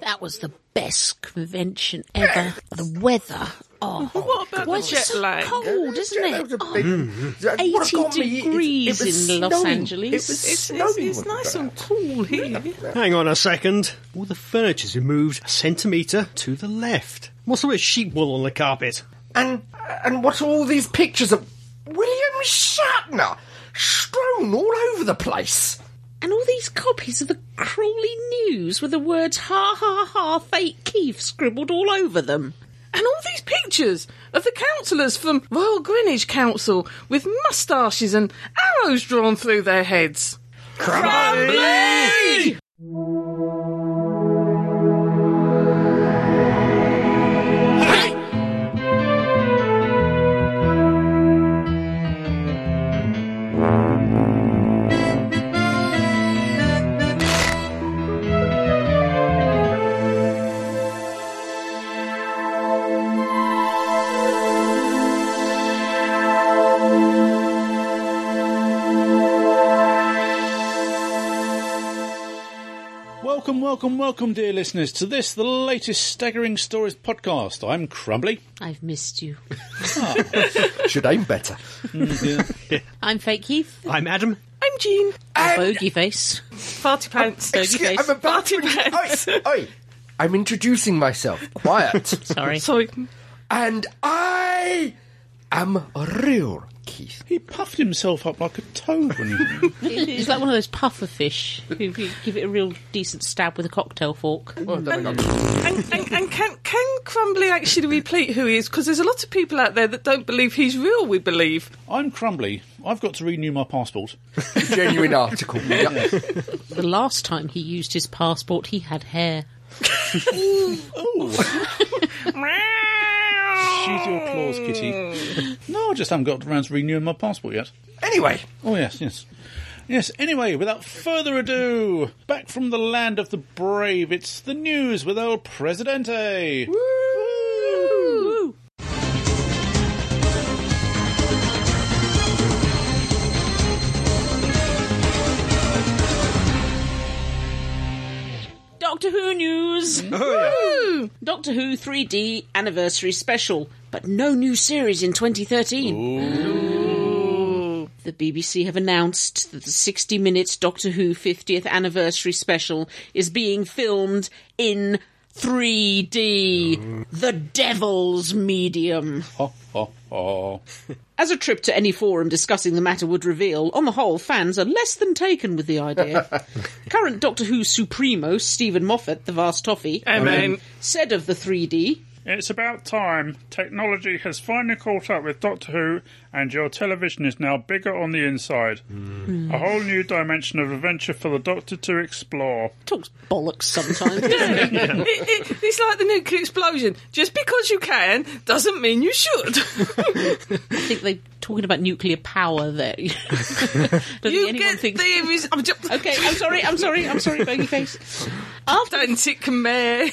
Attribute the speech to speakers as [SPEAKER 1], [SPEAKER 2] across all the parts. [SPEAKER 1] That was the best convention ever. the weather. Oh,
[SPEAKER 2] What about
[SPEAKER 1] was
[SPEAKER 2] the jet lag?
[SPEAKER 1] cold, isn't
[SPEAKER 3] That
[SPEAKER 1] it?
[SPEAKER 3] was a
[SPEAKER 1] Oh,
[SPEAKER 3] big- that- what
[SPEAKER 1] 80
[SPEAKER 3] got me, it-
[SPEAKER 1] degrees in Los
[SPEAKER 3] snowing.
[SPEAKER 1] Angeles.
[SPEAKER 3] It was
[SPEAKER 2] It's,
[SPEAKER 3] snowing
[SPEAKER 2] it's, it's
[SPEAKER 3] when we
[SPEAKER 2] nice
[SPEAKER 3] got
[SPEAKER 2] and
[SPEAKER 3] out.
[SPEAKER 2] cool here.
[SPEAKER 4] Hang on a second. All the furniture's been moved a centimetre to the left. What's all this sheep wool on the carpet?
[SPEAKER 3] And and what are all these pictures of William Shatner strewn all over the place?
[SPEAKER 1] and all these copies of the Crawley News with the words "ha ha ha" fake Keith scribbled all over them.
[SPEAKER 2] And all these pictures of the councillors from Royal Greenwich Council with moustaches and arrows drawn through their heads.
[SPEAKER 5] Welcome, welcome, welcome, dear listeners, to this, the latest Staggering Stories podcast. I'm Crumbly.
[SPEAKER 1] I've missed you.
[SPEAKER 3] Should aim better.
[SPEAKER 1] I'm fake Keith.
[SPEAKER 4] I'm Adam.
[SPEAKER 2] I'm Jean.
[SPEAKER 1] Bogey face.
[SPEAKER 2] Farty pants, stogie
[SPEAKER 3] Um, Excuse-
[SPEAKER 2] face.
[SPEAKER 3] I'm about to.
[SPEAKER 2] Farty pants.
[SPEAKER 3] Oi, oi, I'm introducing myself. Quiet.
[SPEAKER 1] Sorry.
[SPEAKER 2] Sorry.
[SPEAKER 3] and I am real Keith.
[SPEAKER 5] He puffed himself up like a toad when he.
[SPEAKER 1] He's like one of those puffer fish who g- give it a real decent stab with a cocktail fork.
[SPEAKER 2] And, and, and can, can Crumbly actually repeat who he is? Because there's a lot of people out there that don't believe he's real, we believe.
[SPEAKER 5] I'm Crumbly. I've got to renew my passport.
[SPEAKER 3] Genuine article. Yep.
[SPEAKER 1] The last time he used his passport, he had hair.
[SPEAKER 5] She's your claws, Kitty. No, I just haven't got around to renewing my passport yet.
[SPEAKER 3] Anyway,
[SPEAKER 5] Oh, yes, yes. Yes, anyway, without further ado, back from the land of the brave, it's the news with El Presidente.
[SPEAKER 1] Doctor Who news. Woo! Doctor Who 3D anniversary special, but no new series in 2013. The BBC have announced that the 60 minute Doctor Who 50th anniversary special is being filmed in 3D, the devil's medium.
[SPEAKER 5] Ho, ho, ho.
[SPEAKER 1] As a trip to any forum discussing the matter would reveal, on the whole, fans are less than taken with the idea. Current Doctor Who Supremo, Stephen Moffat, the vast toffee, um,
[SPEAKER 2] Amen.
[SPEAKER 1] said of the 3D,
[SPEAKER 6] It's about time. Technology has finally caught up with Doctor Who, and your television is now bigger on the inside. A whole new dimension of adventure for the Doctor to explore.
[SPEAKER 1] talks bollocks sometimes, doesn't he?
[SPEAKER 2] It, it, it's like the nuclear explosion. Just because you can doesn't mean you should.
[SPEAKER 1] I think they're talking about nuclear power there. Don't
[SPEAKER 2] you
[SPEAKER 1] think anyone
[SPEAKER 2] get
[SPEAKER 1] thinks.
[SPEAKER 2] the res- I'm just
[SPEAKER 1] Okay, I'm sorry, I'm sorry, I'm sorry, bogey face. After,
[SPEAKER 2] pedantic mare.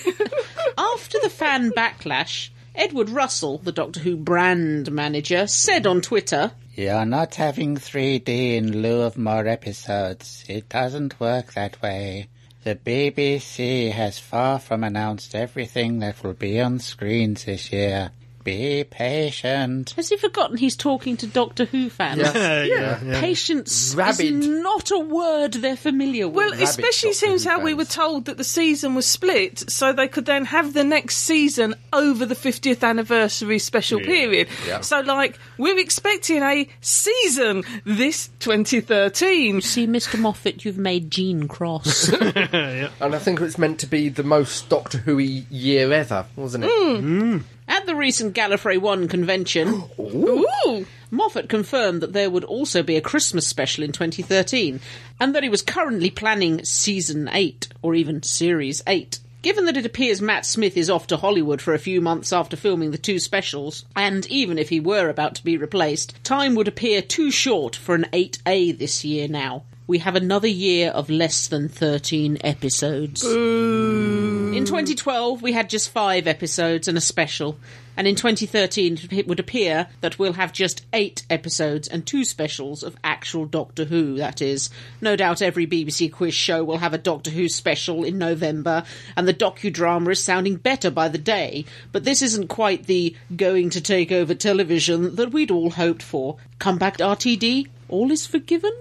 [SPEAKER 1] after the fan backlash, Edward Russell, the Doctor Who brand manager, said on Twitter,
[SPEAKER 7] You're not having 3D in lieu of more episodes. It doesn't work that way. The BBC has far from announced everything that will be on screens this year. Be patient.
[SPEAKER 1] Has he forgotten he's talking to Doctor Who fans?
[SPEAKER 4] yeah.
[SPEAKER 1] Patience
[SPEAKER 3] Rabid.
[SPEAKER 1] is not a word they're familiar with.
[SPEAKER 2] Well, especially
[SPEAKER 3] Doctor
[SPEAKER 2] since
[SPEAKER 3] Who
[SPEAKER 2] how we
[SPEAKER 3] fans.
[SPEAKER 2] were told that the season was split, so they could then have the next season over the 50th anniversary special period. So, like, we're expecting a season this 2013.
[SPEAKER 1] See, Mr. Moffat, you've made Gene cross.
[SPEAKER 3] and I think it's meant to be the most Doctor Who year ever, wasn't it?
[SPEAKER 1] At the recent Gallifrey One convention,
[SPEAKER 2] Ooh!
[SPEAKER 1] Moffat confirmed that there would also be a Christmas special in 2013, and that he was currently planning season eight or even series eight. Given that it appears Matt Smith is off to Hollywood for a few months after filming the two specials, and even if he were about to be replaced, time would appear too short for an 8A this year now. We have another year of less than 13 episodes.
[SPEAKER 3] Mm.
[SPEAKER 1] In 2012, we had just five episodes and a special. And in 2013, it would appear that we'll have just eight episodes and two specials of actual Doctor Who, that is. No doubt every BBC quiz show will have a Doctor Who special in November, and the docudrama is sounding better by the day. But this isn't quite the going to take over television that we'd all hoped for. Come back to RTD, all is forgiven?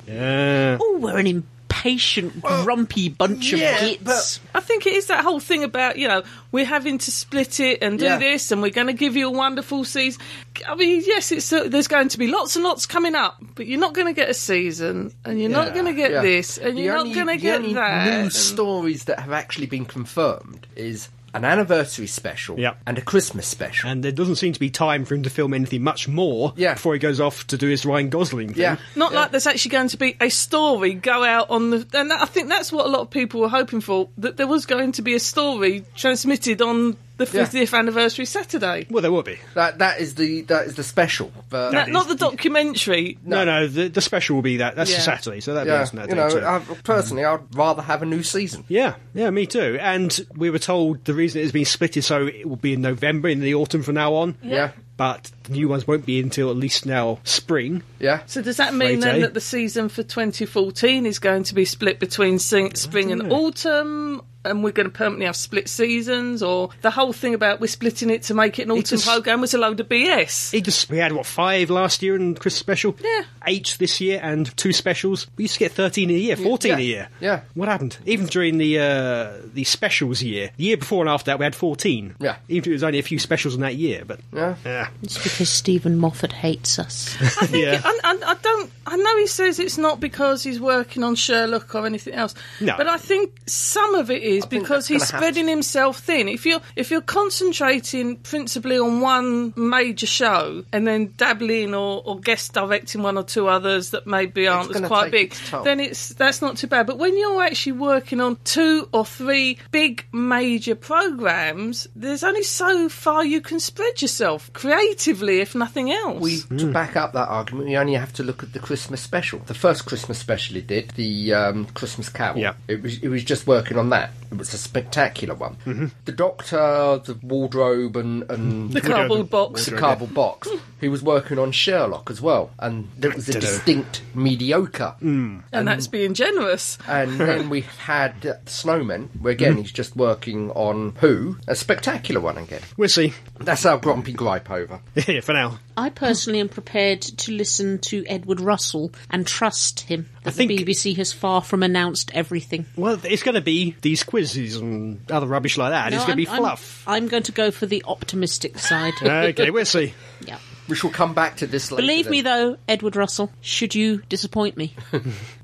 [SPEAKER 1] Oh, we're an impatient, grumpy bunch
[SPEAKER 3] yeah,
[SPEAKER 1] of gits.
[SPEAKER 3] but-
[SPEAKER 2] I think it is that whole thing about, you know, we're having to split it and do
[SPEAKER 3] Yeah.
[SPEAKER 2] this and we're going to give you a wonderful season. I mean, yes, it's uh there's going to be lots and lots coming up, but you're not going to get a season and you're not going to get
[SPEAKER 3] Yeah.
[SPEAKER 2] this and you're
[SPEAKER 3] only-
[SPEAKER 2] not going to
[SPEAKER 3] the
[SPEAKER 2] get
[SPEAKER 3] only
[SPEAKER 2] that.
[SPEAKER 3] New
[SPEAKER 2] And-
[SPEAKER 3] stories that have actually been confirmed is an anniversary special
[SPEAKER 4] Yeah.
[SPEAKER 3] and a Christmas special.
[SPEAKER 4] And there doesn't seem to be time for him to film anything much more
[SPEAKER 3] Yeah.
[SPEAKER 4] before he goes off to do his Ryan Gosling thing.
[SPEAKER 3] yeah,
[SPEAKER 2] Not like there's actually going to be a story go out on the. And that, I think that's what a lot of people were hoping for that there was going to be a story transmitted on the 50th anniversary Saturday.
[SPEAKER 4] Well, there will be.
[SPEAKER 3] that that is the that is the special. But
[SPEAKER 2] That- not the documentary.
[SPEAKER 4] No, no, the, the special will be that. That's
[SPEAKER 2] Yeah.
[SPEAKER 4] Saturday, so that'll be
[SPEAKER 3] yeah,
[SPEAKER 4] us on that
[SPEAKER 3] you
[SPEAKER 4] day
[SPEAKER 3] know,
[SPEAKER 4] too.
[SPEAKER 3] I, personally, I'd rather have a new season.
[SPEAKER 4] yeah, yeah, me too. And we were told the reason it's been split is so it will be in November, in the autumn from now on.
[SPEAKER 3] Yeah,
[SPEAKER 4] But the new ones won't be until at least now spring.
[SPEAKER 3] yeah.
[SPEAKER 2] So does that mean then
[SPEAKER 4] Friday.
[SPEAKER 2] that the season for 2014 is going to be split between sing- spring and autumn? And we're going to permanently have split seasons, or the whole thing about we're splitting it to make it an autumn
[SPEAKER 4] just-
[SPEAKER 2] program was a load of BS.
[SPEAKER 4] It just we had what five last year and Christmas special.
[SPEAKER 2] Yeah.
[SPEAKER 4] eight this year and two specials. We used to get thirteen a year, fourteen a
[SPEAKER 3] yeah,
[SPEAKER 4] year.
[SPEAKER 3] yeah.
[SPEAKER 4] what happened? Even during the uh, the specials year, the year before and after that, we had fourteen.
[SPEAKER 3] Yeah.
[SPEAKER 4] even if it was only a few specials in that year, but
[SPEAKER 3] Yeah.
[SPEAKER 1] It's because Stephen Moffat hates us.
[SPEAKER 4] yeah.
[SPEAKER 2] I, I, I don't. I know he says it's not because he's working on Sherlock or anything else.
[SPEAKER 4] No.
[SPEAKER 2] But I think some of it is because
[SPEAKER 3] that's gonna
[SPEAKER 2] he's
[SPEAKER 3] have
[SPEAKER 2] spreading himself thin. If you're if you're concentrating principally on one major show and then dabbling or, or guest directing one or two others that maybe aren't
[SPEAKER 3] gonna
[SPEAKER 2] as quite
[SPEAKER 3] take
[SPEAKER 2] big,
[SPEAKER 3] its toll.
[SPEAKER 2] then it's that's not too bad. But when you're actually working on two or three big major programs, there's only so far you can spread yourself creatively, if nothing else.
[SPEAKER 3] We
[SPEAKER 4] mm.
[SPEAKER 3] to back up that argument, we only have to look at the Christmas special. The first Christmas special he did, the um, Christmas Carol.
[SPEAKER 4] Yeah.
[SPEAKER 3] It was it was just working on that. It was a spectacular one.
[SPEAKER 4] Mm-hmm.
[SPEAKER 3] The Doctor, the wardrobe, and and
[SPEAKER 2] the cardboard box.
[SPEAKER 3] the cardboard box. He was working on Sherlock as well, and that was a distinct mediocre.
[SPEAKER 2] And that's being generous.
[SPEAKER 3] And then we had uh, Snowman, where again he's just working on Who, a spectacular one again.
[SPEAKER 4] We'll see.
[SPEAKER 3] That's our grumpy gripe over.
[SPEAKER 4] yeah, for now.
[SPEAKER 1] I personally am prepared to listen to Edward Russell and trust him that
[SPEAKER 4] think-
[SPEAKER 1] the BBC has far from announced everything.
[SPEAKER 4] Well, it's going to be these quizzes and other rubbish like that. it's
[SPEAKER 1] No,
[SPEAKER 4] going to be
[SPEAKER 1] I'm- I'm-
[SPEAKER 4] fluff.
[SPEAKER 1] I'm, going to go for the optimistic side.
[SPEAKER 4] okay, we'll see.
[SPEAKER 1] yeah.
[SPEAKER 3] We shall come back to this later.
[SPEAKER 1] Believe me,
[SPEAKER 3] then.
[SPEAKER 1] though, Edward Russell, should you disappoint me,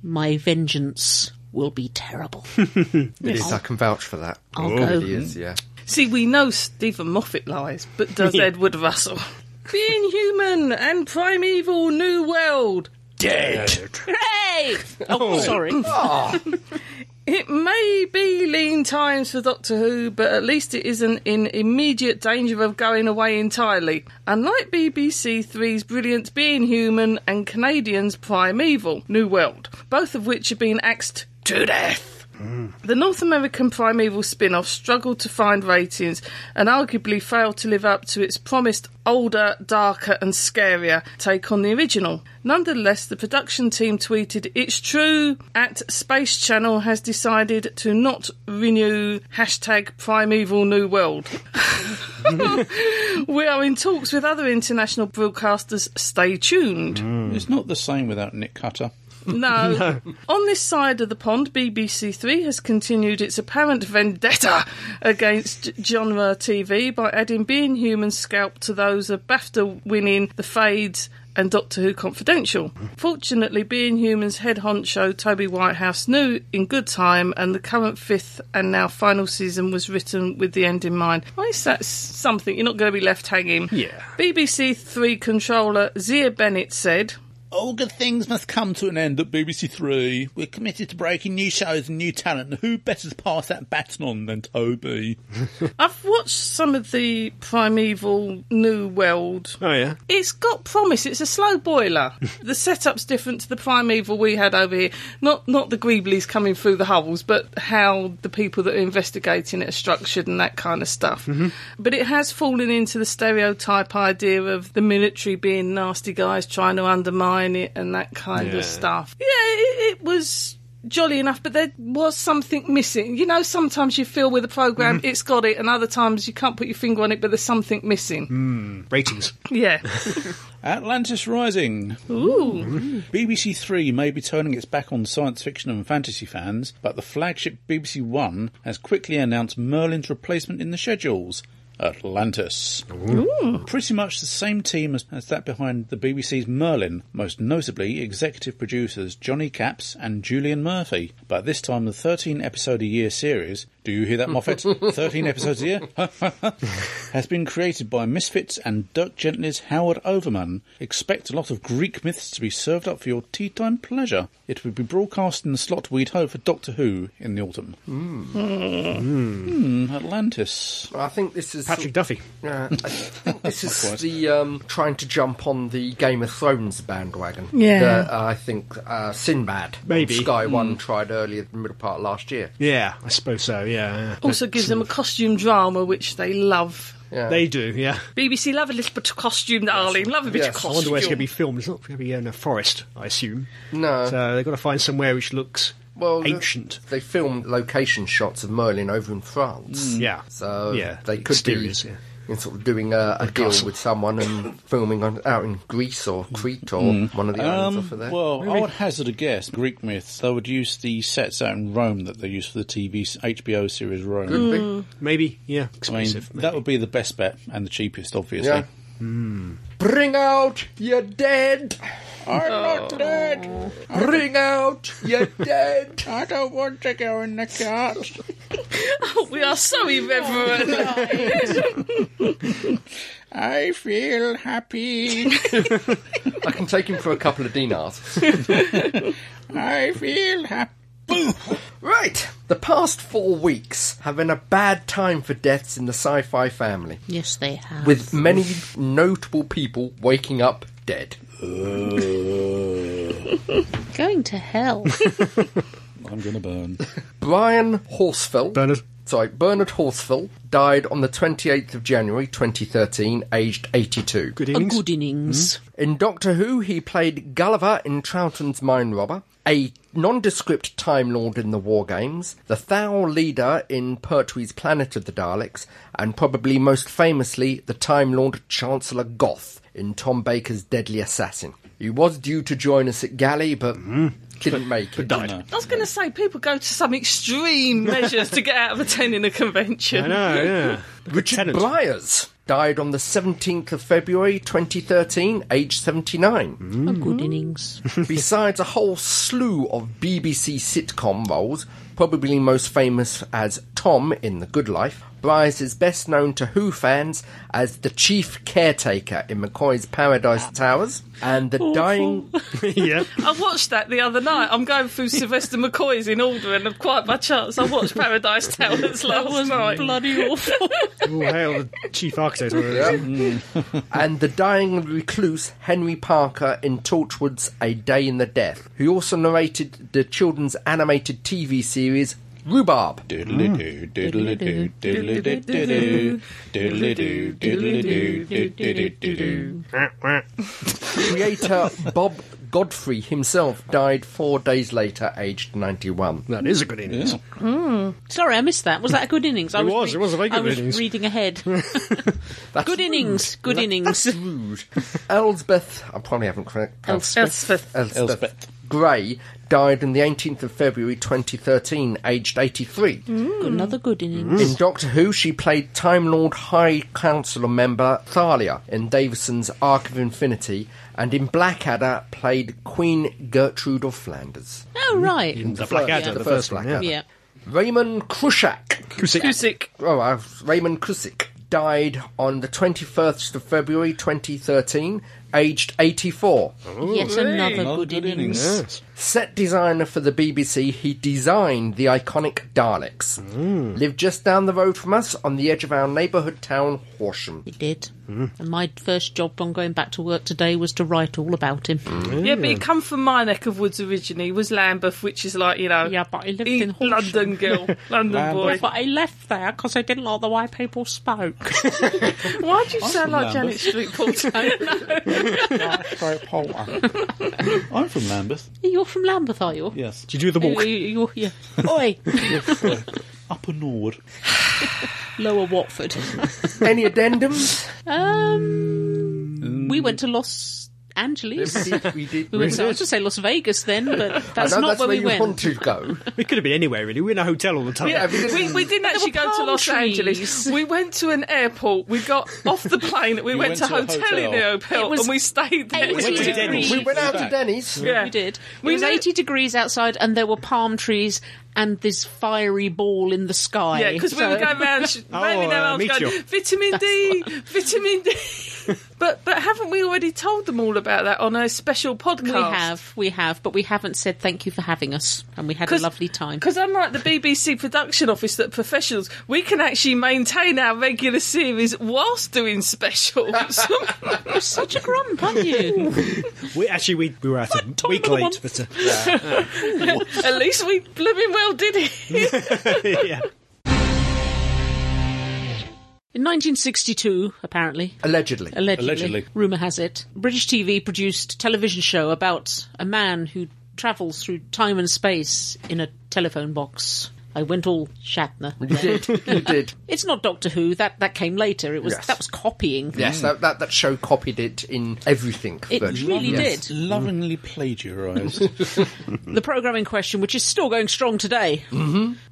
[SPEAKER 1] my vengeance will be terrible.
[SPEAKER 3] It is, I can vouch for that.
[SPEAKER 1] I'll
[SPEAKER 3] It
[SPEAKER 1] go.
[SPEAKER 3] really is, yeah.
[SPEAKER 2] See, we know Stephen Moffat lies, but does Edward Russell? Being human and primeval new world.
[SPEAKER 1] Hooray! Oh, sorry.
[SPEAKER 2] It may be lean times for Doctor Who, but at least it isn't in immediate danger of going away entirely. Unlike BBC Three's brilliant Being Human and Canadian's Primeval New World, both of which have been axed to death. The North American Primeval spin off struggled to find ratings and arguably failed to live up to its promised older, darker, and scarier take on the original. Nonetheless, the production team tweeted, It's true, at Space Channel has decided to not renew hashtag Primeval New World. we are in talks with other international broadcasters. Stay tuned.
[SPEAKER 5] It's not the same without Nick Cutter.
[SPEAKER 2] No. On this side of the pond, BBC Three has continued its apparent vendetta against genre TV by adding Being Human scalp to those of BAFTA winning The Fades and Doctor Who Confidential. Fortunately, Being Human's head honcho Toby Whitehouse knew in good time, and the current fifth and now final season was written with the end in mind. At least that's something. You're not going to be left hanging.
[SPEAKER 4] Yeah.
[SPEAKER 2] BBC Three controller Zia Bennett said,
[SPEAKER 5] All good things must come to an end at BBC Three. We're committed to breaking new shows and new talent. Who better to pass that baton on than Toby?
[SPEAKER 2] I've watched some of the Primeval New World.
[SPEAKER 4] Oh, yeah.
[SPEAKER 2] It's got promise. It's a slow boiler. the setup's different to the Primeval we had over here. Not not the greeblies coming through the holes, but how the people that are investigating it are structured and that kind of stuff. But it has fallen into the stereotype idea of the military being nasty guys trying to undermine it and that kind
[SPEAKER 4] Yeah.
[SPEAKER 2] of stuff. Yeah, it, it was jolly enough, but there was something missing. You know, sometimes you feel with a program it's got it, and other times you can't put your finger on it, but there's something missing.
[SPEAKER 4] Ratings.
[SPEAKER 2] Yeah.
[SPEAKER 5] Atlantis Rising.
[SPEAKER 2] Ooh.
[SPEAKER 5] BBC Three may be turning its back on science fiction and fantasy fans, but the flagship BBC One has quickly announced Merlin's replacement in the schedules. Atlantis. Pretty much the same team as, as that behind the BBC's Merlin, most notably executive producers Johnny Capps and Julian Murphy. But this time, the 13 episode a year series, do you hear that, Moffat? 13 episodes a year? has been created by Misfits and Dirk Gently's Howard Overman. Expect a lot of Greek myths to be served up for your tea time pleasure. It will be broadcast in the slot we'd hope for Doctor Who in the autumn. Hmm, Atlantis.
[SPEAKER 3] I think this is
[SPEAKER 4] Patrick Duffy.
[SPEAKER 3] Uh, I think this is the um, trying to jump on the Game of Thrones bandwagon.
[SPEAKER 2] Yeah.
[SPEAKER 3] that, uh, I think uh, Sinbad, on
[SPEAKER 4] Maybe.
[SPEAKER 3] Sky
[SPEAKER 1] Hmm.
[SPEAKER 3] One tried earlier, the middle part last year.
[SPEAKER 4] Yeah, I suppose so, yeah. yeah.
[SPEAKER 2] Also gives them a costume drama, which they love.
[SPEAKER 3] Yeah.
[SPEAKER 4] They do, yeah.
[SPEAKER 2] BBC love a little bit of costume, darling. Love a bit
[SPEAKER 3] Yes.
[SPEAKER 2] of
[SPEAKER 3] I
[SPEAKER 4] I
[SPEAKER 2] costume.
[SPEAKER 4] wonder where it's going to be filmed. It's not going to be in a forest, I assume.
[SPEAKER 3] No.
[SPEAKER 4] So they've got to find somewhere which looks
[SPEAKER 3] well, the-
[SPEAKER 4] ancient.
[SPEAKER 3] They filmed location shots of Merlin over in France.
[SPEAKER 4] Mm. yeah.
[SPEAKER 3] So
[SPEAKER 4] yeah,
[SPEAKER 3] they could
[SPEAKER 4] exteriors,
[SPEAKER 3] be
[SPEAKER 4] yeah.
[SPEAKER 3] in sort of doing a, a deal
[SPEAKER 4] castle.
[SPEAKER 3] with someone and filming on, out in Greece or Crete or
[SPEAKER 4] Mm.
[SPEAKER 3] one of the islands
[SPEAKER 4] Um,
[SPEAKER 3] off of there.
[SPEAKER 5] well, I would hazard a guess. Greek myths, they would use the sets out in Rome that they use for the TV s- HBO series Rome.
[SPEAKER 3] Could be.
[SPEAKER 4] Maybe, yeah.
[SPEAKER 5] I mean,
[SPEAKER 4] Expensive.
[SPEAKER 5] that would be the best bet and the cheapest, obviously.
[SPEAKER 3] Yeah.
[SPEAKER 4] Hmm.
[SPEAKER 3] Bring out your dead.
[SPEAKER 5] I'm
[SPEAKER 3] Oh.
[SPEAKER 5] not dead.
[SPEAKER 3] Bring out your dead.
[SPEAKER 5] I don't want to go in the cart.
[SPEAKER 2] we are so irreverent.
[SPEAKER 5] I feel happy.
[SPEAKER 3] I can take him for a couple of dinars.
[SPEAKER 5] I feel happy.
[SPEAKER 3] Right. The past four weeks have been a bad time for deaths in the sci fi family,
[SPEAKER 1] Yes, they have.
[SPEAKER 3] with many notable people waking up dead.
[SPEAKER 5] Uh,
[SPEAKER 1] Going to hell.
[SPEAKER 5] I'm gonna burn.
[SPEAKER 3] Brian Horsfell.
[SPEAKER 4] Bernard.
[SPEAKER 3] Sorry, Bernard Horsfell died on the 28th of January 2013, aged 82.
[SPEAKER 4] Good
[SPEAKER 1] A
[SPEAKER 4] innings.
[SPEAKER 1] good innings.
[SPEAKER 4] Hmm?
[SPEAKER 3] In Doctor Who, he played Gulliver in Troughton's Mine Robber, a nondescript Time Lord in the War Games, the Thal leader in Pertwee's Planet of the Daleks, and probably most famously, the Time Lord Chancellor Goth in Tom Baker's Deadly Assassin. He was due to join us at Galley, but
[SPEAKER 4] Mm-hmm.
[SPEAKER 3] didn't make it.
[SPEAKER 2] I was going to say, people go to some extreme measures to get out of attending a convention.
[SPEAKER 4] I know, yeah.
[SPEAKER 3] Richard
[SPEAKER 4] Tennant.
[SPEAKER 3] Blyers died on the 17th of February 2013, aged 79.
[SPEAKER 1] A good innings.
[SPEAKER 3] besides a whole slew of BBC sitcom roles, probably most famous as Tom in The Good Life, Bryce is best known to Who fans as the chief caretaker in McCoy's Paradise Towers and the dying
[SPEAKER 4] yeah.
[SPEAKER 2] I watched that the other night. I'm going through Sylvester McCoy's in order, and quite by chance, I watched Paradise Towers last night.
[SPEAKER 1] Bloody awful.
[SPEAKER 4] All hail Oh, the chief architect. or whatever.
[SPEAKER 3] and the dying recluse Henry Parker in Torchwood's A Day in the Death, who also narrated the children's animated TV series Rhubarb.
[SPEAKER 5] Diddly do, diddly do, diddly do, diddly do, diddly do, diddly
[SPEAKER 4] Hmm.
[SPEAKER 5] do.
[SPEAKER 3] Creator Bob Godfrey himself died four days later, aged 91.
[SPEAKER 4] That is a good innings.
[SPEAKER 1] Sorry, I missed that. Was that a good innings? I
[SPEAKER 4] It was, it was a very
[SPEAKER 1] I
[SPEAKER 4] good
[SPEAKER 1] was
[SPEAKER 4] innings.
[SPEAKER 1] reading ahead. good innings. Good innings.
[SPEAKER 3] rude. Elsbeth, I probably haven't correct. pronounced-
[SPEAKER 2] Elspeth.
[SPEAKER 3] Elsbeth.
[SPEAKER 5] Elsbeth.
[SPEAKER 3] Gray died on the 18th of February 2013, aged 83.
[SPEAKER 4] Hmm.
[SPEAKER 1] Another good innings.
[SPEAKER 3] In Doctor Who, she played Time Lord High Council member Thalia in Davison's Ark of Infinity, and in Blackadder played Queen Gertrude of Flanders.
[SPEAKER 4] Hmm.
[SPEAKER 1] Oh, right.
[SPEAKER 4] The Blackadder,
[SPEAKER 1] Yeah.
[SPEAKER 4] the,
[SPEAKER 3] The first
[SPEAKER 4] first one.
[SPEAKER 3] Blackadder.
[SPEAKER 1] Yeah.
[SPEAKER 3] Raymond Krushak
[SPEAKER 2] Cusick.
[SPEAKER 3] oh, uh, Raymond Kusick died on the 21st of February 2013, aged 84.
[SPEAKER 1] Yet
[SPEAKER 4] Oh,
[SPEAKER 1] another
[SPEAKER 5] Another
[SPEAKER 1] good
[SPEAKER 5] good
[SPEAKER 1] innings.
[SPEAKER 4] Yes.
[SPEAKER 3] Set designer for the BBC, he designed the iconic Daleks.
[SPEAKER 1] Mm.
[SPEAKER 3] Lived just down the road from us on the edge of our neighbourhood town, Horsham.
[SPEAKER 1] He did.
[SPEAKER 4] Hmm.
[SPEAKER 1] And my first job on going back to work today was to write all about him.
[SPEAKER 4] Hmm.
[SPEAKER 2] Yeah, but he come from my neck of woods originally. He was Lambeth, which is like you know,
[SPEAKER 1] Yeah, but he lived
[SPEAKER 2] he-
[SPEAKER 1] in Horsham.
[SPEAKER 2] London girl, London boy.
[SPEAKER 1] But I left there because I didn't like the way people spoke.
[SPEAKER 2] Why do you sound
[SPEAKER 5] from
[SPEAKER 2] like Janet
[SPEAKER 5] Lambeth.
[SPEAKER 2] Street Porter?
[SPEAKER 5] Sorry, Paul. I'm from Lambeth.
[SPEAKER 1] You're from Lambeth, are you?
[SPEAKER 5] Yes.
[SPEAKER 4] Did you do the walk?
[SPEAKER 1] You- you- you- yeah. Oi,
[SPEAKER 5] Upper Norwood.
[SPEAKER 1] Lower Watford.
[SPEAKER 4] Hmm.
[SPEAKER 3] Any addendums?
[SPEAKER 1] Um, we went to Los Angeles.
[SPEAKER 3] we did. We did.
[SPEAKER 1] We went to, I was to say Las Vegas then, but
[SPEAKER 3] I
[SPEAKER 1] that's
[SPEAKER 3] know
[SPEAKER 1] not
[SPEAKER 3] that's
[SPEAKER 1] where,
[SPEAKER 3] where,
[SPEAKER 1] we
[SPEAKER 3] you
[SPEAKER 1] went.
[SPEAKER 3] want to go.
[SPEAKER 4] We could have been anywhere, really. We're in a hotel all the time.
[SPEAKER 3] Yeah, because-
[SPEAKER 2] We, we didn't actually
[SPEAKER 1] were
[SPEAKER 2] go to
[SPEAKER 1] palm
[SPEAKER 2] Los Angeles.
[SPEAKER 1] trees.
[SPEAKER 2] We went to an airport. We got off the plane. We went,
[SPEAKER 5] went
[SPEAKER 2] to a
[SPEAKER 5] to a
[SPEAKER 2] hotel, in the
[SPEAKER 5] hotel.
[SPEAKER 1] It
[SPEAKER 2] airport
[SPEAKER 1] was
[SPEAKER 2] and we stayed there.
[SPEAKER 1] 80
[SPEAKER 4] to Denny's.
[SPEAKER 1] degrees.
[SPEAKER 3] we went out to
[SPEAKER 5] Back.
[SPEAKER 3] Denny's.
[SPEAKER 2] Yeah.
[SPEAKER 1] We did.
[SPEAKER 2] We
[SPEAKER 1] it was
[SPEAKER 2] know-
[SPEAKER 1] 80 degrees outside, and there were palm trees and this fiery ball in the sky.
[SPEAKER 2] Yeah, because we
[SPEAKER 1] So-
[SPEAKER 2] were going round, sh- round
[SPEAKER 4] uh,
[SPEAKER 2] and round going,
[SPEAKER 4] meteor.
[SPEAKER 2] vitamin D, vitamin D. but but haven't we already told them all about that on a special podcast?
[SPEAKER 1] We have, we have, but we haven't said thank you for having us, and we had a lovely time.
[SPEAKER 2] Because unlike the BBC production office that professionals, we can actually maintain our regular series whilst doing specials.
[SPEAKER 1] You're such a grump, aren't you?
[SPEAKER 4] We actually we, we were out a week
[SPEAKER 1] another
[SPEAKER 4] late, but uh,
[SPEAKER 2] At least we blooming well did it.
[SPEAKER 4] uh, yeah.
[SPEAKER 1] In 1962, apparently,
[SPEAKER 3] Allegedly.
[SPEAKER 1] allegedly,
[SPEAKER 5] Allegedly.
[SPEAKER 1] rumor has it, British TV produced a television show about a man who travels through time and space in a telephone box. I went all Shatner.
[SPEAKER 3] you did. You did.
[SPEAKER 1] It's not Doctor Who. That that came later. It was
[SPEAKER 3] Yes.
[SPEAKER 1] that was copying.
[SPEAKER 3] Yes, that, that, that show copied it in everything.
[SPEAKER 1] Mm. It
[SPEAKER 3] virtually.
[SPEAKER 1] really
[SPEAKER 3] Yes. Mm-hmm.
[SPEAKER 1] did.
[SPEAKER 5] Lovingly plagiarised.
[SPEAKER 1] The program in question, which is still going strong today,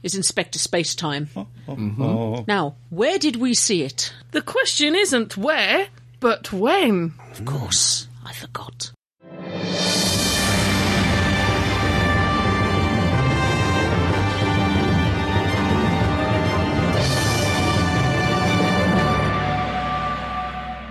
[SPEAKER 1] is Inspector Space Time.
[SPEAKER 5] Oh.
[SPEAKER 1] Now, where did we see it?
[SPEAKER 2] the question isn't where, but when.
[SPEAKER 1] Of course, I forgot.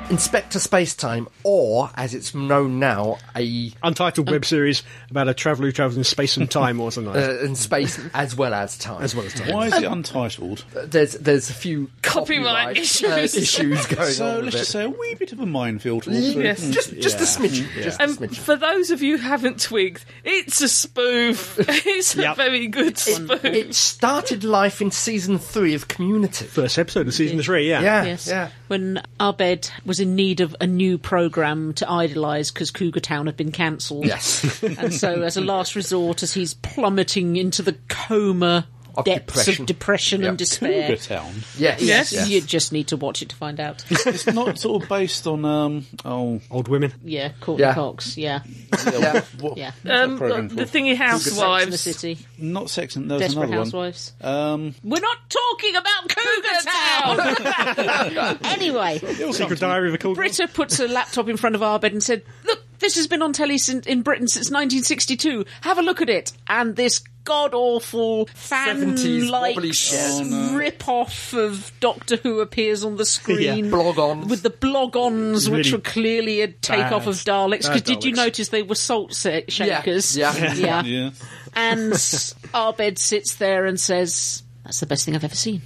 [SPEAKER 3] Inspector Spacetime, or as it's known now, a
[SPEAKER 4] Untitled web series about a traveller who travels in space and time or something like that.
[SPEAKER 3] uh, in space as well as time.
[SPEAKER 4] as well as time.
[SPEAKER 5] Why is it untitled?
[SPEAKER 3] There's there's a few
[SPEAKER 2] Copyright
[SPEAKER 3] copyright, uh,
[SPEAKER 2] issues.
[SPEAKER 3] issues going
[SPEAKER 5] So
[SPEAKER 3] on.
[SPEAKER 5] let's
[SPEAKER 3] With
[SPEAKER 5] just
[SPEAKER 3] it.
[SPEAKER 5] say a wee bit of a minefield. Also.
[SPEAKER 2] Yes.
[SPEAKER 5] Mm.
[SPEAKER 3] Just just a smidgen. Just a
[SPEAKER 2] And
[SPEAKER 3] smidgen.
[SPEAKER 2] for those of you who haven't twigged, it's a spoof. It's a
[SPEAKER 4] Yep.
[SPEAKER 2] very good spoof.
[SPEAKER 3] It started life in season three of Community.
[SPEAKER 4] First episode of season three, yeah.
[SPEAKER 3] Yeah,
[SPEAKER 1] Yes.
[SPEAKER 3] yeah.
[SPEAKER 1] When Abed was in need of a new program to idolise because Cougar Town had been cancelled.
[SPEAKER 3] Yes.
[SPEAKER 1] and so, as a last resort, as he's plummeting into the coma
[SPEAKER 3] Of
[SPEAKER 1] depths
[SPEAKER 3] depression.
[SPEAKER 1] of depression
[SPEAKER 3] Yeah.
[SPEAKER 1] and despair.
[SPEAKER 5] Cougar Town.
[SPEAKER 3] yes.
[SPEAKER 2] Yes.
[SPEAKER 1] You just need to watch it to find out.
[SPEAKER 5] It's not sort of based on um oh
[SPEAKER 4] Old women.
[SPEAKER 1] Yeah, Courtney
[SPEAKER 3] Yeah.
[SPEAKER 1] Cox. Yeah,
[SPEAKER 3] Yeah.
[SPEAKER 5] what,
[SPEAKER 1] yeah.
[SPEAKER 2] Um,
[SPEAKER 5] program
[SPEAKER 2] the
[SPEAKER 5] for?
[SPEAKER 2] thingy
[SPEAKER 1] Sex in the
[SPEAKER 2] housewives.
[SPEAKER 1] City,
[SPEAKER 5] not sex and there was
[SPEAKER 1] Desperate
[SPEAKER 5] another
[SPEAKER 1] Housewives.
[SPEAKER 5] one. Um,
[SPEAKER 1] We're not talking about Cougar Town. anyway,
[SPEAKER 4] Secret Diary of a Cool Girl.
[SPEAKER 1] Britta puts a laptop in front of our bed and said, "Look, this has been on telly sin- in Britain since 1962. Have a look at it." And this god awful fan
[SPEAKER 3] 70s
[SPEAKER 1] like
[SPEAKER 3] wobbly shit.
[SPEAKER 1] rip off of Doctor Who appears on the screen.
[SPEAKER 3] Blog on.
[SPEAKER 1] With the blog-ons, which
[SPEAKER 4] Really
[SPEAKER 1] were clearly a take-off
[SPEAKER 4] bad-
[SPEAKER 1] of Daleks, because
[SPEAKER 4] bad
[SPEAKER 1] did you
[SPEAKER 4] Daleks.
[SPEAKER 1] notice they were salt sa- shakers?
[SPEAKER 3] Yeah, yeah.
[SPEAKER 1] yeah.
[SPEAKER 5] yeah.
[SPEAKER 1] And s- Arbed sits there and says, "That's the best thing I've ever seen."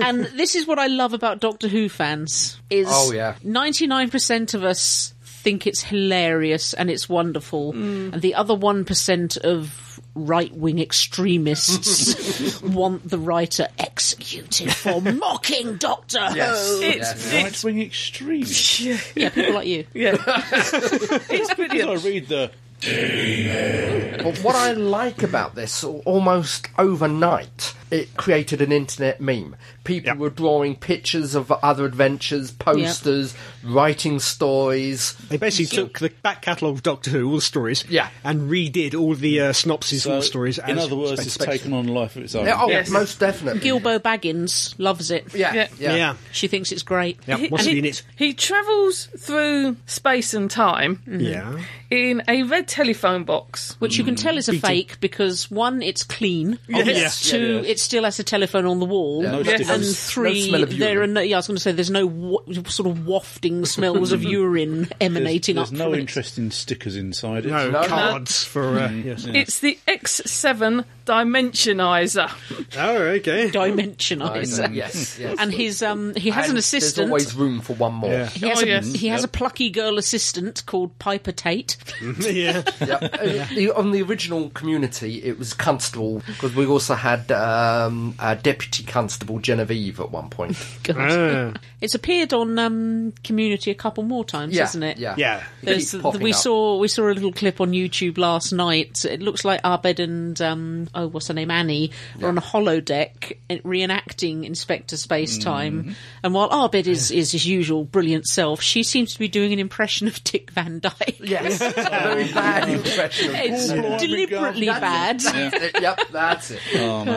[SPEAKER 1] and this is what I love about Doctor Who fans: is
[SPEAKER 3] Oh, yeah.
[SPEAKER 1] ninety-nine percent of us think it's hilarious and it's wonderful,
[SPEAKER 3] Mm.
[SPEAKER 1] and the other one percent of right-wing extremists want the writer executed for mocking Doctor Who.
[SPEAKER 2] It's,
[SPEAKER 5] Right wing extreme.
[SPEAKER 1] Yeah, people like you.
[SPEAKER 2] it's
[SPEAKER 5] Did I
[SPEAKER 2] brilliant.
[SPEAKER 5] read the
[SPEAKER 3] But what I like about this, al- almost overnight, it created an internet meme. People
[SPEAKER 4] Yep.
[SPEAKER 3] were drawing pictures of other adventures, posters, writing stories.
[SPEAKER 4] They basically took the back catalogue of Doctor Who, all the stories,
[SPEAKER 3] Yeah.
[SPEAKER 4] and redid all the uh, synopses and
[SPEAKER 5] so,
[SPEAKER 4] the stories.
[SPEAKER 5] In
[SPEAKER 4] as
[SPEAKER 5] other words,
[SPEAKER 4] Space
[SPEAKER 5] it's
[SPEAKER 4] Space.
[SPEAKER 5] taken on a life of its own.
[SPEAKER 3] Yeah, oh,
[SPEAKER 2] Yes.
[SPEAKER 3] most definitely.
[SPEAKER 1] Gilbo Baggins loves it.
[SPEAKER 3] yeah,
[SPEAKER 2] Yeah.
[SPEAKER 3] yeah,
[SPEAKER 4] Yeah. yeah.
[SPEAKER 1] She thinks it's great.
[SPEAKER 2] He-
[SPEAKER 4] What's
[SPEAKER 2] and
[SPEAKER 4] he
[SPEAKER 2] he-
[SPEAKER 4] in it?
[SPEAKER 2] He travels through space and time
[SPEAKER 4] Yeah.
[SPEAKER 2] in a red telephone box.
[SPEAKER 3] Mm.
[SPEAKER 1] Which you can tell is a fake because one, it's clean.
[SPEAKER 4] Yes.
[SPEAKER 1] Two,
[SPEAKER 5] Yeah, yeah.
[SPEAKER 1] it's still has a telephone on the wall.
[SPEAKER 3] no
[SPEAKER 5] Yes.
[SPEAKER 1] and
[SPEAKER 5] difference.
[SPEAKER 1] three,
[SPEAKER 3] No smell of
[SPEAKER 1] there are
[SPEAKER 3] urine.
[SPEAKER 1] no. Yeah, I was going to say there's no wa- sort of wafting smells of urine
[SPEAKER 5] There's,
[SPEAKER 1] emanating
[SPEAKER 5] there's
[SPEAKER 1] up.
[SPEAKER 5] no
[SPEAKER 1] from it.
[SPEAKER 5] interesting stickers inside it.
[SPEAKER 4] No,
[SPEAKER 3] No.
[SPEAKER 4] cards for. Uh, yes.
[SPEAKER 2] It's the X7 Dimensionizer.
[SPEAKER 4] Oh, okay.
[SPEAKER 1] Dimensionizer.
[SPEAKER 3] yes, yes.
[SPEAKER 1] uh, And his um, he has an
[SPEAKER 3] And
[SPEAKER 1] assistant.
[SPEAKER 3] There's always room for one more.
[SPEAKER 4] Yeah.
[SPEAKER 1] He has,
[SPEAKER 2] Oh,
[SPEAKER 1] a,
[SPEAKER 2] yes.
[SPEAKER 1] he has a plucky girl assistant called Piper Tate.
[SPEAKER 4] yeah.
[SPEAKER 3] Yeah. Uh, the- on the original community, it was constable because we also had um, uh, deputy constable Genevieve at one point.
[SPEAKER 4] Ah,
[SPEAKER 1] It's appeared on um, Community a couple more times,
[SPEAKER 3] Yeah,
[SPEAKER 1] hasn't it?
[SPEAKER 3] Yeah,
[SPEAKER 4] yeah.
[SPEAKER 1] There's,
[SPEAKER 3] Keep popping
[SPEAKER 1] we
[SPEAKER 3] up.
[SPEAKER 1] saw we saw a little clip on YouTube last night. It looks like Abed and um, oh, what's her name, Annie, are on a holodeck uh, reenacting Inspector Space
[SPEAKER 3] Mm-hmm.
[SPEAKER 1] Time. And while Abed is, is his usual brilliant self, she seems to be doing an impression of Dick Van Dyke.
[SPEAKER 3] Yes, a very bad impression. of
[SPEAKER 1] It's
[SPEAKER 3] Paul Blart.
[SPEAKER 1] deliberately bad.
[SPEAKER 3] Oh, That's it. That's it. Yep, that's it.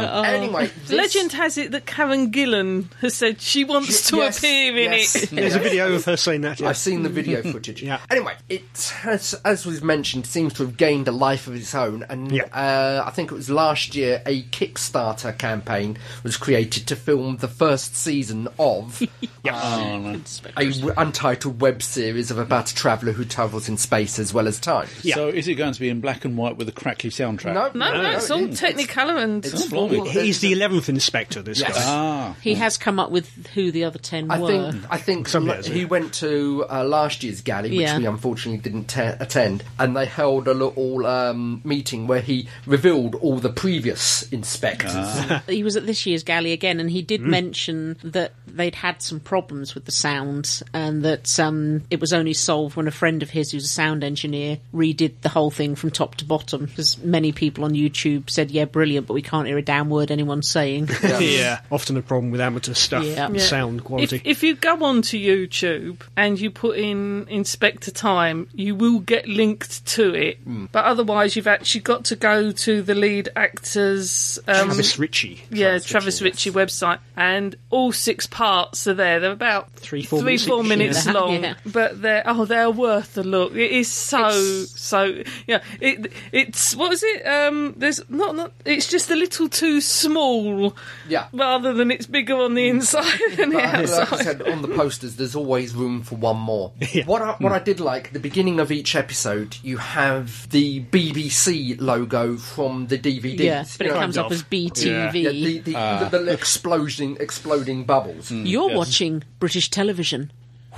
[SPEAKER 3] Anyway, this-
[SPEAKER 2] Legend has it that Karen Gillan has said she wants to
[SPEAKER 3] Yes,
[SPEAKER 2] appear in
[SPEAKER 3] yes,
[SPEAKER 2] it.
[SPEAKER 4] There's a
[SPEAKER 3] yes.
[SPEAKER 4] video of her saying that. Yeah.
[SPEAKER 3] I've seen the video footage.
[SPEAKER 4] Yeah.
[SPEAKER 3] Anyway, it has, as was mentioned, seems to have gained a life of its own, and
[SPEAKER 4] Yeah.
[SPEAKER 3] uh, I think it was last year a Kickstarter campaign was created to film the first season of
[SPEAKER 5] Oh, no.
[SPEAKER 3] a w- untitled web series of about a traveller who travels in space as well as time.
[SPEAKER 4] Yeah.
[SPEAKER 5] So is it going to be in black and white with a crackly soundtrack?
[SPEAKER 3] No,
[SPEAKER 2] No, no, it's all
[SPEAKER 3] it's-
[SPEAKER 2] Technicolor and
[SPEAKER 3] it's
[SPEAKER 5] Oh,
[SPEAKER 3] all-
[SPEAKER 4] He's the 11th inspector, this
[SPEAKER 3] Yes.
[SPEAKER 4] guy.
[SPEAKER 5] Ah,
[SPEAKER 1] He has come up with who the other ten
[SPEAKER 3] I
[SPEAKER 1] were.
[SPEAKER 3] think I think
[SPEAKER 4] Some years,
[SPEAKER 3] he
[SPEAKER 4] yeah.
[SPEAKER 3] went to uh, last year's galley, which
[SPEAKER 1] Yeah.
[SPEAKER 3] we unfortunately didn't te- attend, and they held a little um, meeting where he revealed all the previous inspectors.
[SPEAKER 4] Ah.
[SPEAKER 1] he was at this year's galley again, and he did mention that they'd had some problems with the sound, and that um, it was only solved when a friend of his, who's a sound engineer, redid the whole thing from top to bottom. Because many people on YouTube said, "Yeah, brilliant, but we can't hear a damn word anyone's saying."
[SPEAKER 4] Yeah. Often a problem with amateur stuff,
[SPEAKER 1] Yeah.
[SPEAKER 4] and
[SPEAKER 1] Yeah.
[SPEAKER 4] sound
[SPEAKER 2] If,
[SPEAKER 4] quality.
[SPEAKER 2] if you go onto YouTube and you put in Inspector Time, you will get linked to it.
[SPEAKER 3] Hmm.
[SPEAKER 2] But otherwise, you've actually got to go to the lead actor's um,
[SPEAKER 4] Travis Ritchie.
[SPEAKER 2] yeah Travis Ritchie website, and all six parts are there. They're about
[SPEAKER 4] Three, four
[SPEAKER 2] three,
[SPEAKER 4] minutes
[SPEAKER 2] four
[SPEAKER 4] each,
[SPEAKER 2] minutes
[SPEAKER 1] yeah.
[SPEAKER 2] long,
[SPEAKER 1] Yeah.
[SPEAKER 2] but they're oh they're worth a look. It is so so yeah. It it's what is it? Um, there's not not. It's just a little too small.
[SPEAKER 3] Yeah.
[SPEAKER 2] Rather than it's bigger on the inside than the
[SPEAKER 3] But, uh, like I
[SPEAKER 2] outside.
[SPEAKER 3] said, on the posters, there's always room for one more. What I,
[SPEAKER 4] Hmm.
[SPEAKER 3] what I did like, the beginning of each episode, you have the BBC logo from the DVD.
[SPEAKER 1] yeah, but it comes up
[SPEAKER 4] of.
[SPEAKER 1] as BTV.
[SPEAKER 3] Yeah, the, the,
[SPEAKER 4] Ah.
[SPEAKER 3] the, the exploding, exploding bubbles.
[SPEAKER 4] Hmm.
[SPEAKER 1] You're watching British television.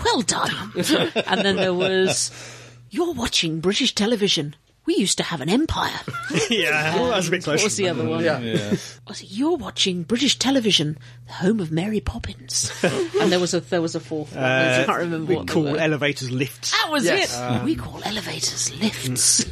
[SPEAKER 1] Well done. and then there was, "You're watching British television." We used to have an empire.
[SPEAKER 4] yeah, well, that's a bit
[SPEAKER 1] What
[SPEAKER 4] close.
[SPEAKER 1] was the other one?
[SPEAKER 3] Yeah.
[SPEAKER 1] Was it, You're watching British television, the home of Mary Poppins. and there was a there was a fourth one. I can't remember
[SPEAKER 4] We
[SPEAKER 1] what they
[SPEAKER 4] call
[SPEAKER 1] were.
[SPEAKER 4] elevators lifts.
[SPEAKER 1] That was
[SPEAKER 3] Yes.
[SPEAKER 1] it. we call elevators lifts.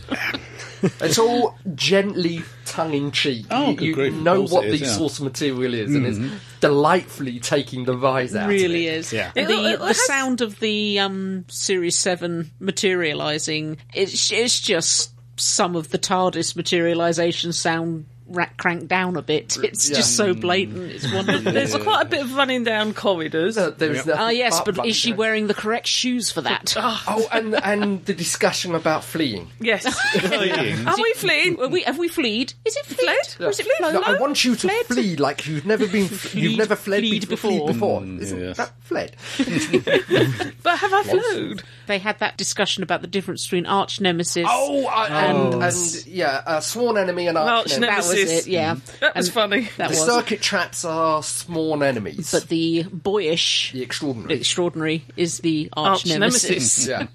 [SPEAKER 3] It's all gently tongue in cheek.
[SPEAKER 5] Oh,
[SPEAKER 3] you
[SPEAKER 5] good
[SPEAKER 3] you
[SPEAKER 5] grief, of
[SPEAKER 3] know
[SPEAKER 5] course
[SPEAKER 3] what
[SPEAKER 5] it is,
[SPEAKER 3] the
[SPEAKER 5] yeah. Mm-hmm.
[SPEAKER 3] source material is, and it's delightfully taking the rise out.
[SPEAKER 1] really
[SPEAKER 3] of it.
[SPEAKER 1] is.
[SPEAKER 4] Yeah.
[SPEAKER 1] The,
[SPEAKER 2] It- it
[SPEAKER 1] the
[SPEAKER 2] has-
[SPEAKER 1] sound of the um, Series Seven materialising. It's it's just some of the TARDIS materialisation sound. Rack cranked down a bit. It's
[SPEAKER 3] yeah.
[SPEAKER 1] just so blatant. It's wonderful.
[SPEAKER 2] There's quite a bit of running down corridors.
[SPEAKER 3] Uh, there is nothing
[SPEAKER 1] Ah, yes, but
[SPEAKER 3] like
[SPEAKER 1] is she
[SPEAKER 3] that.
[SPEAKER 1] wearing the correct shoes for that? Ah,
[SPEAKER 3] Oh, and and the discussion about fleeing.
[SPEAKER 2] Yes. Are we fleeing?
[SPEAKER 1] Are we, have we fleed? Is it fleed?
[SPEAKER 2] Fled?
[SPEAKER 1] Or is it flown?
[SPEAKER 3] No, I want you to
[SPEAKER 1] Fled?
[SPEAKER 3] flee like you've never been. you've never fled
[SPEAKER 1] fleed
[SPEAKER 3] be- fleed
[SPEAKER 1] before.
[SPEAKER 3] before. Isn't
[SPEAKER 5] Mm, yes.
[SPEAKER 3] that fled?
[SPEAKER 2] But have I flowed?
[SPEAKER 1] They had that discussion about the difference between arch nemesis.
[SPEAKER 3] Oh, I, and, and yeah, uh, sworn enemy and arch
[SPEAKER 2] Arch
[SPEAKER 3] enemy.
[SPEAKER 1] that was
[SPEAKER 2] nemesis.
[SPEAKER 1] it. Yeah,
[SPEAKER 2] That was
[SPEAKER 1] And
[SPEAKER 2] funny.
[SPEAKER 1] That
[SPEAKER 3] The
[SPEAKER 1] was.
[SPEAKER 3] circuit traps are sworn enemies.
[SPEAKER 1] but the boyish,
[SPEAKER 3] the extraordinary.
[SPEAKER 1] extraordinary, is the arch,
[SPEAKER 2] Arch nemesis.
[SPEAKER 3] yeah.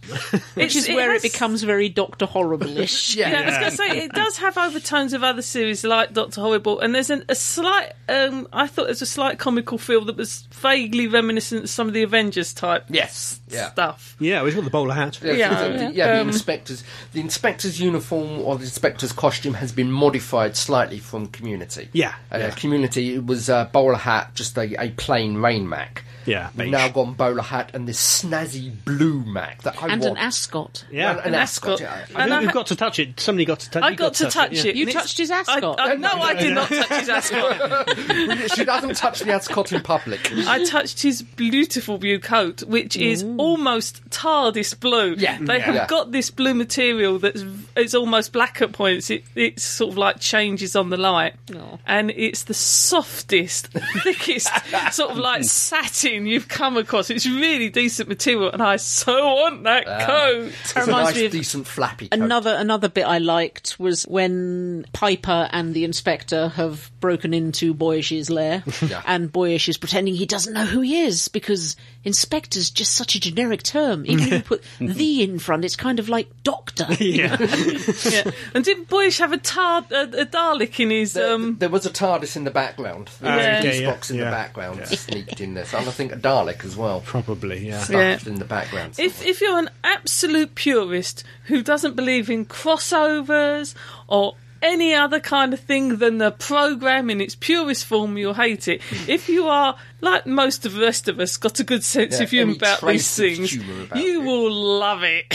[SPEAKER 1] which is
[SPEAKER 2] It's-
[SPEAKER 1] where
[SPEAKER 2] has-
[SPEAKER 1] it becomes very Doctor Horrible-ish.
[SPEAKER 3] Yeah.
[SPEAKER 2] Yeah, I was going to say it does have overtones of other series like Doctor Horrible, and there's an, a slight. Um, I thought there's a slight comical feel that was vaguely reminiscent of some of the Avengers type
[SPEAKER 3] Yes. Yeah.
[SPEAKER 2] stuff.
[SPEAKER 4] Yeah, we've got the bowler hat.
[SPEAKER 3] Yeah, the,
[SPEAKER 2] Yeah. Yeah.
[SPEAKER 3] the- yeah,
[SPEAKER 4] Um,
[SPEAKER 3] the inspector's the inspector's uniform or the inspector's costume has been modified slightly from Community.
[SPEAKER 4] Yeah,
[SPEAKER 3] uh,
[SPEAKER 4] yeah.
[SPEAKER 3] Community it was a bowler hat, just a, a plain rain mac.
[SPEAKER 4] Yeah,
[SPEAKER 3] You've
[SPEAKER 4] beige.
[SPEAKER 3] now gone bowler hat and this snazzy blue Mac that I
[SPEAKER 1] and
[SPEAKER 3] want.
[SPEAKER 1] an ascot.
[SPEAKER 4] yeah.
[SPEAKER 3] Well, an, ascot. yeah.
[SPEAKER 2] And I
[SPEAKER 4] I think
[SPEAKER 2] ha-
[SPEAKER 4] we've got to touch it. Somebody got to touch.
[SPEAKER 2] I
[SPEAKER 4] you
[SPEAKER 2] got to touch
[SPEAKER 4] yeah.
[SPEAKER 2] it.
[SPEAKER 1] You
[SPEAKER 2] and it's-
[SPEAKER 1] touched his
[SPEAKER 2] I-
[SPEAKER 1] ascot.
[SPEAKER 2] I- no, I did not touch his ascot.
[SPEAKER 3] she doesn't touch the ascot in public.
[SPEAKER 2] I touched his beautiful blue coat, which is almost TARDIS blue.
[SPEAKER 3] Yeah.
[SPEAKER 2] They have
[SPEAKER 3] Yeah.
[SPEAKER 2] got this blue material that's v- it's almost black at points. It it's sort of like changes on the light,
[SPEAKER 1] Aw.
[SPEAKER 2] and it's the softest, thickest sort of like satin you've come across. It's really decent material, and I so want that coat.
[SPEAKER 3] Ah. It's a
[SPEAKER 1] reminds
[SPEAKER 3] nice,
[SPEAKER 1] me of
[SPEAKER 3] decent flappy coat.
[SPEAKER 1] Another another bit I liked was when Piper and the inspector have broken into Boyish's lair, and Boyish is pretending he doesn't know who he is because inspector's just such a generic term. Even
[SPEAKER 3] Mm-hmm.
[SPEAKER 1] if you put the in front, it's kind of like doctor.
[SPEAKER 2] yeah. And didn't Boyish have a, tar- a, a Dalek in his?
[SPEAKER 3] There,
[SPEAKER 2] um,
[SPEAKER 3] there was a TARDIS in the background. There was
[SPEAKER 2] Yeah.
[SPEAKER 3] a
[SPEAKER 4] okay, yeah,
[SPEAKER 3] box in the
[SPEAKER 4] yeah.
[SPEAKER 3] background sneaked in there. So I think a Dalek as well.
[SPEAKER 4] Probably, yeah.
[SPEAKER 2] Yeah.
[SPEAKER 3] Stuffed in the background.
[SPEAKER 2] If, if you're an absolute purist who doesn't believe in crossovers or any other kind of thing than the program in its purest form, you'll hate it.
[SPEAKER 3] Hmm.
[SPEAKER 2] If you are, like most of the rest of us, got a good sense
[SPEAKER 3] Yeah,
[SPEAKER 2] of humour
[SPEAKER 3] any
[SPEAKER 2] about these
[SPEAKER 3] trace of
[SPEAKER 2] things,
[SPEAKER 3] humour about
[SPEAKER 2] you
[SPEAKER 3] it.
[SPEAKER 2] will love it.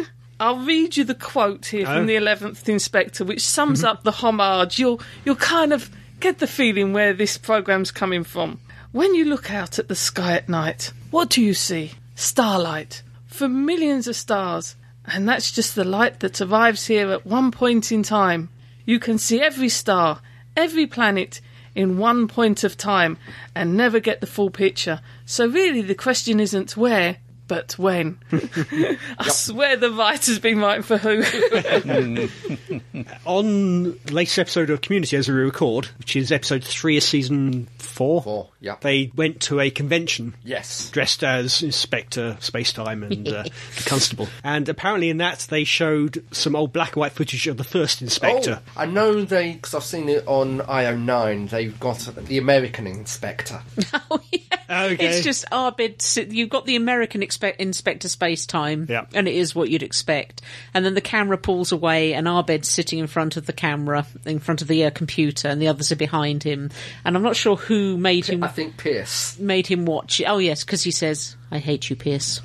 [SPEAKER 2] I'll read you the quote here from
[SPEAKER 4] Oh.
[SPEAKER 2] the Eleventh Inspector, which sums up the homage. You'll you'll kind of get the feeling where this programme's coming from. When you look out at the sky at night, what do you see? Starlight for millions of stars, and that's just the light that arrives here at one point in time. You can see every star, every planet in one point of time, and never get the full picture. So really, the question isn't where, but when. I swear the writer's been writing for who.
[SPEAKER 4] On the latest episode of Community, as we record, which is episode three of season four,
[SPEAKER 3] Four, yeah.
[SPEAKER 4] they went to a convention
[SPEAKER 3] yes.
[SPEAKER 4] dressed as Inspector Spacetime and uh, the Constable. And apparently, in that, they showed some old black and white footage of the first Inspector.
[SPEAKER 3] Oh, I know they because I've seen it on IO9. They've got the American Inspector.
[SPEAKER 1] Oh, yeah.
[SPEAKER 4] Okay.
[SPEAKER 1] It's just our bid. You've got the American expe- Inspector Space Time,
[SPEAKER 4] Yeah.
[SPEAKER 1] and it is what you'd expect. And then the camera pulls away, and Arbed's sitting in front of the camera, in front of the uh, computer, and the others are behind him. And I'm not sure who made him
[SPEAKER 3] I think Pierce.
[SPEAKER 1] made him watch it. Oh yes, because he says, "I hate you, Pierce."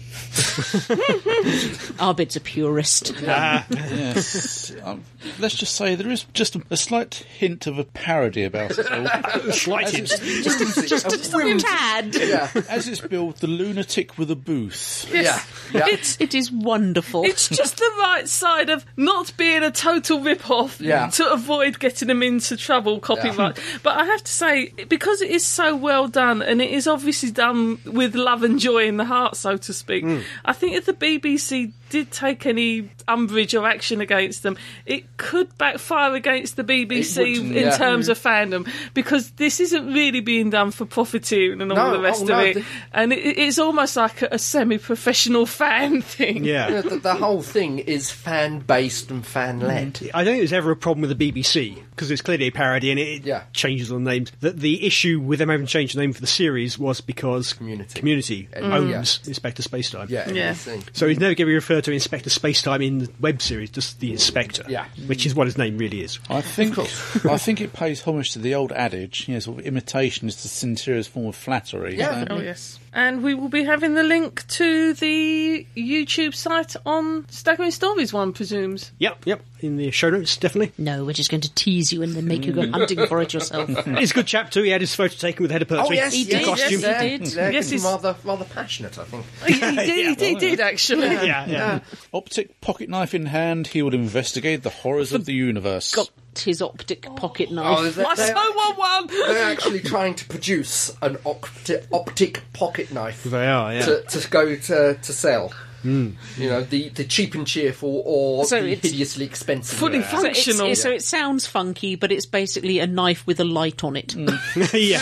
[SPEAKER 1] Arbid's a purist.
[SPEAKER 5] Yes. um, let's just say there is just a, a slight hint of a parody about it all.
[SPEAKER 4] Slight hint.
[SPEAKER 3] Just, a whim.
[SPEAKER 1] Tad.
[SPEAKER 3] Yeah,
[SPEAKER 5] As it's billed, the lunatic with a booth.
[SPEAKER 3] yeah, yeah.
[SPEAKER 1] It's it is wonderful.
[SPEAKER 2] It's just the right side of not being a total rip-off
[SPEAKER 3] Yeah.
[SPEAKER 2] to avoid getting them into trouble copyright. But I have to say, because it is so well done and it is obviously done with love and joy in the heart, so to speak,
[SPEAKER 3] Hmm.
[SPEAKER 2] I think if the BBC did take any umbrage or action against them, it could backfire against the BBC
[SPEAKER 3] It
[SPEAKER 2] in
[SPEAKER 3] would, yeah. Hmm.
[SPEAKER 2] terms of fandom because this isn't really being done for profiteering and all
[SPEAKER 3] No,
[SPEAKER 2] the rest
[SPEAKER 3] oh,
[SPEAKER 2] of
[SPEAKER 3] no,
[SPEAKER 2] it.
[SPEAKER 3] th-
[SPEAKER 2] and it, it's almost like a, a semi-professional fan thing.
[SPEAKER 4] Yeah.
[SPEAKER 3] the, the whole thing is fan based and fan led.
[SPEAKER 4] I don't think there's ever a problem with the BBC because it's clearly a parody and it, it
[SPEAKER 3] Yeah.
[SPEAKER 4] changes on names. That the issue with them having changed the name for the series was because
[SPEAKER 3] Community. Mm.
[SPEAKER 4] owns Inspector Spacetime.
[SPEAKER 3] Yeah,
[SPEAKER 2] Yeah.
[SPEAKER 3] everything.
[SPEAKER 4] So he's never going to be referred to Inspector Spacetime in the web series, just the Inspector.
[SPEAKER 3] Yeah.
[SPEAKER 4] Which is what his name really is.
[SPEAKER 5] I think I think it pays homage to the old adage, you know, sort of imitation is the sincerest form of flattery.
[SPEAKER 3] Yeah.
[SPEAKER 5] So-
[SPEAKER 2] Oh yes, and we will be having the link to the YouTube site on Staggering Stories. One presumes.
[SPEAKER 4] Yep, yep. In the show notes, definitely.
[SPEAKER 1] no, we're just going to tease you and then make you go hunting for it yourself.
[SPEAKER 4] He's a good chap too. He had his photo taken with the head of
[SPEAKER 3] Oh
[SPEAKER 4] Pertwee.
[SPEAKER 3] yes,
[SPEAKER 1] He
[SPEAKER 3] yes,
[SPEAKER 1] did,
[SPEAKER 3] yes,
[SPEAKER 1] costume.
[SPEAKER 3] yeah,
[SPEAKER 1] he did.
[SPEAKER 3] yeah,
[SPEAKER 2] Yes, he's-
[SPEAKER 3] rather rather passionate, I think.
[SPEAKER 2] he Oh, did, he did, did actually.
[SPEAKER 4] Yeah, yeah.
[SPEAKER 5] Optic pocket knife in hand, he would investigate the horrors of the universe.
[SPEAKER 1] Got his optic pocket knife.
[SPEAKER 3] Oh,
[SPEAKER 2] I
[SPEAKER 3] they,
[SPEAKER 2] so want one.
[SPEAKER 3] are actually trying to produce an opti- optic pocket knife.
[SPEAKER 4] They are, yeah. Hmm.
[SPEAKER 3] To, to go to, to sell. You know, the, the cheap and cheerful or
[SPEAKER 1] So
[SPEAKER 3] the
[SPEAKER 1] it's-
[SPEAKER 3] hideously expensive.
[SPEAKER 2] Fully
[SPEAKER 3] Yeah.
[SPEAKER 1] So, it's,
[SPEAKER 2] functional,
[SPEAKER 1] it's- so it sounds funky, but it's basically a knife with a light on it.
[SPEAKER 4] yeah.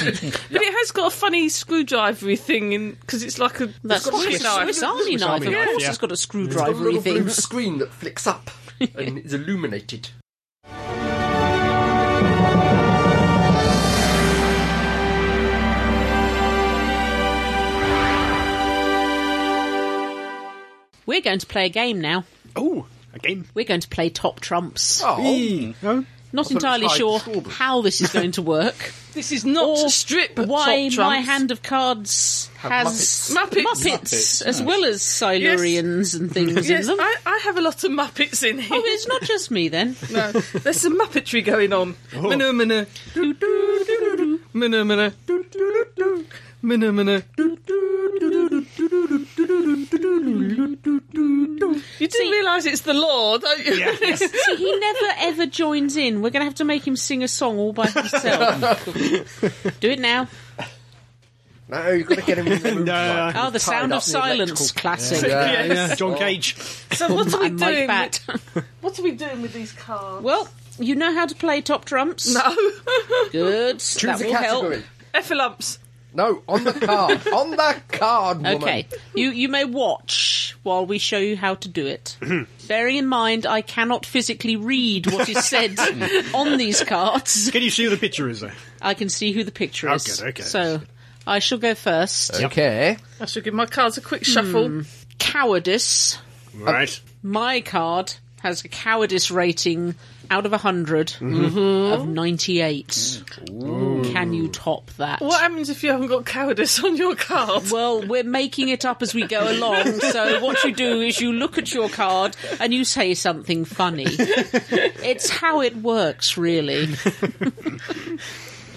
[SPEAKER 2] but it has got a funny screwdrivery thing in because it's like a
[SPEAKER 1] That's
[SPEAKER 2] Swiss
[SPEAKER 1] Swiss,
[SPEAKER 2] knife.
[SPEAKER 1] Swiss Army
[SPEAKER 4] Swiss
[SPEAKER 1] knife.
[SPEAKER 4] Army
[SPEAKER 1] Of
[SPEAKER 4] knife,
[SPEAKER 1] course,
[SPEAKER 4] yeah.
[SPEAKER 1] it's got a
[SPEAKER 3] Got a little
[SPEAKER 1] screwdrivery
[SPEAKER 3] blue
[SPEAKER 1] thing.
[SPEAKER 3] screen that flicks up and is illuminated.
[SPEAKER 1] We're going to play a game now.
[SPEAKER 4] Oh, a game.
[SPEAKER 2] Ah,
[SPEAKER 1] We're going to play Top Trumps.
[SPEAKER 3] Oh,
[SPEAKER 4] Oh.
[SPEAKER 1] Not
[SPEAKER 3] it was
[SPEAKER 1] entirely
[SPEAKER 3] hide
[SPEAKER 1] sure
[SPEAKER 3] strawberry.
[SPEAKER 1] how this is going to work.
[SPEAKER 2] This is not
[SPEAKER 1] or
[SPEAKER 2] strip
[SPEAKER 1] why
[SPEAKER 2] top
[SPEAKER 1] my
[SPEAKER 2] trunks.
[SPEAKER 1] hand of cards has
[SPEAKER 2] Muppets.
[SPEAKER 1] Muppets,
[SPEAKER 2] Muppets.
[SPEAKER 5] Muppets,
[SPEAKER 1] as
[SPEAKER 5] yes.
[SPEAKER 1] well as Silurians and things
[SPEAKER 2] Yes,
[SPEAKER 1] in them.
[SPEAKER 2] I, I have a lot of Muppets in here.
[SPEAKER 1] Oh, it's not just me then.
[SPEAKER 2] No, there's some Muppetry going on.
[SPEAKER 4] Oh.
[SPEAKER 2] Manu manu. Doo, doo, doo, doo, doo. Manu manu. Doo, doo, doo, doo. Manu manu. Doo, doo, doo, doo, doo, doo, doo, doo, doo, doo, doo, doo, doo, doo. You do realise it's the law, don't you?
[SPEAKER 1] See, he never ever joins in. We're going to have to make him sing a song all by himself. Do it now.
[SPEAKER 3] No, you've got to get him in the mood. like,
[SPEAKER 1] Oh, the
[SPEAKER 3] tied
[SPEAKER 1] sound
[SPEAKER 3] up
[SPEAKER 1] of
[SPEAKER 3] in the
[SPEAKER 1] silence.
[SPEAKER 3] electrical-
[SPEAKER 1] Classic.
[SPEAKER 3] Yeah,
[SPEAKER 2] Yes.
[SPEAKER 4] Yeah, John Cage.
[SPEAKER 2] So what are we
[SPEAKER 1] I'm like
[SPEAKER 2] doing?
[SPEAKER 1] that.
[SPEAKER 2] with- What are we doing with these cards?
[SPEAKER 1] Well, you know how to play top trumps.
[SPEAKER 2] No,
[SPEAKER 1] Good.
[SPEAKER 3] Choose
[SPEAKER 1] that
[SPEAKER 3] a
[SPEAKER 1] will help.
[SPEAKER 3] category.
[SPEAKER 2] Effalumps.
[SPEAKER 3] No, on the card. on the card, woman.
[SPEAKER 1] Okay, you you may watch while we show you how to do it. Bearing in mind, I cannot physically read what is said on these cards.
[SPEAKER 4] Can you see who the picture is there?
[SPEAKER 1] I can see who the picture is.
[SPEAKER 4] Okay, okay.
[SPEAKER 1] So I shall go first.
[SPEAKER 3] Okay.
[SPEAKER 2] I shall give my cards a quick shuffle.
[SPEAKER 1] Hmm. Cowardice.
[SPEAKER 3] Uh,
[SPEAKER 4] Right.
[SPEAKER 1] My card has a cowardice rating out of 100 of 98. Can you top that?
[SPEAKER 2] What happens if you haven't got cowardice on your card?
[SPEAKER 1] Well, we're making it up as we go along. So what you do is you look at your card and you say something funny. It's how it works, really.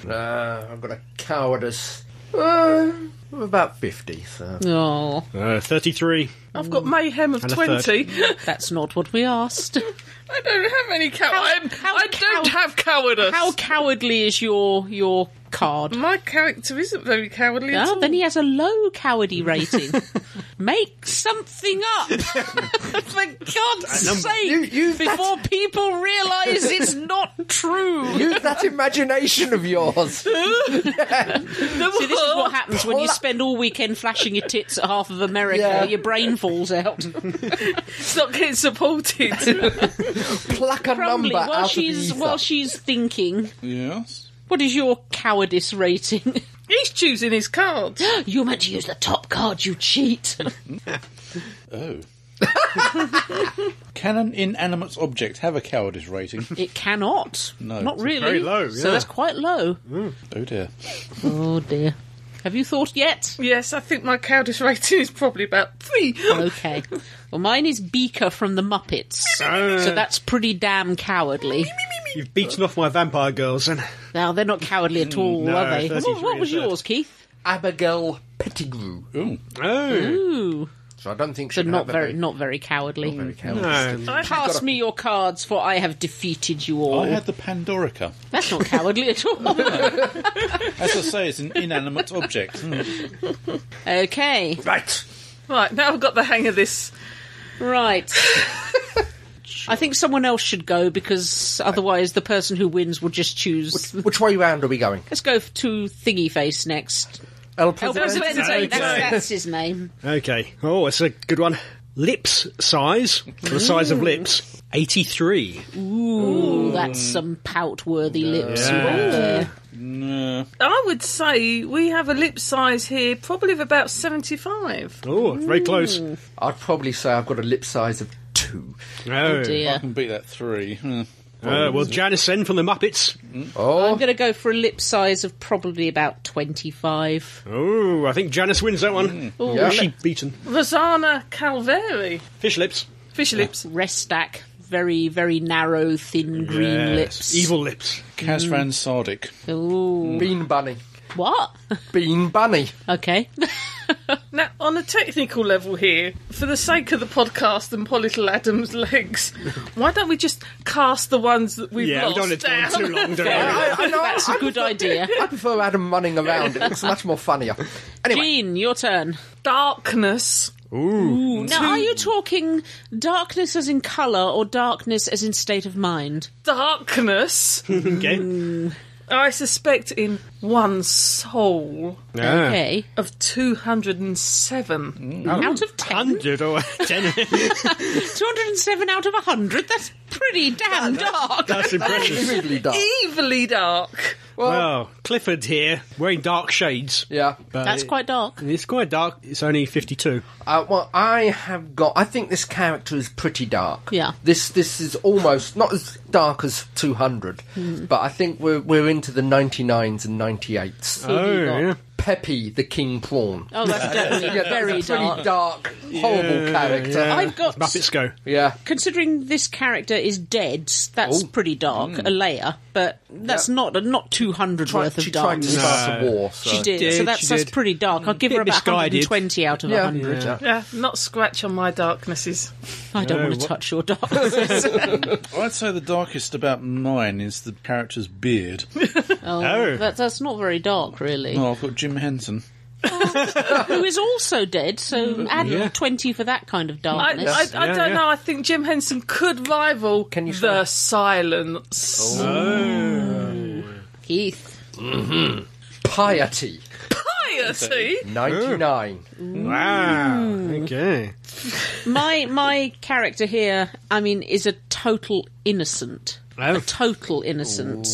[SPEAKER 3] Uh, I've got a cowardice. Uh, I'm about 50, so.
[SPEAKER 1] Oh,
[SPEAKER 4] Uh, 33.
[SPEAKER 2] I've got mayhem of
[SPEAKER 4] a third.
[SPEAKER 2] twenty.
[SPEAKER 1] that's not what we asked.
[SPEAKER 2] I don't have any cow.
[SPEAKER 1] How-
[SPEAKER 2] I'm,
[SPEAKER 1] how
[SPEAKER 2] I don't
[SPEAKER 1] cow-
[SPEAKER 2] have cowardice.
[SPEAKER 1] How cowardly is your your card?
[SPEAKER 2] My character isn't very cowardly at
[SPEAKER 1] Oh,
[SPEAKER 2] all.
[SPEAKER 1] then he has a low cowardy
[SPEAKER 3] Mm.
[SPEAKER 1] rating. Make something up, for God's sake!
[SPEAKER 3] You- you-
[SPEAKER 1] before people realise it's not true.
[SPEAKER 3] Use that imagination of yours.
[SPEAKER 1] See, this is what happens when you spend all weekend flashing your tits at half of America.
[SPEAKER 3] Yeah.
[SPEAKER 1] Your brain falls out.
[SPEAKER 2] It's not getting supported.
[SPEAKER 3] Pluck a
[SPEAKER 1] Probably
[SPEAKER 3] number out
[SPEAKER 1] while
[SPEAKER 3] of the
[SPEAKER 1] she's
[SPEAKER 3] ether.
[SPEAKER 1] while she's thinking,
[SPEAKER 5] Yes.
[SPEAKER 1] what is your cowardice rating?
[SPEAKER 2] He's choosing his cards.
[SPEAKER 1] you meant to use the top card, you cheat.
[SPEAKER 5] Oh. Can an inanimate object have a cowardice rating?
[SPEAKER 1] it cannot.
[SPEAKER 5] No,
[SPEAKER 1] not
[SPEAKER 5] it's
[SPEAKER 1] really.
[SPEAKER 4] very low,
[SPEAKER 1] So
[SPEAKER 4] yeah.
[SPEAKER 1] that's quite low.
[SPEAKER 5] Oh dear.
[SPEAKER 1] Oh dear. Have you thought yet?
[SPEAKER 2] Yes, I think my cowardice rating is probably about three.
[SPEAKER 1] Okay. Well, mine is Beaker from the Muppets.
[SPEAKER 4] Uh,
[SPEAKER 1] So that's pretty damn cowardly.
[SPEAKER 4] You've beaten off my vampire girls, and
[SPEAKER 1] Now, they're not cowardly at all,
[SPEAKER 4] Mm, No,
[SPEAKER 1] are they?
[SPEAKER 4] 33
[SPEAKER 1] What, what was
[SPEAKER 4] is that.
[SPEAKER 1] yours, Keith?
[SPEAKER 3] Abigail Pettigrew.
[SPEAKER 5] Ooh.
[SPEAKER 4] oh,
[SPEAKER 1] Ooh.
[SPEAKER 3] So I don't think
[SPEAKER 1] So
[SPEAKER 3] she's
[SPEAKER 1] not very, not very cowardly.
[SPEAKER 4] no.
[SPEAKER 1] Pass me your cards, for I have defeated you all.
[SPEAKER 5] I had the Pandorica.
[SPEAKER 1] That's not cowardly at all.
[SPEAKER 5] As I say, it's an inanimate object. Hmm.
[SPEAKER 1] okay,
[SPEAKER 3] Right.
[SPEAKER 2] Right, now I've got the hang of this.
[SPEAKER 1] right. I think someone else should go because otherwise the person who wins will just choose.
[SPEAKER 3] Which way round are we going?
[SPEAKER 1] Let's go to Thingy Face next.
[SPEAKER 3] El
[SPEAKER 1] El
[SPEAKER 3] Presidente?
[SPEAKER 1] Presidente,
[SPEAKER 4] Okay.
[SPEAKER 1] that's, that's his name.
[SPEAKER 4] Okay. Oh, that's a good one. Lips size, the size of lips, 83.
[SPEAKER 1] Ooh, that's some pout-worthy lips.
[SPEAKER 4] Yeah.
[SPEAKER 1] Ooh.
[SPEAKER 5] No.
[SPEAKER 2] I would say we have a lip size here, probably of about seventy-five.
[SPEAKER 4] Oh, very close.
[SPEAKER 3] I'd probably say I've got a lip size of two.
[SPEAKER 4] Oh,
[SPEAKER 5] I
[SPEAKER 1] Dear.
[SPEAKER 5] can beat that three. Hmm.
[SPEAKER 4] Uh, well, Janice N from the Muppets.
[SPEAKER 1] I'm going to go for a lip size of probably about 25.
[SPEAKER 4] Oh, I think Janice wins that one. Oh,
[SPEAKER 3] Yeah.
[SPEAKER 4] she beaten.
[SPEAKER 2] Rosanna Calveri,
[SPEAKER 4] Fish lips.
[SPEAKER 2] fish lips.
[SPEAKER 1] Restack, very, very narrow, thin green
[SPEAKER 4] Yes.
[SPEAKER 1] lips.
[SPEAKER 4] Evil lips.
[SPEAKER 3] Mm.
[SPEAKER 5] Casvan Sardic.
[SPEAKER 1] Ooh.
[SPEAKER 3] Bean Bunny.
[SPEAKER 1] What?
[SPEAKER 3] Bean Bunny.
[SPEAKER 1] Okay.
[SPEAKER 2] Now, on a technical level here, for the sake of the podcast and poor little Adam's legs, why don't we just cast the ones that we've
[SPEAKER 4] Yeah, we
[SPEAKER 2] lost
[SPEAKER 4] don't let it
[SPEAKER 2] down?
[SPEAKER 4] go on too long, do
[SPEAKER 1] Fair
[SPEAKER 4] we?
[SPEAKER 1] enough.
[SPEAKER 3] I know,
[SPEAKER 1] That's a good idea.
[SPEAKER 3] I prefer Adam running around. It looks much more funnier. Anyway,
[SPEAKER 1] Jean, your turn.
[SPEAKER 2] Darkness.
[SPEAKER 1] Ooh, now, are you talking darkness as in colour or darkness as in state of mind?
[SPEAKER 2] Darkness.
[SPEAKER 4] Okay.
[SPEAKER 2] I suspect in one soul
[SPEAKER 4] Ah.
[SPEAKER 1] Okay.
[SPEAKER 2] of 207.
[SPEAKER 1] Out of 10?
[SPEAKER 4] 100 or 10.
[SPEAKER 1] 207 out of 100? That's pretty damn dark.
[SPEAKER 4] That's impressive.
[SPEAKER 3] Really dark.
[SPEAKER 1] E-
[SPEAKER 2] Evilly dark.
[SPEAKER 4] Well, Clifford's here wearing dark shades.
[SPEAKER 3] Yeah.
[SPEAKER 4] But
[SPEAKER 1] That's
[SPEAKER 4] it-
[SPEAKER 1] quite dark.
[SPEAKER 4] It's quite dark. It's only 52.
[SPEAKER 3] Uh, well, I have got. I think this character is pretty dark.
[SPEAKER 1] Yeah.
[SPEAKER 3] This this is almost not as dark as 200,
[SPEAKER 1] Hmm.
[SPEAKER 3] but I think we're we're into the 99s and 98s.
[SPEAKER 1] Who do you got?
[SPEAKER 4] yeah.
[SPEAKER 3] Peppy the King Prawn.
[SPEAKER 1] Oh, that's definitely
[SPEAKER 3] Yeah,
[SPEAKER 1] very
[SPEAKER 3] that's a pretty
[SPEAKER 1] dark.
[SPEAKER 3] dark, horrible character.
[SPEAKER 4] yeah.
[SPEAKER 1] I've got.
[SPEAKER 4] Muppets go.
[SPEAKER 3] yeah.
[SPEAKER 1] Considering this character is dead, that's
[SPEAKER 3] Oh.
[SPEAKER 1] pretty dark.
[SPEAKER 4] Hmm.
[SPEAKER 1] A layer, but that's not not two hundred
[SPEAKER 3] Tried-
[SPEAKER 1] worth of
[SPEAKER 3] she tried to
[SPEAKER 1] darkness.
[SPEAKER 3] start a war. So.
[SPEAKER 1] She did,
[SPEAKER 4] did,
[SPEAKER 1] so that's,
[SPEAKER 4] she
[SPEAKER 1] that's
[SPEAKER 4] did. Hmm.
[SPEAKER 1] pretty dark. I'll give
[SPEAKER 4] Bit
[SPEAKER 1] her about
[SPEAKER 4] misguided.
[SPEAKER 1] 120 out of
[SPEAKER 3] Yeah.
[SPEAKER 1] 100.
[SPEAKER 2] Yeah, not scratch on my darknesses.
[SPEAKER 1] I don't want to
[SPEAKER 4] what-
[SPEAKER 1] touch your Oh, darkness.
[SPEAKER 5] I'd say the darkest about mine is the character's beard.
[SPEAKER 1] oh,
[SPEAKER 4] Oh.
[SPEAKER 1] that, that's not very dark, really.
[SPEAKER 5] Oh, I've got Jim Henson.
[SPEAKER 1] Who is also dead, so add
[SPEAKER 4] Hmm. Yeah.
[SPEAKER 1] 20 for that kind of
[SPEAKER 2] I,
[SPEAKER 1] darkness.
[SPEAKER 2] I, I
[SPEAKER 4] Yeah,
[SPEAKER 2] don't
[SPEAKER 4] yeah.
[SPEAKER 2] know. I think Jim Henson could rival
[SPEAKER 3] Can you Oh.
[SPEAKER 2] the silence.
[SPEAKER 1] Keith.
[SPEAKER 3] Piety.
[SPEAKER 2] Piety.
[SPEAKER 3] 99.
[SPEAKER 4] Wow.
[SPEAKER 1] Mm.
[SPEAKER 4] Okay.
[SPEAKER 1] My, my character here, I mean, is a total innocent.
[SPEAKER 4] Oh.
[SPEAKER 1] A total innocent.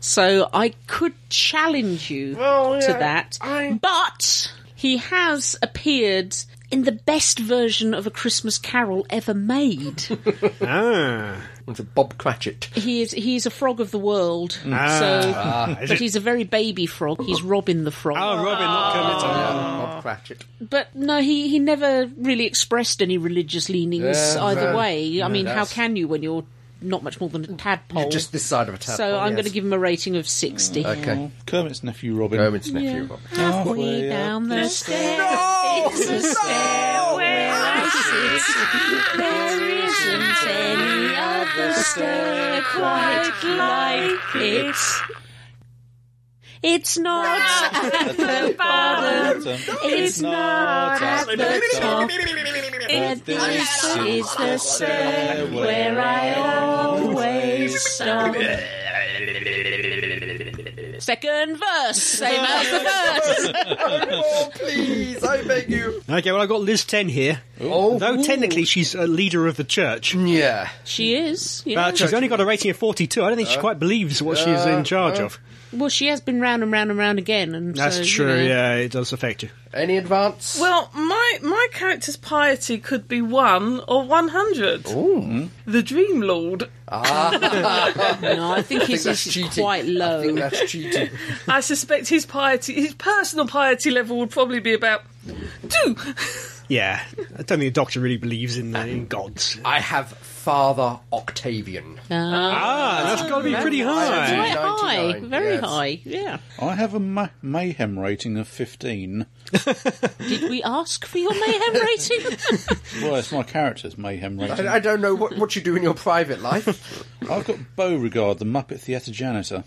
[SPEAKER 1] So I could challenge you to
[SPEAKER 3] yeah,
[SPEAKER 1] that.
[SPEAKER 3] I-
[SPEAKER 1] But he has appeared in the best version of A Christmas Carol ever made.
[SPEAKER 4] Ah.
[SPEAKER 3] Was it Bob Cratchit?
[SPEAKER 1] He is he is a frog of the world. so,
[SPEAKER 4] Ah.
[SPEAKER 1] but
[SPEAKER 4] Is it-
[SPEAKER 1] he's a very baby frog. He's Robin the frog.
[SPEAKER 4] Oh, Robin, not Kermit.
[SPEAKER 3] Bob Cratchit.
[SPEAKER 1] But no, he, he never really expressed any religious leanings
[SPEAKER 3] Yeah,
[SPEAKER 1] either
[SPEAKER 3] well,
[SPEAKER 1] way. I mean, how
[SPEAKER 3] that's-
[SPEAKER 1] can you when you're not much more than a tadpole?
[SPEAKER 3] You're just this side of a tadpole.
[SPEAKER 1] so I'm
[SPEAKER 3] yes. Mm,
[SPEAKER 1] going to give him a rating of sixty.
[SPEAKER 3] Okay.
[SPEAKER 5] Oh, Kermit's nephew Robin.
[SPEAKER 3] Roman's nephew. Bob.
[SPEAKER 1] Halfway down the stairs is a stairway
[SPEAKER 3] Ah,
[SPEAKER 1] I sit. There isn't any other stair quite like it. It's not at the bottom.
[SPEAKER 5] um,
[SPEAKER 1] It's not at the top. It this is the stair where I always stop. Second verse, same as the first.
[SPEAKER 3] oh, please, I beg you.
[SPEAKER 4] Ah. Okay, well, I've got Liz 10 here.
[SPEAKER 3] Oh,
[SPEAKER 4] Though technically she's a leader of the church.
[SPEAKER 3] yeah.
[SPEAKER 1] She is. Mm. Yeah.
[SPEAKER 4] But she's only got a rating of 42. I don't think she quite believes what she's in charge of.
[SPEAKER 1] well, she has been round and round and round again, and
[SPEAKER 4] That's
[SPEAKER 1] so, you
[SPEAKER 4] true,
[SPEAKER 1] know.
[SPEAKER 4] yeah, it does affect you.
[SPEAKER 3] Any advance?
[SPEAKER 2] Well, my my character's piety could be one or one hundred. The Dream Lord.
[SPEAKER 1] No, I think his
[SPEAKER 3] that's
[SPEAKER 1] is
[SPEAKER 3] cheating.
[SPEAKER 1] quite
[SPEAKER 3] I
[SPEAKER 1] low.
[SPEAKER 3] think that's cheating.
[SPEAKER 2] I suspect his piety, his personal piety level, would probably be about two.
[SPEAKER 4] Yeah. I don't think the doctor really believes in, uh, in gods.
[SPEAKER 3] I have Father Octavian.
[SPEAKER 1] Ah,
[SPEAKER 4] Ah, that's got to be pretty high.
[SPEAKER 1] quite high,
[SPEAKER 3] 99,
[SPEAKER 1] very
[SPEAKER 3] yes.
[SPEAKER 1] high. Yeah.
[SPEAKER 5] I have a ma- mayhem rating of 15.
[SPEAKER 1] Did we ask for your mayhem rating?
[SPEAKER 5] Well, it's my character's mayhem rating.
[SPEAKER 3] I, I don't know what, what you do in your private life.
[SPEAKER 5] I've got Beauregard, the Muppet Theatre janitor.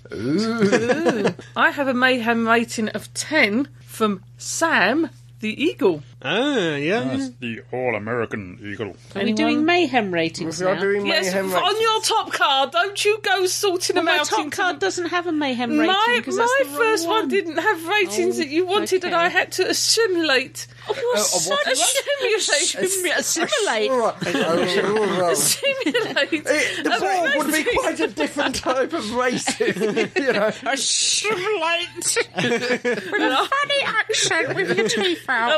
[SPEAKER 2] I have a mayhem rating of ten from Sam the Eagle.
[SPEAKER 4] Ah, yeah.
[SPEAKER 6] The All American Eagle.
[SPEAKER 1] Are we doing mayhem ratings
[SPEAKER 3] You're
[SPEAKER 1] now?
[SPEAKER 3] doing
[SPEAKER 2] Yes,
[SPEAKER 3] mayhem
[SPEAKER 2] f- on
[SPEAKER 3] right-
[SPEAKER 2] your top card. Don't you go sorting
[SPEAKER 1] Well,
[SPEAKER 2] them
[SPEAKER 1] my
[SPEAKER 2] out.
[SPEAKER 1] top
[SPEAKER 2] into-
[SPEAKER 1] card doesn't have a mayhem rating.
[SPEAKER 2] My,
[SPEAKER 1] 'cause that's
[SPEAKER 2] my
[SPEAKER 1] the wrong
[SPEAKER 2] first one. didn't have ratings
[SPEAKER 1] Oh,
[SPEAKER 2] that you wanted, and
[SPEAKER 1] okay.
[SPEAKER 2] I had to assimilate.
[SPEAKER 1] Oh, you're
[SPEAKER 3] what?
[SPEAKER 1] such assimilate. assimilate.
[SPEAKER 3] Right. Oh, right.
[SPEAKER 2] Assimilate.
[SPEAKER 3] The
[SPEAKER 2] a
[SPEAKER 3] ball would be
[SPEAKER 2] rating.
[SPEAKER 3] quite a different type of race. if, you know.
[SPEAKER 1] Assimilate. With a funny accent with your teeth out.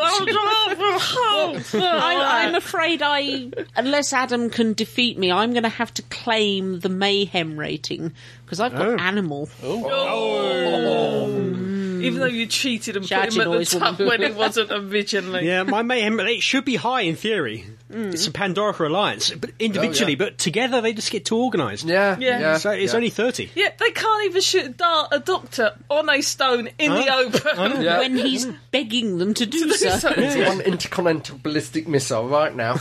[SPEAKER 1] I'm, I'm afraid I, unless Adam can defeat me, I'm going to have to claim the mayhem rating because I've got animal.
[SPEAKER 5] Oh.
[SPEAKER 2] Oh, Even though you cheated and
[SPEAKER 1] Judge
[SPEAKER 2] put him at
[SPEAKER 1] always
[SPEAKER 2] the top
[SPEAKER 1] would.
[SPEAKER 2] when it wasn't originally.
[SPEAKER 4] Yeah, my mayhem it should be high in theory.
[SPEAKER 1] Mm.
[SPEAKER 4] It's a Pandora alliance, but individually,
[SPEAKER 1] Oh,
[SPEAKER 4] but together they just get too organised.
[SPEAKER 3] Yeah,
[SPEAKER 2] Yeah.
[SPEAKER 3] yeah.
[SPEAKER 4] So it's
[SPEAKER 3] yeah.
[SPEAKER 4] only thirty.
[SPEAKER 2] Yeah, they can't even shoot a, dart, a doctor on a stone in the open.
[SPEAKER 3] Yeah.
[SPEAKER 1] When he's begging them to do so.
[SPEAKER 3] It's one intercontinental ballistic missile right now.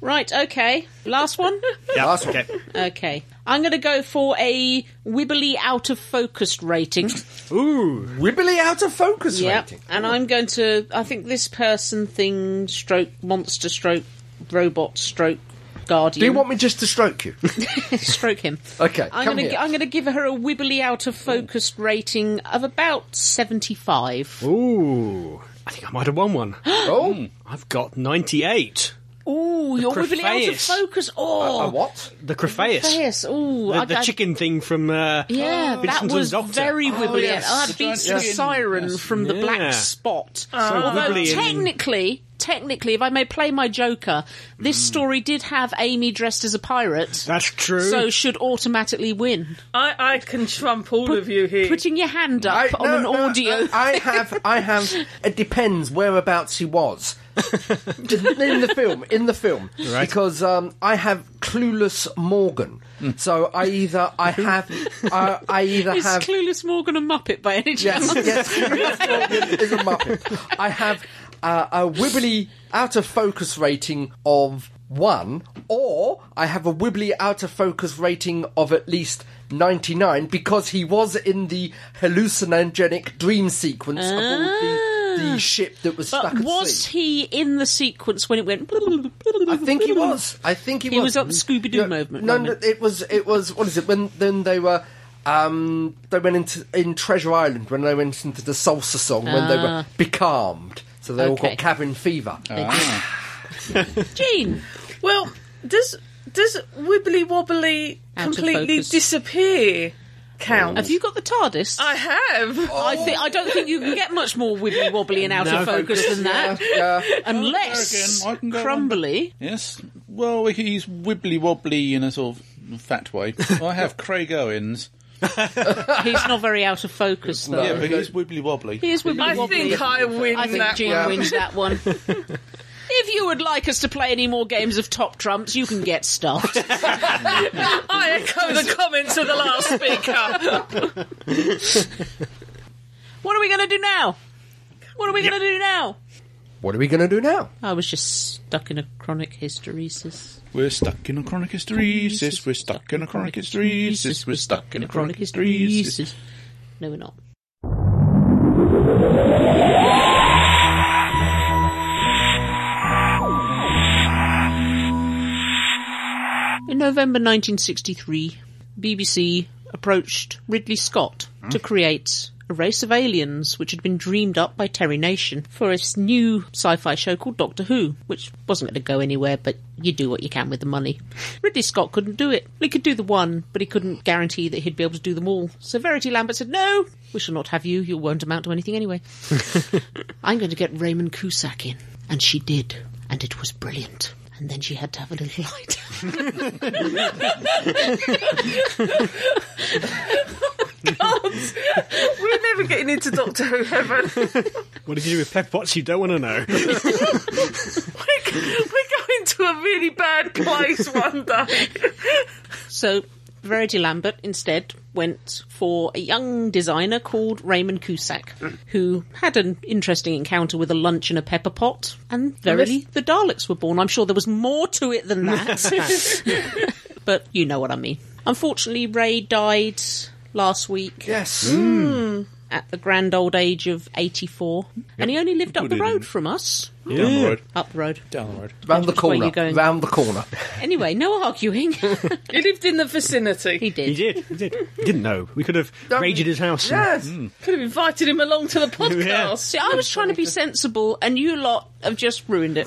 [SPEAKER 1] Right, okay. Last one?
[SPEAKER 4] Yeah.
[SPEAKER 3] Last one.
[SPEAKER 4] okay.
[SPEAKER 1] Okay. I'm going to go for a wibbly out of focus rating.
[SPEAKER 4] Ooh.
[SPEAKER 3] Wibbly out of focus
[SPEAKER 1] Yep.
[SPEAKER 3] rating.
[SPEAKER 1] And I'm going to, I think this person, thing, stroke, monster, stroke, robot, stroke, guardian.
[SPEAKER 3] Do you want me just to stroke you?
[SPEAKER 1] stroke him?
[SPEAKER 3] Okay,
[SPEAKER 1] I'm
[SPEAKER 3] come
[SPEAKER 1] gonna
[SPEAKER 3] here.
[SPEAKER 1] I'm gonna give her a wibbly out of focus rating of about seventy five.
[SPEAKER 4] Ooh. I think I might have won one.
[SPEAKER 3] oh,
[SPEAKER 4] I've got ninety-eight.
[SPEAKER 1] Ooh, you're with it out of
[SPEAKER 4] Crephaeus.
[SPEAKER 1] focus. Oh,
[SPEAKER 3] A what?
[SPEAKER 4] The Crephaeus.
[SPEAKER 1] Yes. Ooh,
[SPEAKER 4] The,
[SPEAKER 1] I-
[SPEAKER 4] the
[SPEAKER 1] I-
[SPEAKER 4] chicken thing from uh,
[SPEAKER 1] Yeah, that
[SPEAKER 4] Vincent and
[SPEAKER 1] was
[SPEAKER 4] Doctor.
[SPEAKER 1] very wibbly.
[SPEAKER 3] Oh, yes.
[SPEAKER 1] and That beats the
[SPEAKER 5] Yeah.
[SPEAKER 1] siren
[SPEAKER 5] Yes.
[SPEAKER 1] from the
[SPEAKER 4] Yeah.
[SPEAKER 1] black spot. Uh, Although
[SPEAKER 4] wibbly and-
[SPEAKER 1] technically, technically, if I may play my joker, this
[SPEAKER 3] Mm.
[SPEAKER 1] story did have Amy dressed as a pirate,
[SPEAKER 4] That's true.
[SPEAKER 1] so should automatically win.
[SPEAKER 2] I, I can trump all of you here.
[SPEAKER 1] Putting your hand up on
[SPEAKER 3] no,
[SPEAKER 1] an
[SPEAKER 3] no,
[SPEAKER 1] audio.
[SPEAKER 3] I have, I have. It depends whereabouts she was in the film. In the film, because um, I have clueless Morgan. So I either I have, I, I either
[SPEAKER 1] Is
[SPEAKER 3] have
[SPEAKER 1] Clueless Morgan a Muppet by any chance?
[SPEAKER 3] Yes, yes, Clueless Morgan is a Muppet. I have uh, a wibbly out of focus rating of one, or I have a wibbly out of focus rating of at least. 99 because he was in the hallucinogenic dream sequence aboard the, the ship that was
[SPEAKER 1] But
[SPEAKER 3] stuck at
[SPEAKER 1] was
[SPEAKER 3] sea.
[SPEAKER 1] he in the sequence when it went?
[SPEAKER 3] I think he was. I think he was.
[SPEAKER 1] He was at the Scooby Doo
[SPEAKER 3] Yeah,
[SPEAKER 1] movement.
[SPEAKER 3] No, no,
[SPEAKER 1] moment.
[SPEAKER 3] it was. It was. What is it? When then they were. Um, they went into in Treasure Island when they went into the salsa song when they were becalmed, so they all
[SPEAKER 1] Ah. Okay.
[SPEAKER 3] got cabin fever.
[SPEAKER 5] Ah,
[SPEAKER 1] Gene.
[SPEAKER 2] Well, does does wibbly wobbly
[SPEAKER 1] Out of
[SPEAKER 2] completely
[SPEAKER 1] focus.
[SPEAKER 2] disappear count?
[SPEAKER 1] Have you got the TARDIS?
[SPEAKER 2] I have.
[SPEAKER 1] I think I don't think you can get much more wibbly wobbly and out of focus than that,
[SPEAKER 3] Yeah,
[SPEAKER 1] unless
[SPEAKER 5] There again, I can go on.
[SPEAKER 1] crumbly.
[SPEAKER 5] yes. Well, he's wibbly wobbly in a sort of fat way. I have Craig Owens.
[SPEAKER 1] He's not very out of focus though.
[SPEAKER 5] Yeah, but he's wibbly wobbly.
[SPEAKER 1] He is wibbly
[SPEAKER 2] I
[SPEAKER 1] wobbly.
[SPEAKER 2] think I win
[SPEAKER 1] I think
[SPEAKER 2] that
[SPEAKER 1] Gene
[SPEAKER 2] one.
[SPEAKER 1] wins that one. If you would like us to play any more games of Top Trumps, you can get stuffed.
[SPEAKER 2] I echo the comments of the last speaker.
[SPEAKER 1] what are we going to do now? What are we going to do now?
[SPEAKER 3] What are we going to do now?
[SPEAKER 1] I was just stuck in a chronic hysteresis.
[SPEAKER 5] We're stuck in a chronic hysteresis. We're stuck in a chronic hysteresis. We're stuck in a chronic hysteresis.
[SPEAKER 1] No, we're not. In November 1963, BBC approached Ridley Scott to create a race of aliens which had been dreamed up by Terry Nation for his new sci-fi show called Doctor Who, which wasn't going to go anywhere, but you do what you can with the money. Ridley Scott couldn't do it. He could do the one, but he couldn't guarantee that he'd be able to do them all. So Verity Lambert said, no, we shall not have you. You won't amount to anything anyway. I'm going to get Raymond Cusack in. And she did. And it was brilliant. And then she had to have a little light.
[SPEAKER 2] We're never getting into Doctor Who heaven. We're,
[SPEAKER 4] What did you do with pepper pots? You don't want to know.
[SPEAKER 2] we're going to a really bad place one day.
[SPEAKER 1] So Verity Lambert instead went for a young designer called Raymond Cusack, who had an interesting encounter with a lunch and a pepper pot, and verily the Daleks were born. I'm sure there was more to it than that. but you know what I mean. Unfortunately, Ray died last week Hmm.
[SPEAKER 3] Yes,
[SPEAKER 1] at the grand old age of 84, and he only lived up the
[SPEAKER 5] did,
[SPEAKER 1] road
[SPEAKER 5] didn't he?
[SPEAKER 1] from us.
[SPEAKER 5] Down the road.
[SPEAKER 1] Up the road.
[SPEAKER 5] Down the road.
[SPEAKER 3] round the
[SPEAKER 1] Which way you
[SPEAKER 3] corner.
[SPEAKER 1] going?
[SPEAKER 3] Round the corner.
[SPEAKER 1] Anyway, no arguing.
[SPEAKER 2] He lived in the vicinity.
[SPEAKER 1] he did.
[SPEAKER 4] He did. He did. He didn't know. We could have
[SPEAKER 3] Um,
[SPEAKER 4] raided his house. and-
[SPEAKER 3] Yes,
[SPEAKER 1] Hmm.
[SPEAKER 2] Could have invited him along to the podcast.
[SPEAKER 1] See, I was trying to be sensible, and you lot have just ruined it.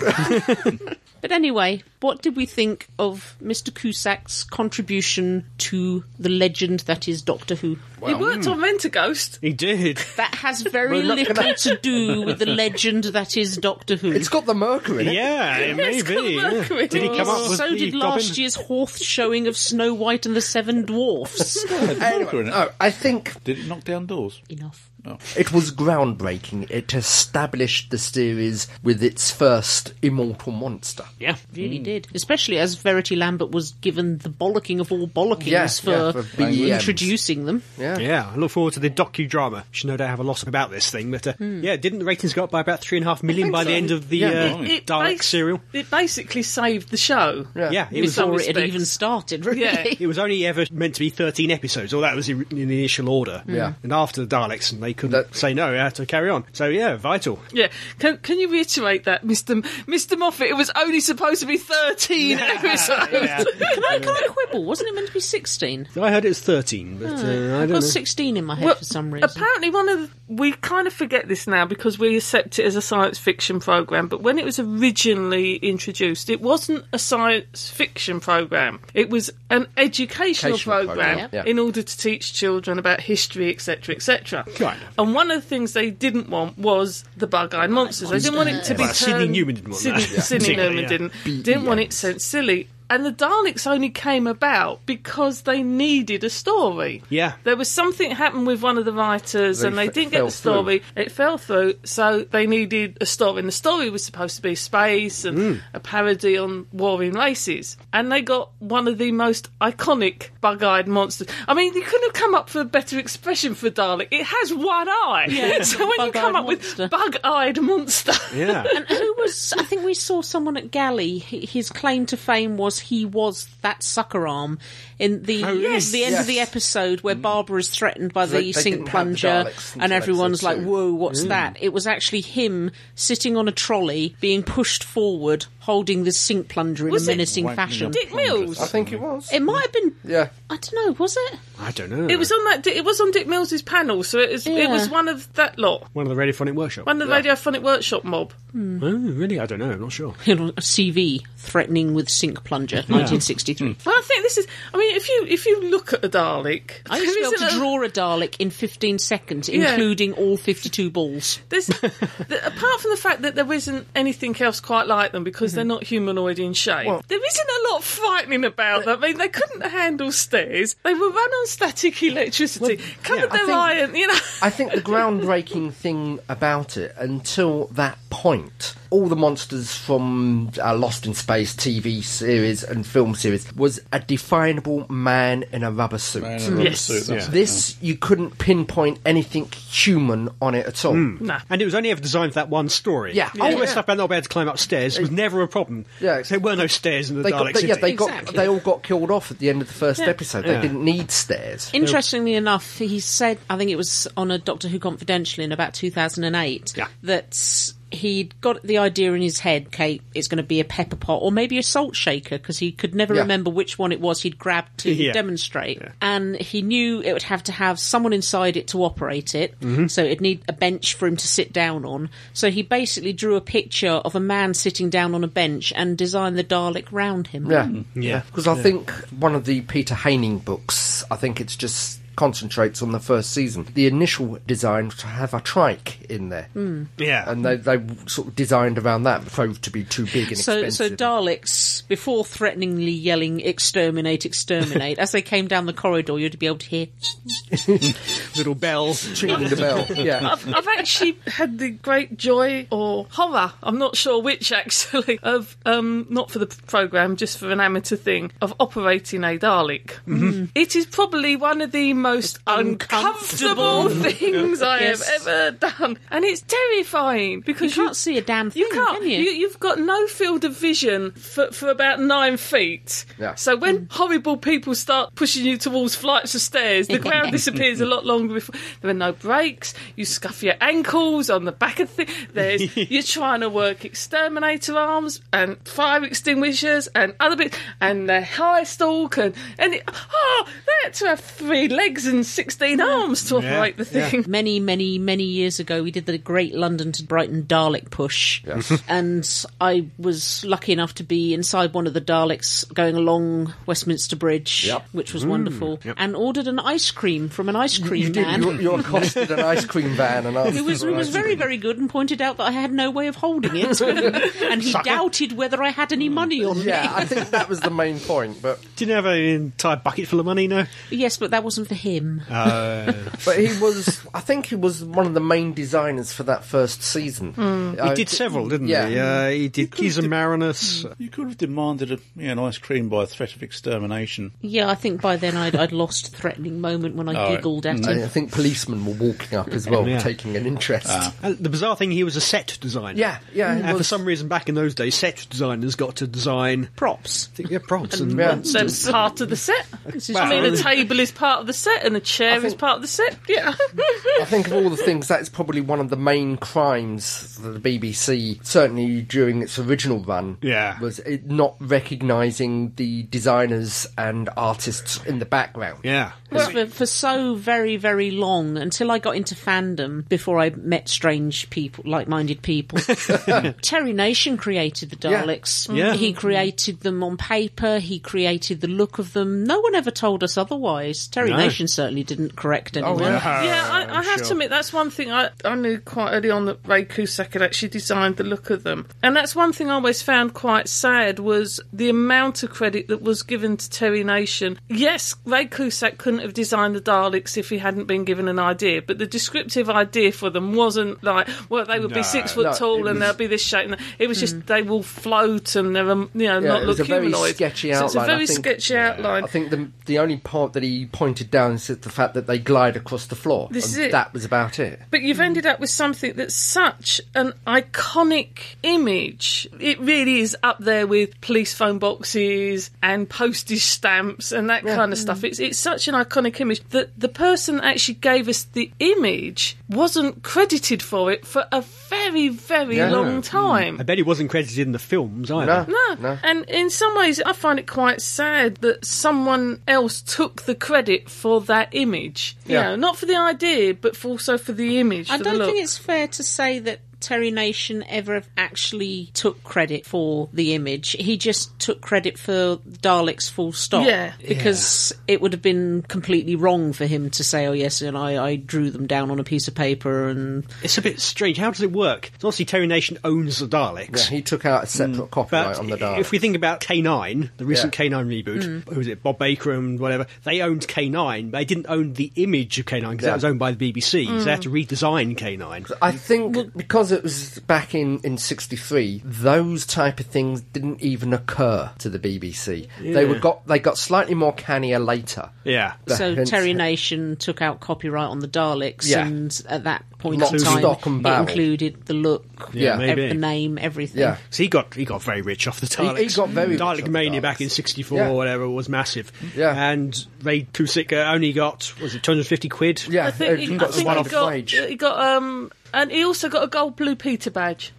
[SPEAKER 1] but anyway, what did we think of Mr. Cusack's contribution to the legend that is Doctor Who?
[SPEAKER 2] He worked
[SPEAKER 4] hmm.
[SPEAKER 2] on Mentaghost.
[SPEAKER 4] He did.
[SPEAKER 1] That has very
[SPEAKER 3] We're not
[SPEAKER 1] little
[SPEAKER 3] gonna-
[SPEAKER 1] to do with the legend that is Doctor Who.
[SPEAKER 3] it's got the mercury. In it.
[SPEAKER 4] Yeah, it may
[SPEAKER 2] It's got
[SPEAKER 4] be. yeah.
[SPEAKER 2] mercury.
[SPEAKER 4] Did he come up with
[SPEAKER 1] so
[SPEAKER 4] the
[SPEAKER 1] did last
[SPEAKER 4] goblin?
[SPEAKER 1] year's Horth showing of Snow White and the Seven Dwarfs.
[SPEAKER 5] Had marker in it.
[SPEAKER 3] Oh, I think
[SPEAKER 5] Did it knock down doors?
[SPEAKER 1] Enough.
[SPEAKER 3] It was groundbreaking. It established the series with its first immortal monster.
[SPEAKER 4] Yeah.
[SPEAKER 1] Really did. Especially as Verity Lambert was given the bollocking of all bollockings
[SPEAKER 3] Yeah, yeah,
[SPEAKER 1] for,
[SPEAKER 3] for BEMs.
[SPEAKER 1] introducing them.
[SPEAKER 4] Yeah, I look forward to the docudrama. Should no doubt have a lot about this thing, but uh,
[SPEAKER 3] Hmm.
[SPEAKER 4] yeah, didn't the ratings go up by about three and a half million by the end of the
[SPEAKER 3] Yeah.
[SPEAKER 4] uh,
[SPEAKER 2] It
[SPEAKER 4] Dalek
[SPEAKER 2] bas-
[SPEAKER 4] serial?
[SPEAKER 2] It basically saved the show.
[SPEAKER 4] Yeah, it
[SPEAKER 1] Before
[SPEAKER 4] was
[SPEAKER 2] some
[SPEAKER 1] it had
[SPEAKER 2] respects.
[SPEAKER 1] even started, really.
[SPEAKER 2] Yeah.
[SPEAKER 4] It was only ever meant to be 13 episodes, or that was in in the initial order.
[SPEAKER 3] Hmm. Yeah.
[SPEAKER 4] And after the Daleks, and they couldn't
[SPEAKER 3] That-
[SPEAKER 4] say no, they had to carry on. So, yeah, vital.
[SPEAKER 2] Yeah, can can you reiterate that, Mister Mister Moffat? It was only supposed to be thirteen episodes.
[SPEAKER 1] Can I, can I quibble? Wasn't it meant to be 16?
[SPEAKER 4] I heard it was 13, but uh, I
[SPEAKER 1] I've
[SPEAKER 3] Hmm.
[SPEAKER 4] don't know.
[SPEAKER 1] got 16 in my head
[SPEAKER 2] Well,
[SPEAKER 1] for some reason.
[SPEAKER 2] Apparently, one of we kind of forget this now because we accept it as a science fiction program. But when it was originally introduced, it wasn't a science fiction program. It was an educational,
[SPEAKER 3] Educational
[SPEAKER 2] program,
[SPEAKER 3] programme, yeah.
[SPEAKER 2] in order to teach children about history, etc., etc.
[SPEAKER 4] Right.
[SPEAKER 2] And one of the things they didn't want was the bug-eyed monsters. They didn't want it to be
[SPEAKER 4] Well, Sidney
[SPEAKER 2] turned-
[SPEAKER 4] Newman didn't want
[SPEAKER 2] Sidney,
[SPEAKER 4] that. Yeah.
[SPEAKER 2] Sidney
[SPEAKER 4] Particularly,
[SPEAKER 2] Newman
[SPEAKER 4] yeah.
[SPEAKER 2] didn't didn't want it sent silly. And the Daleks only came about because they needed a story.
[SPEAKER 4] Yeah.
[SPEAKER 2] There was something happened with one of the writers
[SPEAKER 3] They
[SPEAKER 2] and they
[SPEAKER 3] f-
[SPEAKER 2] didn't get
[SPEAKER 3] fell
[SPEAKER 2] the story. It fell through, so they needed a story. And the story was supposed to be space and
[SPEAKER 3] Hmm.
[SPEAKER 2] a parody on warring races. And they got one of the most iconic bug eyed monsters. I mean, you couldn't have come up for a better expression for Dalek. It has one eye. so when you
[SPEAKER 1] Bug-eyed
[SPEAKER 2] come up
[SPEAKER 1] monster.
[SPEAKER 2] with bug eyed monster.
[SPEAKER 4] Yeah.
[SPEAKER 1] And who was? I think we saw someone at Galley. H- His claim to fame was he was that sucker arm in the
[SPEAKER 4] Oh, yes.
[SPEAKER 1] the end of the
[SPEAKER 3] Yes. Mm.
[SPEAKER 1] episode where Barbara's threatened by the
[SPEAKER 3] They- they
[SPEAKER 1] sink
[SPEAKER 3] didn't have the
[SPEAKER 1] plunger,
[SPEAKER 3] Daleks
[SPEAKER 1] and
[SPEAKER 3] until
[SPEAKER 1] everyone's
[SPEAKER 3] episode
[SPEAKER 1] like,
[SPEAKER 3] Mm. two.
[SPEAKER 1] "Whoa, what's that?" It was actually him sitting on a trolley, being pushed forward, holding the sink plunger in
[SPEAKER 2] Was
[SPEAKER 1] a
[SPEAKER 2] it-
[SPEAKER 1] menacing
[SPEAKER 5] Wanking
[SPEAKER 1] fashion.
[SPEAKER 5] up
[SPEAKER 2] Dick
[SPEAKER 5] plungers.
[SPEAKER 2] Mills.
[SPEAKER 3] I think it was.
[SPEAKER 1] It might have been.
[SPEAKER 3] yeah.
[SPEAKER 1] I don't know. Was it?
[SPEAKER 4] I don't know.
[SPEAKER 2] It was on that. It was on Dick Mills's panel, so it was. It
[SPEAKER 1] Yeah.
[SPEAKER 2] was one of that lot,
[SPEAKER 4] one of the radiophonic workshop.
[SPEAKER 2] one of the Radiophonic Workshop mob.
[SPEAKER 4] Oh, really? I don't know. I'm not sure.
[SPEAKER 1] You know, a CV threatening with sink plunger, 1963.
[SPEAKER 2] Well, I think this is. I mean, if you if you look at a Dalek,
[SPEAKER 1] I used to be
[SPEAKER 2] there
[SPEAKER 1] able
[SPEAKER 2] isn't
[SPEAKER 1] to
[SPEAKER 2] a-
[SPEAKER 1] draw a Dalek in 15 seconds,
[SPEAKER 2] Yeah.
[SPEAKER 1] including all 52 balls.
[SPEAKER 2] There's, the, apart from the fact that there isn't anything else quite like them because
[SPEAKER 1] Mm-hmm.
[SPEAKER 2] they're not humanoid in shape, there isn't a lot frightening about them. I mean, they couldn't handle stairs. They were run on static electricity. Covered
[SPEAKER 3] I
[SPEAKER 2] their
[SPEAKER 3] think-
[SPEAKER 2] iron, you know.
[SPEAKER 3] I think the groundbreaking thing about it, until that point, all the monsters from uh, Lost in Space TV series and film series was a definable man in a rubber suit.
[SPEAKER 5] Man in a rubber
[SPEAKER 2] Yes.
[SPEAKER 5] suit, that's it.
[SPEAKER 3] This, you couldn't pinpoint anything human on it at all.
[SPEAKER 5] Hmm.
[SPEAKER 2] Nah.
[SPEAKER 4] And it was only ever designed for that one story.
[SPEAKER 3] Yeah.
[SPEAKER 4] All
[SPEAKER 3] Yeah.
[SPEAKER 4] the stuff about not being able to climb upstairs was never a problem.
[SPEAKER 3] Yeah.
[SPEAKER 4] There were no stairs in the
[SPEAKER 3] They
[SPEAKER 4] Dalek
[SPEAKER 3] got, they,
[SPEAKER 4] City.
[SPEAKER 3] yeah, they got,
[SPEAKER 1] Exactly.
[SPEAKER 3] they all got killed off at the end of the first episode. They
[SPEAKER 4] Yeah.
[SPEAKER 3] didn't need stairs.
[SPEAKER 1] Interestingly enough, he said, I think it was on a Doctor Who Confidential in about 2008,
[SPEAKER 4] Yeah.
[SPEAKER 1] that he'd got the idea in his head, okay, it's going to be a pepper pot or maybe a salt shaker, because he could never
[SPEAKER 3] Yeah.
[SPEAKER 1] remember which one it was he'd grabbed to
[SPEAKER 4] Yeah.
[SPEAKER 1] demonstrate. And he knew it would have to have someone inside it to operate it,
[SPEAKER 4] Mm-hmm.
[SPEAKER 1] so it'd need a bench for him to sit down on. So he basically drew a picture of a man sitting down on a bench and designed the Dalek round him.
[SPEAKER 3] Yeah.
[SPEAKER 4] Yeah.
[SPEAKER 3] Because I think one of the Peter Haining books, I think it's just concentrates on the first season. The initial design to have a trike in there. Mm.
[SPEAKER 4] Yeah.
[SPEAKER 3] And they, they sort of designed around that, proved to be too big and
[SPEAKER 1] So, so
[SPEAKER 3] expensive.
[SPEAKER 1] Daleks, before threateningly yelling "exterminate, exterminate," as they came down the corridor, you'd be able to hear.
[SPEAKER 4] Little bells.
[SPEAKER 3] Ringing the bell. Yeah.
[SPEAKER 2] I've, I've actually had the great joy or horror, I'm not sure which actually, of um, not for the program, just for an amateur thing, of operating a Dalek. It is probably one of the most
[SPEAKER 1] uncomfortable.
[SPEAKER 2] uncomfortable things I
[SPEAKER 1] Yes.
[SPEAKER 2] have ever done, and it's terrifying because
[SPEAKER 1] You can't see a damn thing,
[SPEAKER 2] You can't.
[SPEAKER 1] can you?
[SPEAKER 2] have got no field of vision for, for about nine feet.
[SPEAKER 3] Yeah.
[SPEAKER 2] So when horrible people start pushing you towards flights of stairs, the ground disappears a lot longer before. There are no breaks. You scuff your ankles on the back of things. There's you're trying to work exterminator arms and fire extinguishers and other bits and the high stalk and and it, oh, they had to have three legs and sixteen arms to operate the thing.
[SPEAKER 1] Many, many, many years ago, we did the Great London to Brighton Dalek push, and I was lucky enough to be inside one of the Daleks going along Westminster Bridge, which was wonderful, and ordered an ice cream from an ice cream
[SPEAKER 3] Mm. You did.
[SPEAKER 1] man.
[SPEAKER 3] You, you accosted an ice cream van and asked.
[SPEAKER 1] Who was,
[SPEAKER 3] for
[SPEAKER 1] who
[SPEAKER 3] an
[SPEAKER 1] was
[SPEAKER 3] ice
[SPEAKER 1] very,
[SPEAKER 3] cream.
[SPEAKER 1] very good and pointed out that I had no way of holding it. and he doubted whether I had any money on
[SPEAKER 3] Yeah, I think that was the main point. But
[SPEAKER 4] Didn't have an entire bucket full of money, no?
[SPEAKER 1] me. Yes, but that wasn't for him.
[SPEAKER 3] but he was, I think he was one of the main designers for that first season.
[SPEAKER 1] Mm.
[SPEAKER 4] He did several, didn't
[SPEAKER 3] yeah.
[SPEAKER 4] he? Uh, he did Keys and Marinus.
[SPEAKER 3] Hmm.
[SPEAKER 5] You could have demanded a, yeah, an ice cream by threat of extermination.
[SPEAKER 1] yeah, I think by then I'd, I'd lost threatening moment when I
[SPEAKER 5] Oh,
[SPEAKER 1] giggled at
[SPEAKER 3] I,
[SPEAKER 1] him.
[SPEAKER 3] I think policemen were walking up as well,
[SPEAKER 4] Yeah.
[SPEAKER 3] taking an interest.
[SPEAKER 4] Uh, the bizarre thing, he was a set designer.
[SPEAKER 3] Yeah, yeah, he
[SPEAKER 4] And for
[SPEAKER 3] was.
[SPEAKER 4] some reason, back in those days, set designers got to design
[SPEAKER 1] Props.
[SPEAKER 4] yeah, props and, uh,
[SPEAKER 3] Yeah.
[SPEAKER 2] That's part of the set.
[SPEAKER 1] This is
[SPEAKER 2] I mean,
[SPEAKER 1] true.
[SPEAKER 2] a table is part of the set, and a chair is
[SPEAKER 3] think-
[SPEAKER 2] part of the set. Yeah.
[SPEAKER 3] I think of all the things, that's probably one of the main crimes that the BBC, certainly during its original run,
[SPEAKER 4] Yeah.
[SPEAKER 3] was it not recognising the designers and artists in the background.
[SPEAKER 4] Yeah.
[SPEAKER 1] for, for so very, very long until I got into fandom before I met strange people, like minded people. Terry Nation created the
[SPEAKER 3] Yeah.
[SPEAKER 1] Daleks.
[SPEAKER 4] Mm. Yeah.
[SPEAKER 1] He created them on paper. He created the look of them. No one ever told us otherwise. Terry
[SPEAKER 4] No.
[SPEAKER 1] Nation certainly didn't correct anyone.
[SPEAKER 2] Yeah, I, I have to admit that's one thing I, I knew quite early on that Ray Cusack had actually designed the look of them, and that's one thing I always found quite sad was the amount of credit that was given to Terry Nation. Yes, Ray Cusack couldn't have designed the Daleks if he hadn't been given an idea, but the descriptive idea for them wasn't like well they would be six foot
[SPEAKER 3] No,
[SPEAKER 2] tall
[SPEAKER 3] it
[SPEAKER 2] and
[SPEAKER 3] was- Mm.
[SPEAKER 2] they'll be this shape. and- It was just they will float and they're um, you know
[SPEAKER 3] Yeah,
[SPEAKER 2] not
[SPEAKER 3] it was
[SPEAKER 2] look
[SPEAKER 3] a very
[SPEAKER 2] humanoid.
[SPEAKER 3] sketchy
[SPEAKER 2] So it's a
[SPEAKER 3] outline, I
[SPEAKER 2] very
[SPEAKER 3] think.
[SPEAKER 2] sketchy outline.
[SPEAKER 3] I think the the only part that he pointed down is the fact that they glide across the floor.
[SPEAKER 2] This
[SPEAKER 3] and
[SPEAKER 2] is it.
[SPEAKER 3] That was about it.
[SPEAKER 2] But you've ended up with something that's such an iconic image. It really is up there with police phone boxes and postage stamps and that kind of stuff. It's it's such an iconic image that the person that actually gave us the image wasn't credited for it for a very very
[SPEAKER 3] Yeah.
[SPEAKER 2] long time.
[SPEAKER 4] I bet he wasn't credited in the films either.
[SPEAKER 3] No.
[SPEAKER 2] No.
[SPEAKER 3] No.
[SPEAKER 2] And in some ways, I find it quite sad that someone else took the credit for that image. You
[SPEAKER 3] Yeah.
[SPEAKER 2] know, not for the idea, but for also for the image.
[SPEAKER 1] I
[SPEAKER 2] for
[SPEAKER 1] don't
[SPEAKER 2] the look.
[SPEAKER 1] think it's fair to say that Terry Nation ever actually took credit for the image. He just took credit for Daleks full stop.
[SPEAKER 2] Yeah.
[SPEAKER 1] Because it would have been completely wrong for him to say, oh, yes, and I, I drew them down on a piece of paper and.
[SPEAKER 4] It's a bit strange. How does it work? So obviously, Terry Nation owns the Daleks.
[SPEAKER 3] Yeah, he took out a separate copyright
[SPEAKER 4] Mm. But
[SPEAKER 3] on the Daleks.
[SPEAKER 4] if we think about K9, the recent
[SPEAKER 3] Yeah.
[SPEAKER 4] K9 reboot,
[SPEAKER 2] Mm.
[SPEAKER 4] who was it, Bob Baker and whatever, they owned K9, but they didn't own the image of K9 because
[SPEAKER 3] Yeah.
[SPEAKER 4] that was owned by the BBC, so they had to
[SPEAKER 2] Mm.
[SPEAKER 4] redesign K9.
[SPEAKER 3] I think because it was back in in '63, those type of things didn't even occur to the BBC. They were got they got slightly more cannier later.
[SPEAKER 4] Yeah.
[SPEAKER 1] So
[SPEAKER 3] Hence-
[SPEAKER 1] Terry Nation took out copyright on the Daleks,
[SPEAKER 3] Yeah.
[SPEAKER 1] and at that point
[SPEAKER 3] Lock,
[SPEAKER 1] in time,
[SPEAKER 3] stock and barrel.
[SPEAKER 1] it included the look,
[SPEAKER 3] Yeah,
[SPEAKER 1] ev-
[SPEAKER 4] maybe.
[SPEAKER 1] the name, everything.
[SPEAKER 3] Yeah.
[SPEAKER 4] So he got he got very rich off the Daleks.
[SPEAKER 3] he got very rich off
[SPEAKER 4] Dalek
[SPEAKER 3] the
[SPEAKER 4] Mania
[SPEAKER 3] Daleks.
[SPEAKER 4] back in '64
[SPEAKER 3] Yeah.
[SPEAKER 4] or whatever was massive.
[SPEAKER 3] Yeah.
[SPEAKER 4] And Ray Kusick uh, only got was it 250 quid?
[SPEAKER 3] Yeah,
[SPEAKER 2] I think he,
[SPEAKER 3] it
[SPEAKER 2] I
[SPEAKER 3] got
[SPEAKER 2] think
[SPEAKER 3] one
[SPEAKER 2] he
[SPEAKER 3] off
[SPEAKER 2] got,
[SPEAKER 3] wage.
[SPEAKER 2] he got um, and he also got a gold blue Peter badge.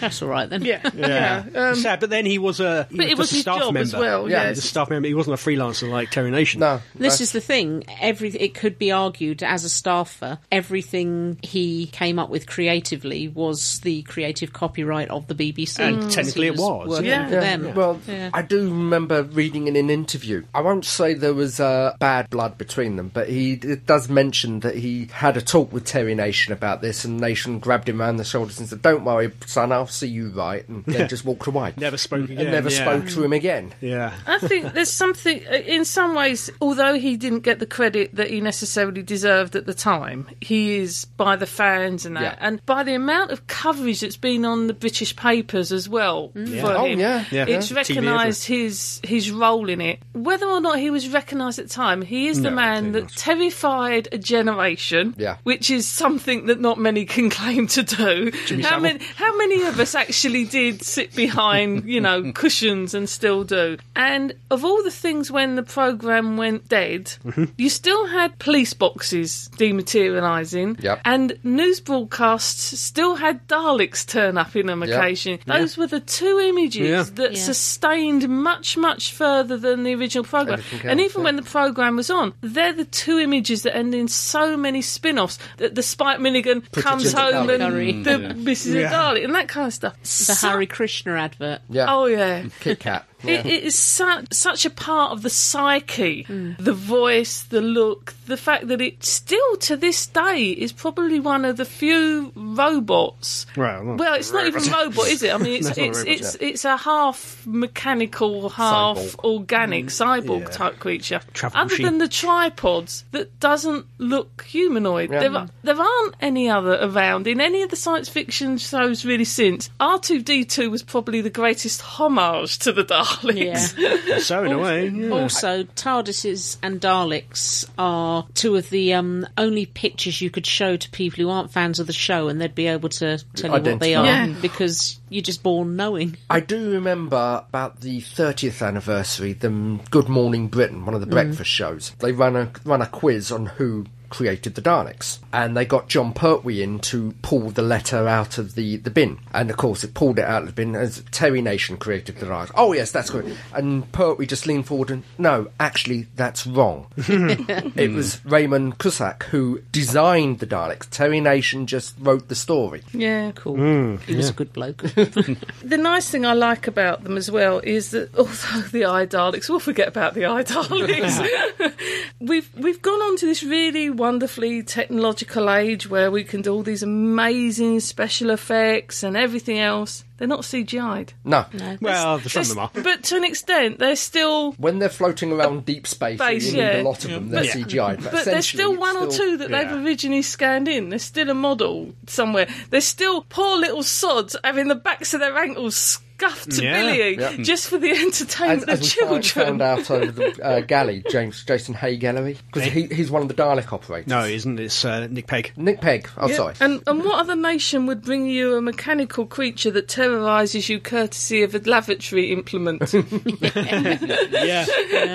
[SPEAKER 1] That's all right then.
[SPEAKER 2] Yeah, um,
[SPEAKER 4] Yeah. Sad, but then he was a he
[SPEAKER 2] but it was
[SPEAKER 4] just a
[SPEAKER 2] his
[SPEAKER 4] staff
[SPEAKER 2] job
[SPEAKER 4] member.
[SPEAKER 2] as well.
[SPEAKER 3] Yeah,
[SPEAKER 2] Yeah,
[SPEAKER 4] He was a staff member. He wasn't a freelancer like Terry Nation.
[SPEAKER 3] No,
[SPEAKER 1] This is the thing. Every it could be argued as a staffer, everything he came up with creatively was the creative copyright of the BBC.
[SPEAKER 4] And
[SPEAKER 1] because
[SPEAKER 4] technically
[SPEAKER 1] he
[SPEAKER 4] it was,
[SPEAKER 1] working
[SPEAKER 2] yeah.
[SPEAKER 1] for them.
[SPEAKER 3] Well, I do remember reading in an interview. I won't say there was uh, bad blood between them, but he d- does mention that he had a talk with Terry Nation about this, and Nation grabbed him around the shoulders and said, "Don't worry, son, I'll see you right," and then just walked away.
[SPEAKER 4] Never spoke again.
[SPEAKER 3] and never
[SPEAKER 4] yeah.
[SPEAKER 3] spoke to him again.
[SPEAKER 4] Yeah.
[SPEAKER 2] I think there's something. uh, In some ways, although he didn't get the credit that he necessarily deserved at the time, he is by the fans and that,
[SPEAKER 3] Yeah.
[SPEAKER 2] and by the amount of coverage that's been on the British papers as well for
[SPEAKER 3] Oh,
[SPEAKER 2] him.
[SPEAKER 3] yeah. Yeah.
[SPEAKER 2] it's
[SPEAKER 4] Yeah.
[SPEAKER 2] recognised his his role in it. Whether or not he was recognised at the time, he is the man that terrified a generation.
[SPEAKER 3] Yeah.
[SPEAKER 2] which is something that not many can claim to do. how
[SPEAKER 4] Savile.
[SPEAKER 2] many how many of us actually did sit behind, you know, cushions and still do? And of all the things when the program went dead,
[SPEAKER 4] Mm-hmm.
[SPEAKER 2] you still had police boxes dematerializing
[SPEAKER 3] Yep.
[SPEAKER 2] and news broadcasts still had Daleks turn up in them occasionally. Those were the two images
[SPEAKER 4] Yeah.
[SPEAKER 2] that
[SPEAKER 1] Yeah.
[SPEAKER 2] sustained much much further than the original program.
[SPEAKER 3] Everything
[SPEAKER 2] And
[SPEAKER 3] else,
[SPEAKER 2] even
[SPEAKER 3] yeah.
[SPEAKER 2] when the program was on, they're the two images that end in so many spin-offs that the Spike Milligan comes
[SPEAKER 3] into
[SPEAKER 2] home
[SPEAKER 3] Dalek.
[SPEAKER 2] and
[SPEAKER 1] Curry.
[SPEAKER 2] the Mrs. Darling and that kind of stuff.
[SPEAKER 1] the Harry Krishna advert.
[SPEAKER 3] Yeah.
[SPEAKER 2] Oh yeah.
[SPEAKER 3] Kit Kat.
[SPEAKER 2] It, it is such such a part of the psyche, the voice, the look, the fact that it still to this day is probably one of the few robots.
[SPEAKER 4] Right, well,
[SPEAKER 2] well, it's not even robot, is it? I mean, it's it's it's, it's a half mechanical, half
[SPEAKER 3] Cyborg.
[SPEAKER 2] organic cyborg type creature.
[SPEAKER 4] Mm. Travel
[SPEAKER 2] Other
[SPEAKER 4] machine.
[SPEAKER 2] than the tripods, that doesn't look humanoid.
[SPEAKER 3] Yeah.
[SPEAKER 2] There are, there aren't any other around in any of the science fiction shows really since. R two D two was probably the greatest homage to the
[SPEAKER 1] Yeah.
[SPEAKER 2] Daleks.
[SPEAKER 4] So in a way, yeah.
[SPEAKER 1] Also, TARDISes and Daleks are two of the um, only pictures you could show to people who aren't fans of the show, and they'd be able to tell you what they are
[SPEAKER 3] Identify.
[SPEAKER 8] Yeah.
[SPEAKER 1] because you're just born knowing.
[SPEAKER 3] I do remember about the 30th anniversary, the Good Morning Britain, one of the breakfast shows. They ran a ran a quiz on who created the Daleks, and they got John Pertwee in to pull the letter out of the, the bin. And of course, it pulled it out of the bin as Terry Nation created the Daleks. Oh yes, that's correct. And Pertwee just leaned forward and no, actually, that's wrong. it was Raymond Cusack who designed the Daleks. Terry Nation just wrote the story.
[SPEAKER 2] Yeah.
[SPEAKER 1] Cool. he was a good bloke.
[SPEAKER 2] The nice thing I like about them as well is that although the eye Daleks, we'll forget about the eye Daleks. we've we've gone on to this really wonderfully technological age where we can do all these amazing special effects and everything else. They're not CGI'd.
[SPEAKER 3] No.
[SPEAKER 4] Well, the- some of
[SPEAKER 2] There's-
[SPEAKER 4] them are.
[SPEAKER 2] But to an extent, they're still
[SPEAKER 3] when they're floating around deep space,
[SPEAKER 2] Space,
[SPEAKER 3] you need a
[SPEAKER 2] yeah.
[SPEAKER 3] lot of them. They're
[SPEAKER 4] Yeah.
[SPEAKER 3] CGI, but,
[SPEAKER 2] But there's
[SPEAKER 3] essentially
[SPEAKER 2] still
[SPEAKER 3] it's
[SPEAKER 2] one or
[SPEAKER 3] still-
[SPEAKER 2] two that
[SPEAKER 4] yeah.
[SPEAKER 2] they've originally scanned in. There's still a model somewhere. There's still poor little sods having the backs of their ankles scuffed to
[SPEAKER 4] Yeah.
[SPEAKER 2] billy just for the entertainment
[SPEAKER 3] As, as
[SPEAKER 2] of
[SPEAKER 3] we found-
[SPEAKER 2] children.
[SPEAKER 3] found out over the uh, galley, James Jason Hay gallery, because he, he's one of the Dalek operators.
[SPEAKER 4] No, it isn't. It's uh, Nick Pegg.
[SPEAKER 3] Nick Pegg. Oh,
[SPEAKER 2] Yeah.
[SPEAKER 3] sorry.
[SPEAKER 2] And and what other nation would bring you a mechanical creature that terrorises you courtesy of a lavatory implement?
[SPEAKER 4] Yeah.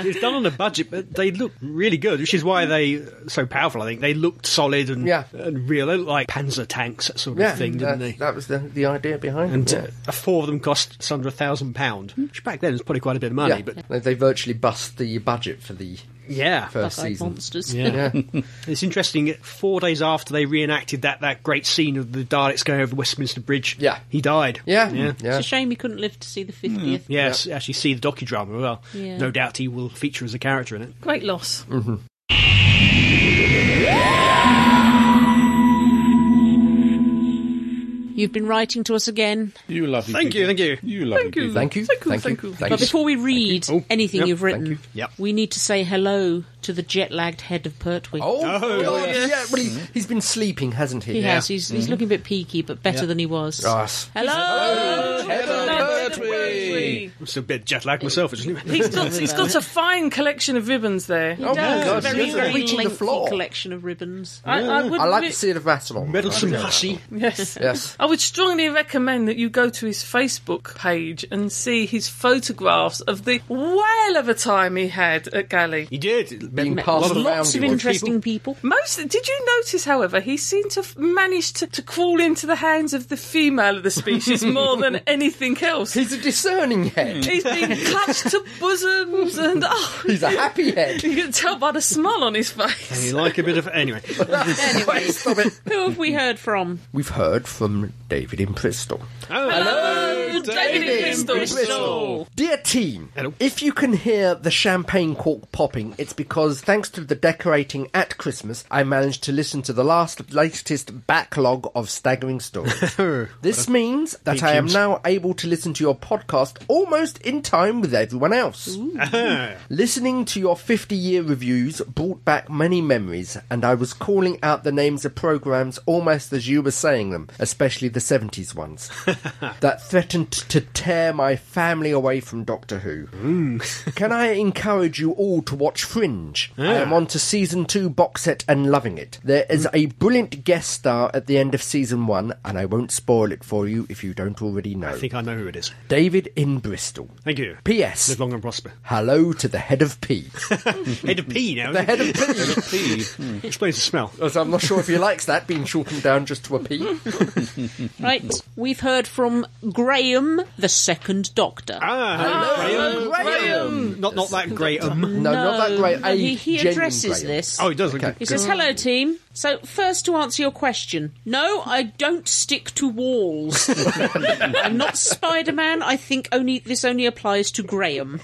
[SPEAKER 4] it's done on a budget, but they look really good, which is why they uh, so powerful. I think they looked solid and
[SPEAKER 3] Yeah.
[SPEAKER 4] and real. They looked like Panzer tanks, that sort of
[SPEAKER 3] yeah,
[SPEAKER 4] thing,
[SPEAKER 3] that,
[SPEAKER 4] didn't they?
[SPEAKER 3] that was the, the idea behind
[SPEAKER 4] and
[SPEAKER 3] it. yeah.
[SPEAKER 4] uh, four of them cost just under a thousand pound, which back then was probably quite a bit of money.
[SPEAKER 3] Yeah,
[SPEAKER 4] But
[SPEAKER 3] they, they virtually bust the budget for the
[SPEAKER 4] yeah,
[SPEAKER 3] first
[SPEAKER 1] like
[SPEAKER 3] season.
[SPEAKER 1] monsters.
[SPEAKER 4] Yeah.
[SPEAKER 3] Yeah.
[SPEAKER 4] it's interesting. Four days after they reenacted that, that great scene of the Daleks going over Westminster Bridge,
[SPEAKER 3] Yeah.
[SPEAKER 4] he died.
[SPEAKER 3] Yeah,
[SPEAKER 4] yeah.
[SPEAKER 3] yeah.
[SPEAKER 1] It's a shame he couldn't live to see the 50th.
[SPEAKER 4] Yes, actually see the docudrama as well.
[SPEAKER 1] Yeah.
[SPEAKER 4] No doubt he will feature as a character in it.
[SPEAKER 2] Great loss.
[SPEAKER 1] You've been writing to us again.
[SPEAKER 5] You lovely.
[SPEAKER 4] Thank you,
[SPEAKER 5] people.
[SPEAKER 4] thank you.
[SPEAKER 5] You lovely. people.
[SPEAKER 3] Thank you.
[SPEAKER 2] Thank you,
[SPEAKER 3] Thank you.
[SPEAKER 2] thank you.
[SPEAKER 3] Thank
[SPEAKER 1] But
[SPEAKER 3] you.
[SPEAKER 1] before we read
[SPEAKER 4] Oh,
[SPEAKER 1] anything
[SPEAKER 4] yep,
[SPEAKER 1] you've written,
[SPEAKER 3] you.
[SPEAKER 4] Yep.
[SPEAKER 1] we need to say hello to the jet lagged head of Pertwee.
[SPEAKER 3] Oh,
[SPEAKER 4] Oh, Mm-hmm.
[SPEAKER 3] God, yeah. Well, he, he's been sleeping, hasn't he?
[SPEAKER 1] he has. He's,
[SPEAKER 3] Mm-hmm.
[SPEAKER 1] he's looking a bit peaky, but better than he was.
[SPEAKER 3] Yes.
[SPEAKER 1] Hello!
[SPEAKER 4] I'm still a bit jet lagged myself, isn't it?
[SPEAKER 2] He's got, he's got a fine collection of ribbons there.
[SPEAKER 1] Oh,
[SPEAKER 3] my God,
[SPEAKER 1] very,
[SPEAKER 3] he's
[SPEAKER 1] very
[SPEAKER 3] reaching the
[SPEAKER 1] lengthy
[SPEAKER 3] floor.
[SPEAKER 1] collection of ribbons.
[SPEAKER 2] I, I, would
[SPEAKER 3] I like
[SPEAKER 2] re-
[SPEAKER 3] to see the rattle on.
[SPEAKER 4] Meddlesome hussy.
[SPEAKER 2] Yes.
[SPEAKER 3] Yes.
[SPEAKER 2] I would strongly recommend that you go to his Facebook page and see his photographs of the whale of a time he had at Galley.
[SPEAKER 4] He did.
[SPEAKER 3] Being
[SPEAKER 4] Met
[SPEAKER 3] passed
[SPEAKER 4] lots of-
[SPEAKER 3] around
[SPEAKER 1] Lots of
[SPEAKER 3] you.
[SPEAKER 1] interesting people.
[SPEAKER 2] Most did you notice, however, he seemed to have managed to, to crawl into the hands of the female of the species more than anything else.
[SPEAKER 3] He's a discerning head.
[SPEAKER 2] He's been clutched to bosoms and oh,
[SPEAKER 3] He's a happy head.
[SPEAKER 2] you can tell by the smile on his face.
[SPEAKER 4] You like a bit of anyway.
[SPEAKER 3] Wait, stop it.
[SPEAKER 1] Who have we heard from?
[SPEAKER 3] We've heard from David in Bristol.
[SPEAKER 2] Hello, David, in Bristol.
[SPEAKER 3] Dear team,
[SPEAKER 4] Hello.
[SPEAKER 3] if you can hear the champagne cork popping, it's because thanks to the decorating at Christmas, I managed to listen to the last latest backlog of staggering stories. this means that I am
[SPEAKER 4] Peaches.
[SPEAKER 3] now able to listen to your podcast almost in time with everyone else. Listening to your 50 year reviews brought back many memories, and I was calling out the names of programs almost as you were saying them, especially the 70s ones, that threatened to tear my family away from Doctor Who. Can I encourage you all to watch Fringe? I am on to season two box set and loving it. There is a brilliant guest star at the end of season one, and I won't spoil it for you if you don't already know.
[SPEAKER 4] I think I know who it is.
[SPEAKER 3] David in Bristol.
[SPEAKER 4] Thank you.
[SPEAKER 3] P.S.
[SPEAKER 4] Live long and prosper.
[SPEAKER 3] Hello to the head of P.
[SPEAKER 4] Head of P now. Hmm.
[SPEAKER 3] The head of P.
[SPEAKER 5] Pea.
[SPEAKER 4] Explains the smell.
[SPEAKER 2] Um,
[SPEAKER 3] So I'm not sure if he likes that being shortened down just to a P.
[SPEAKER 1] Right, we've heard from Graham, the second Doctor.
[SPEAKER 4] Ah,
[SPEAKER 3] Graham.
[SPEAKER 4] not not that Graham.
[SPEAKER 3] No, not that great.
[SPEAKER 1] No,
[SPEAKER 3] A
[SPEAKER 1] Oh, he, he
[SPEAKER 3] genuine
[SPEAKER 1] addresses
[SPEAKER 3] Graham.
[SPEAKER 1] this.
[SPEAKER 4] Oh, he does.
[SPEAKER 3] Okay.
[SPEAKER 1] He says, "Hello, team. So, first to answer your question, no, I don't stick to walls. I'm not Spider-Man. I think only this only applies to Graham.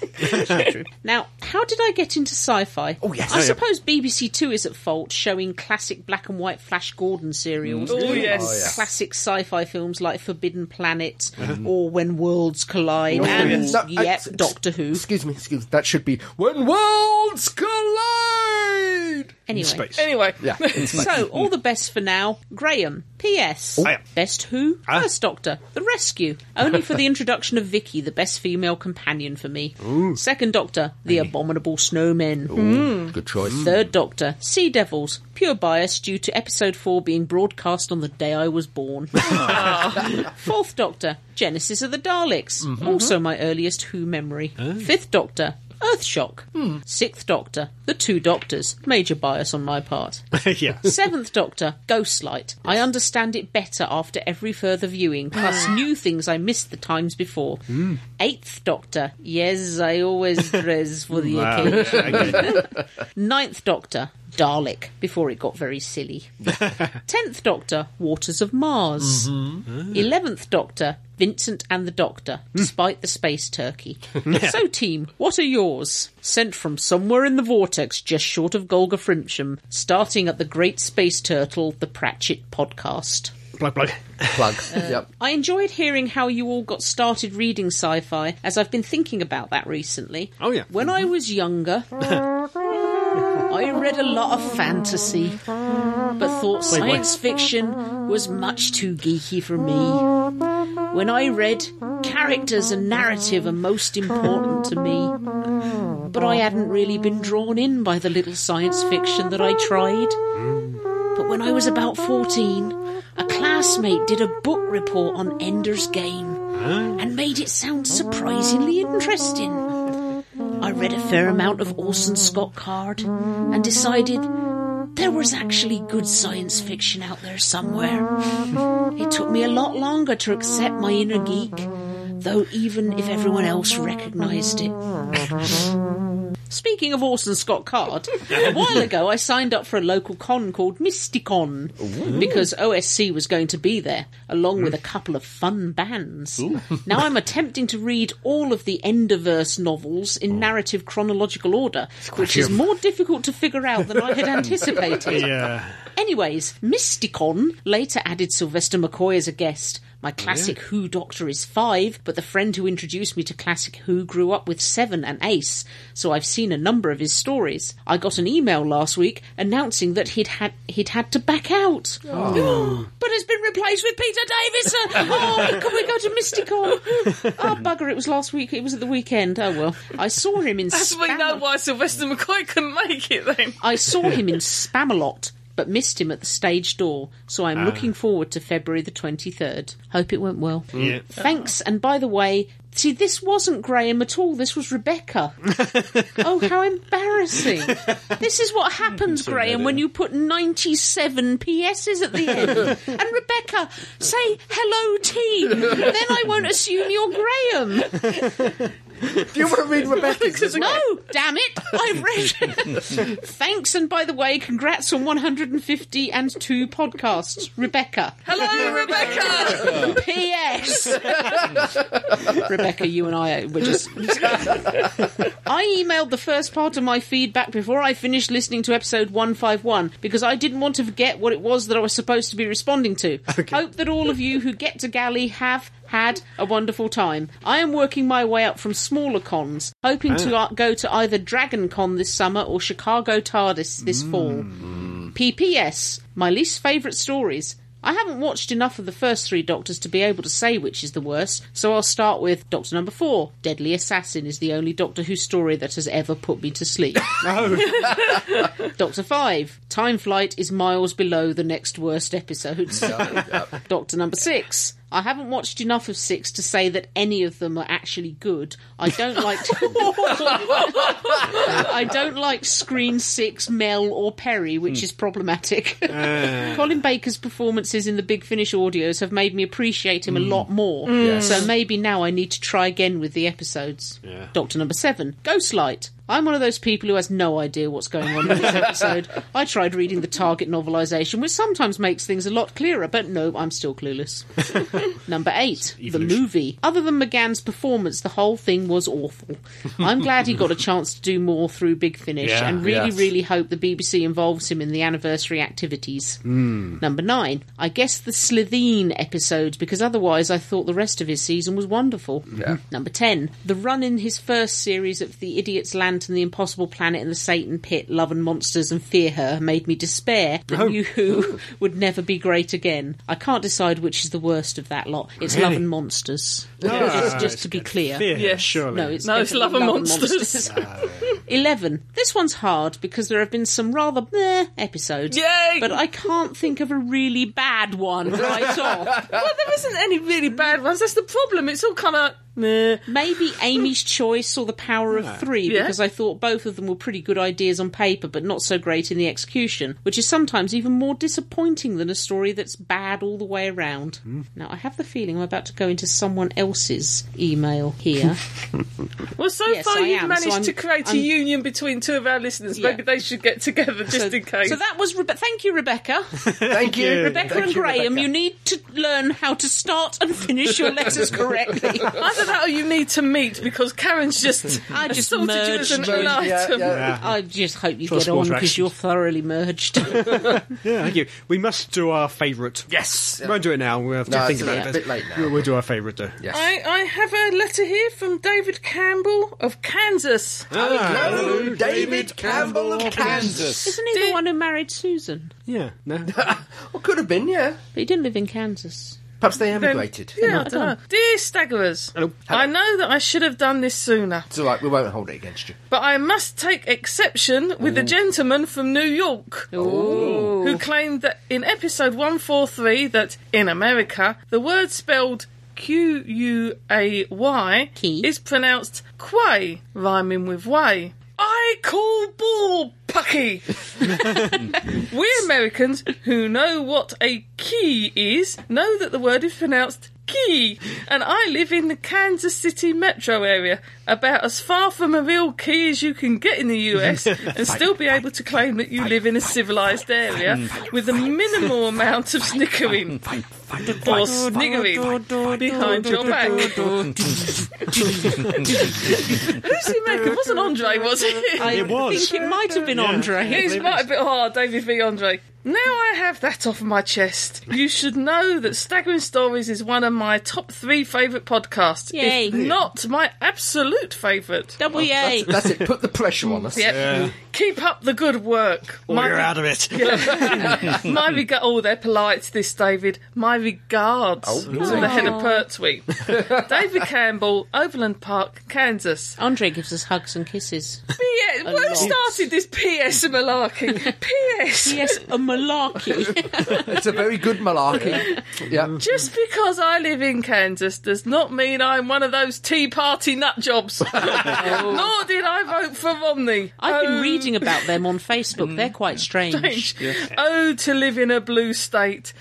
[SPEAKER 1] now, how did I get into sci-fi? Oh
[SPEAKER 3] yes.
[SPEAKER 1] I suppose BBC Two is at fault showing classic black and white Flash Gordon serials.
[SPEAKER 2] Oh, yes. Oh,
[SPEAKER 3] yes.
[SPEAKER 1] classic sci-fi films like Forbidden Planet or When Worlds Collide,
[SPEAKER 3] Oh,
[SPEAKER 1] and
[SPEAKER 3] No, I-
[SPEAKER 1] yep,
[SPEAKER 3] s-
[SPEAKER 1] Doctor Who.
[SPEAKER 3] Excuse me, excuse me. That should be when worlds collide.
[SPEAKER 1] Anyway.
[SPEAKER 4] space.
[SPEAKER 2] Anyway,
[SPEAKER 3] Yeah.
[SPEAKER 1] So, all the best for now. Graham, P.S.
[SPEAKER 4] Hiya.
[SPEAKER 1] Best Who? First Doctor, The Rescue. Only for the introduction of Vicky, the best female companion for me. Second Doctor, The Abominable Snowmen.
[SPEAKER 3] Good choice.
[SPEAKER 1] Third Doctor, Sea Devils. Pure bias due to Episode 4 being broadcast on the day I was born. Fourth Doctor, Genesis of the Daleks. Also my earliest Who memory. Fifth Doctor, Earthshock. Sixth Doctor, The Two Doctors. Major bias on my part.
[SPEAKER 4] yeah.
[SPEAKER 1] Seventh Doctor, Ghostlight. I understand it better after every further viewing, plus new things I missed the times before. Eighth Doctor, yes, I always dress for the occasion. Ninth Doctor, Dalek, before it got very silly. Tenth Doctor, Waters of Mars.
[SPEAKER 4] Mm-hmm. Ah.
[SPEAKER 1] Eleventh Doctor, Vincent and the Doctor,
[SPEAKER 4] Hmm.
[SPEAKER 1] despite the space turkey. So, team, what are yours? Sent from somewhere in the vortex just short of Golga Frimsham, starting at the Great Space Turtle, the Pratchett podcast.
[SPEAKER 4] Plug, plug.
[SPEAKER 3] Plug. yep.
[SPEAKER 1] I enjoyed hearing how you all got started reading sci fi, as I've been thinking about that recently.
[SPEAKER 4] Oh, yeah.
[SPEAKER 1] When I was younger. I read a lot of fantasy, but thought science fiction was much too geeky for me. When I read, characters and narrative are most important to me, but I hadn't really been drawn in by the little science fiction that I tried. But when I was about 14, a classmate did a book report on Ender's Game and made it sound surprisingly interesting. I read a fair amount of Orson Scott Card and decided there was actually good science fiction out there somewhere. It took me a lot longer to accept my inner geek, though, even if everyone else recognized it. Speaking of Orson Scott Card, a while ago I signed up for a local con called Mysticon because OSC was going to be there, along with a couple of fun bands. now I'm attempting to read all of the Enderverse novels in narrative chronological order, which is more difficult to figure out than I had anticipated.
[SPEAKER 4] Yeah.
[SPEAKER 1] Anyways, Mysticon later added Sylvester McCoy as a guest. My classic Who doctor is five, but the friend who introduced me to classic Who grew up with seven and Ace, so I've seen a number of his stories. I got an email last week announcing that he'd had he'd had to back out,
[SPEAKER 2] Oh.
[SPEAKER 1] but has been replaced with Peter Davison. oh, can we go to Mysticon? Oh bugger! It was last week. It was at the weekend. Oh well, I saw him in.
[SPEAKER 2] that's we know
[SPEAKER 1] Spamalot.
[SPEAKER 2] why Sylvester McCoy couldn't make it then.
[SPEAKER 1] I saw him in Spamalot, but missed him at the stage door, so I'm looking forward to February the 23rd. Hope it went well.
[SPEAKER 4] Yeah.
[SPEAKER 1] Thanks, and by the way, see, this wasn't Graham at all, this was Rebecca. oh, how embarrassing. This is what happens, Graham, when you put 97 PSs at the end. and Rebecca, say hello, team, then I won't assume you're Graham.
[SPEAKER 3] Do you want to read Rebecca's? as well?
[SPEAKER 1] No, damn it! I've read. Thanks, and by the way, congrats on 150 and two podcasts, Rebecca.
[SPEAKER 2] Hello, Rebecca.
[SPEAKER 1] P.S. Rebecca, you and I uh, were just. I emailed the first part of my feedback before I finished listening to episode 151 because I didn't want to forget what it was that I was supposed to be responding to. Hope that all of you who get to Galley have had a wonderful time. I am working my way up from smaller cons, hoping to uh, go to either Dragon Con this summer or Chicago TARDIS this fall. PPS, my least favourite stories. I haven't watched enough of the first three Doctors to be able to say which is the worst, so I'll start with Doctor Number Four. Deadly Assassin is the only Doctor Who story that has ever put me to sleep. Doctor Five. Time Flight is miles below the next worst episode. Doctor Number Six. I haven't watched enough of six to say that any of them are actually good. I don't like. I don't like Screen Six, Mel or Perry, which is problematic. Colin Baker's performances in the Big Finish audios have made me appreciate him a lot more. So maybe now I need to try again with the episodes. Doctor Number Seven, Ghostlight. I'm one of those people who has no idea what's going on in this episode. I tried reading the Target novelisation, which sometimes makes things a lot clearer, but no, I'm still clueless. Number eight, the movie. Other than McGann's performance, the whole thing was awful. I'm glad he got a chance to do more through Big Finish
[SPEAKER 4] Yeah.
[SPEAKER 1] and really,
[SPEAKER 3] Yes.
[SPEAKER 1] really hope the BBC involves him in the anniversary activities. Number nine, I guess the Slitheen episode, because otherwise I thought the rest of his season was wonderful. Number ten, the run in his first series of The Idiot's Landing Lantern, The Impossible Planet, and The Satan Pit, Love and Monsters, and Fear Her made me despair that
[SPEAKER 4] Oh.
[SPEAKER 1] You Who would never be great again. I can't decide which is the worst of that lot. It's Love
[SPEAKER 4] Really?
[SPEAKER 1] and Monsters.
[SPEAKER 4] Ah,
[SPEAKER 1] It's just to be clear.
[SPEAKER 4] Fear,
[SPEAKER 2] Yes.
[SPEAKER 4] surely.
[SPEAKER 1] No, it's
[SPEAKER 2] No, it's
[SPEAKER 1] definitely
[SPEAKER 2] Love and Monsters.
[SPEAKER 1] Eleven. This one's hard because there have been some rather meh episodes.
[SPEAKER 2] Yay!
[SPEAKER 1] But I can't think of a really bad one right off.
[SPEAKER 2] well, there isn't any really bad ones. That's the problem. It's all kind of meh.
[SPEAKER 1] Maybe Amy's Choice or The Power of Three
[SPEAKER 2] Yeah.
[SPEAKER 1] because I thought both of them were pretty good ideas on paper but not so great in the execution, which is sometimes even more disappointing than a story that's bad all the way around. Now I have the feeling I'm about to go into someone else's email here.
[SPEAKER 2] Well, so
[SPEAKER 1] Yes,
[SPEAKER 2] far
[SPEAKER 1] I
[SPEAKER 2] you've
[SPEAKER 1] am. So
[SPEAKER 2] managed
[SPEAKER 1] I'm-
[SPEAKER 2] to create
[SPEAKER 1] I'm-
[SPEAKER 2] a union between two of our listeners.
[SPEAKER 1] Yeah.
[SPEAKER 2] Maybe they should get together just in case.
[SPEAKER 1] So that was Rebe- thank you, Rebecca.
[SPEAKER 3] Thank you.
[SPEAKER 1] Rebecca
[SPEAKER 3] Thank
[SPEAKER 1] and
[SPEAKER 3] you,
[SPEAKER 1] Graham,
[SPEAKER 3] Rebecca.
[SPEAKER 1] you need to learn how to start and finish your letters correctly.
[SPEAKER 2] Either that or you need to meet because Karen's just
[SPEAKER 1] I just
[SPEAKER 2] assaulted you as an,
[SPEAKER 1] merged
[SPEAKER 2] an
[SPEAKER 1] you.
[SPEAKER 3] Yeah,
[SPEAKER 2] item.
[SPEAKER 3] yeah.
[SPEAKER 1] I just hope you
[SPEAKER 4] Try
[SPEAKER 1] get
[SPEAKER 4] sport
[SPEAKER 1] on because
[SPEAKER 4] directions.
[SPEAKER 1] you're thoroughly merged.
[SPEAKER 4] Yeah, thank you. We must do our favourite.
[SPEAKER 3] Yes.
[SPEAKER 4] We won't do it now. We'll have to
[SPEAKER 3] No,
[SPEAKER 4] think
[SPEAKER 3] it's
[SPEAKER 4] about
[SPEAKER 3] a
[SPEAKER 4] it.
[SPEAKER 3] bit late now.
[SPEAKER 4] We'll, we'll do our favourite, though.
[SPEAKER 3] Yes.
[SPEAKER 2] I, I have a letter here from David Campbell of Kansas.
[SPEAKER 3] Hello, David Campbell of Kansas.
[SPEAKER 1] Isn't he the one who married Susan?
[SPEAKER 4] Yeah, no.
[SPEAKER 3] Well, could have been, yeah.
[SPEAKER 1] But he didn't live in Kansas.
[SPEAKER 3] Perhaps they emigrated.
[SPEAKER 2] Yeah, I dunno. Dear Staggerers, I know that I should have done this sooner,
[SPEAKER 3] It's all right. We won't hold it against you.
[SPEAKER 2] but I must take exception with the gentleman from New York who claimed that in episode 143 that in America the word spelled Q U A Y
[SPEAKER 1] Key.
[SPEAKER 2] is pronounced quay, rhyming with way. I call ball pucky. we Americans who know what a key is know that the word is pronounced key, and I live in the Kansas City metro area, about as far from a real key as you can get in the US, and still be able to claim that you live in a civilized area with a minimal amount of snickering or sniggering behind your back. Who's the American? It wasn't Andre, Oh, was it?
[SPEAKER 1] I
[SPEAKER 4] It was.
[SPEAKER 1] think it might have been Andre.
[SPEAKER 2] It's might a bit hard, David V. Andre. Now I have that off my chest. You should know that Staggering Stories is one of my top three favourite podcasts.
[SPEAKER 1] Yay.
[SPEAKER 2] If not my absolute favourite.
[SPEAKER 1] Double E yay.
[SPEAKER 3] That's it. Put the pressure on us.
[SPEAKER 2] Yep. Keep up the good work.
[SPEAKER 4] Or
[SPEAKER 2] my,
[SPEAKER 4] you're out of it.
[SPEAKER 2] my regard. Oh, they're polite. This David. My regards to the head of Pertwee, David Campbell, Overland Park, Kansas.
[SPEAKER 1] Andre gives us hugs and kisses.
[SPEAKER 2] P.S. Who
[SPEAKER 1] lot.
[SPEAKER 2] started this P.S. malarkey? P.S.
[SPEAKER 1] Yes, a malarkey.
[SPEAKER 3] It's a very good malarkey. Yeah.
[SPEAKER 1] Mm.
[SPEAKER 2] Just because I live in Kansas does not mean I'm one of those Tea Party nut jobs. Nor did I vote for Romney.
[SPEAKER 1] I've been
[SPEAKER 2] Oh,
[SPEAKER 1] reading about them on Facebook. They're quite strange.
[SPEAKER 2] mm. strange. Oh, to live in a blue state.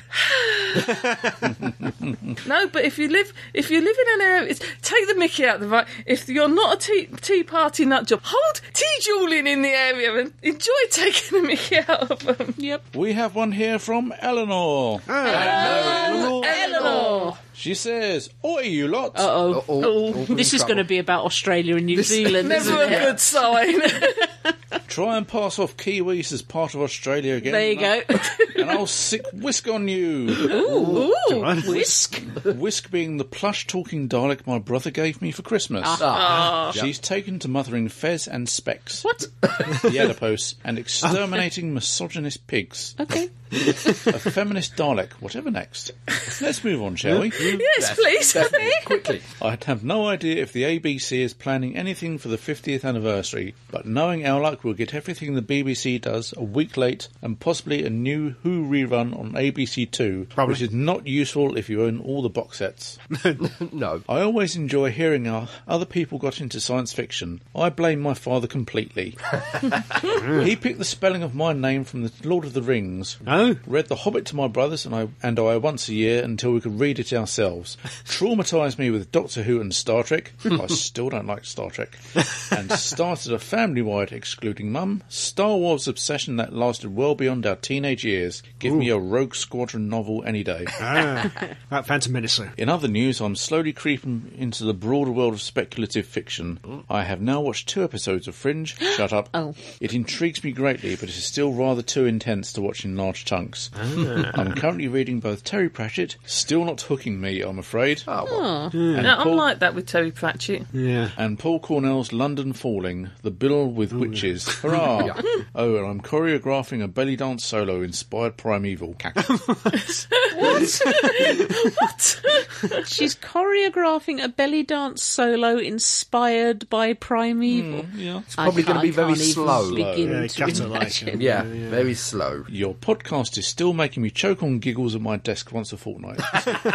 [SPEAKER 2] no, but if you live, if you live in an area, it's, take the Mickey out the right. If you're not a tea, tea Party nut job, hold tea juuling in the area and enjoy taking the Mickey out of them.
[SPEAKER 5] We have one here from Eleanor.
[SPEAKER 2] Eleanor.
[SPEAKER 5] She says, Oi, you lot.
[SPEAKER 1] Uh-oh.
[SPEAKER 3] Oh, oh, we're
[SPEAKER 1] This
[SPEAKER 3] in
[SPEAKER 1] is going to
[SPEAKER 3] trouble.
[SPEAKER 1] be about Australia and New Zealand.
[SPEAKER 2] Never
[SPEAKER 1] isn't
[SPEAKER 2] a
[SPEAKER 1] it?
[SPEAKER 2] good sign.
[SPEAKER 5] Try and pass off Kiwis as part of Australia again.
[SPEAKER 1] There you
[SPEAKER 5] and
[SPEAKER 1] go.
[SPEAKER 5] I'll- And I'll sick whisk on you.
[SPEAKER 2] Ooh,
[SPEAKER 1] Whisk.
[SPEAKER 5] whisk being the plush talking Dalek my brother gave me for Christmas.
[SPEAKER 1] Ah.
[SPEAKER 5] She's taken to mothering Fez and Specs.
[SPEAKER 1] What?
[SPEAKER 5] the adipose, and exterminating misogynist pigs.
[SPEAKER 1] Okay.
[SPEAKER 5] A feminist Dalek, whatever next. Let's move on, shall we?
[SPEAKER 2] yes, please.
[SPEAKER 3] quickly.
[SPEAKER 5] I have no idea if the ABC is planning anything for the 50th anniversary, but knowing our luck, we'll get everything the BBC does a week late and possibly a new Who rerun on ABC2, which is not useful if you own all the box sets.
[SPEAKER 3] No.
[SPEAKER 5] I always enjoy hearing how other people got into science fiction. I blame my father completely. he picked the spelling of my name from The Lord of the Rings.
[SPEAKER 4] Oh.
[SPEAKER 5] Read The Hobbit to my brothers and I, and I once a year until we could read it ourselves. Traumatised me with Doctor Who and Star Trek. I still don't like Star Trek. And started a family wide exclusive including Mum, Star Wars obsession that lasted well beyond our teenage years. Give me a Rogue Squadron novel any day.
[SPEAKER 4] Ah, That Phantom Menace. though.
[SPEAKER 5] In other news, I'm slowly creeping into the broader world of speculative fiction. I have now watched two episodes of Fringe. Shut up.
[SPEAKER 1] Oh.
[SPEAKER 5] It intrigues me greatly, but it is still rather too intense to watch in large chunks. I'm currently reading both Terry Pratchett, still not hooking me, I'm afraid,
[SPEAKER 3] Ah.
[SPEAKER 1] Oh.
[SPEAKER 2] No, I'm
[SPEAKER 5] Paul-
[SPEAKER 2] like that with Terry Pratchett.
[SPEAKER 4] Yeah.
[SPEAKER 5] and Paul Cornell's London Falling, The Bill with Witches. Hurrah! Oh, and I'm choreographing a belly dance solo inspired Primeval.
[SPEAKER 1] She's choreographing a belly dance solo inspired by Primeval.
[SPEAKER 5] yeah.
[SPEAKER 1] It's
[SPEAKER 3] probably gonna be very slow.
[SPEAKER 1] Begin
[SPEAKER 4] Yeah,
[SPEAKER 1] to
[SPEAKER 4] gutter-like,
[SPEAKER 1] imagine.
[SPEAKER 3] Yeah, very slow.
[SPEAKER 5] Your podcast is still making me choke on giggles at my desk once a fortnight.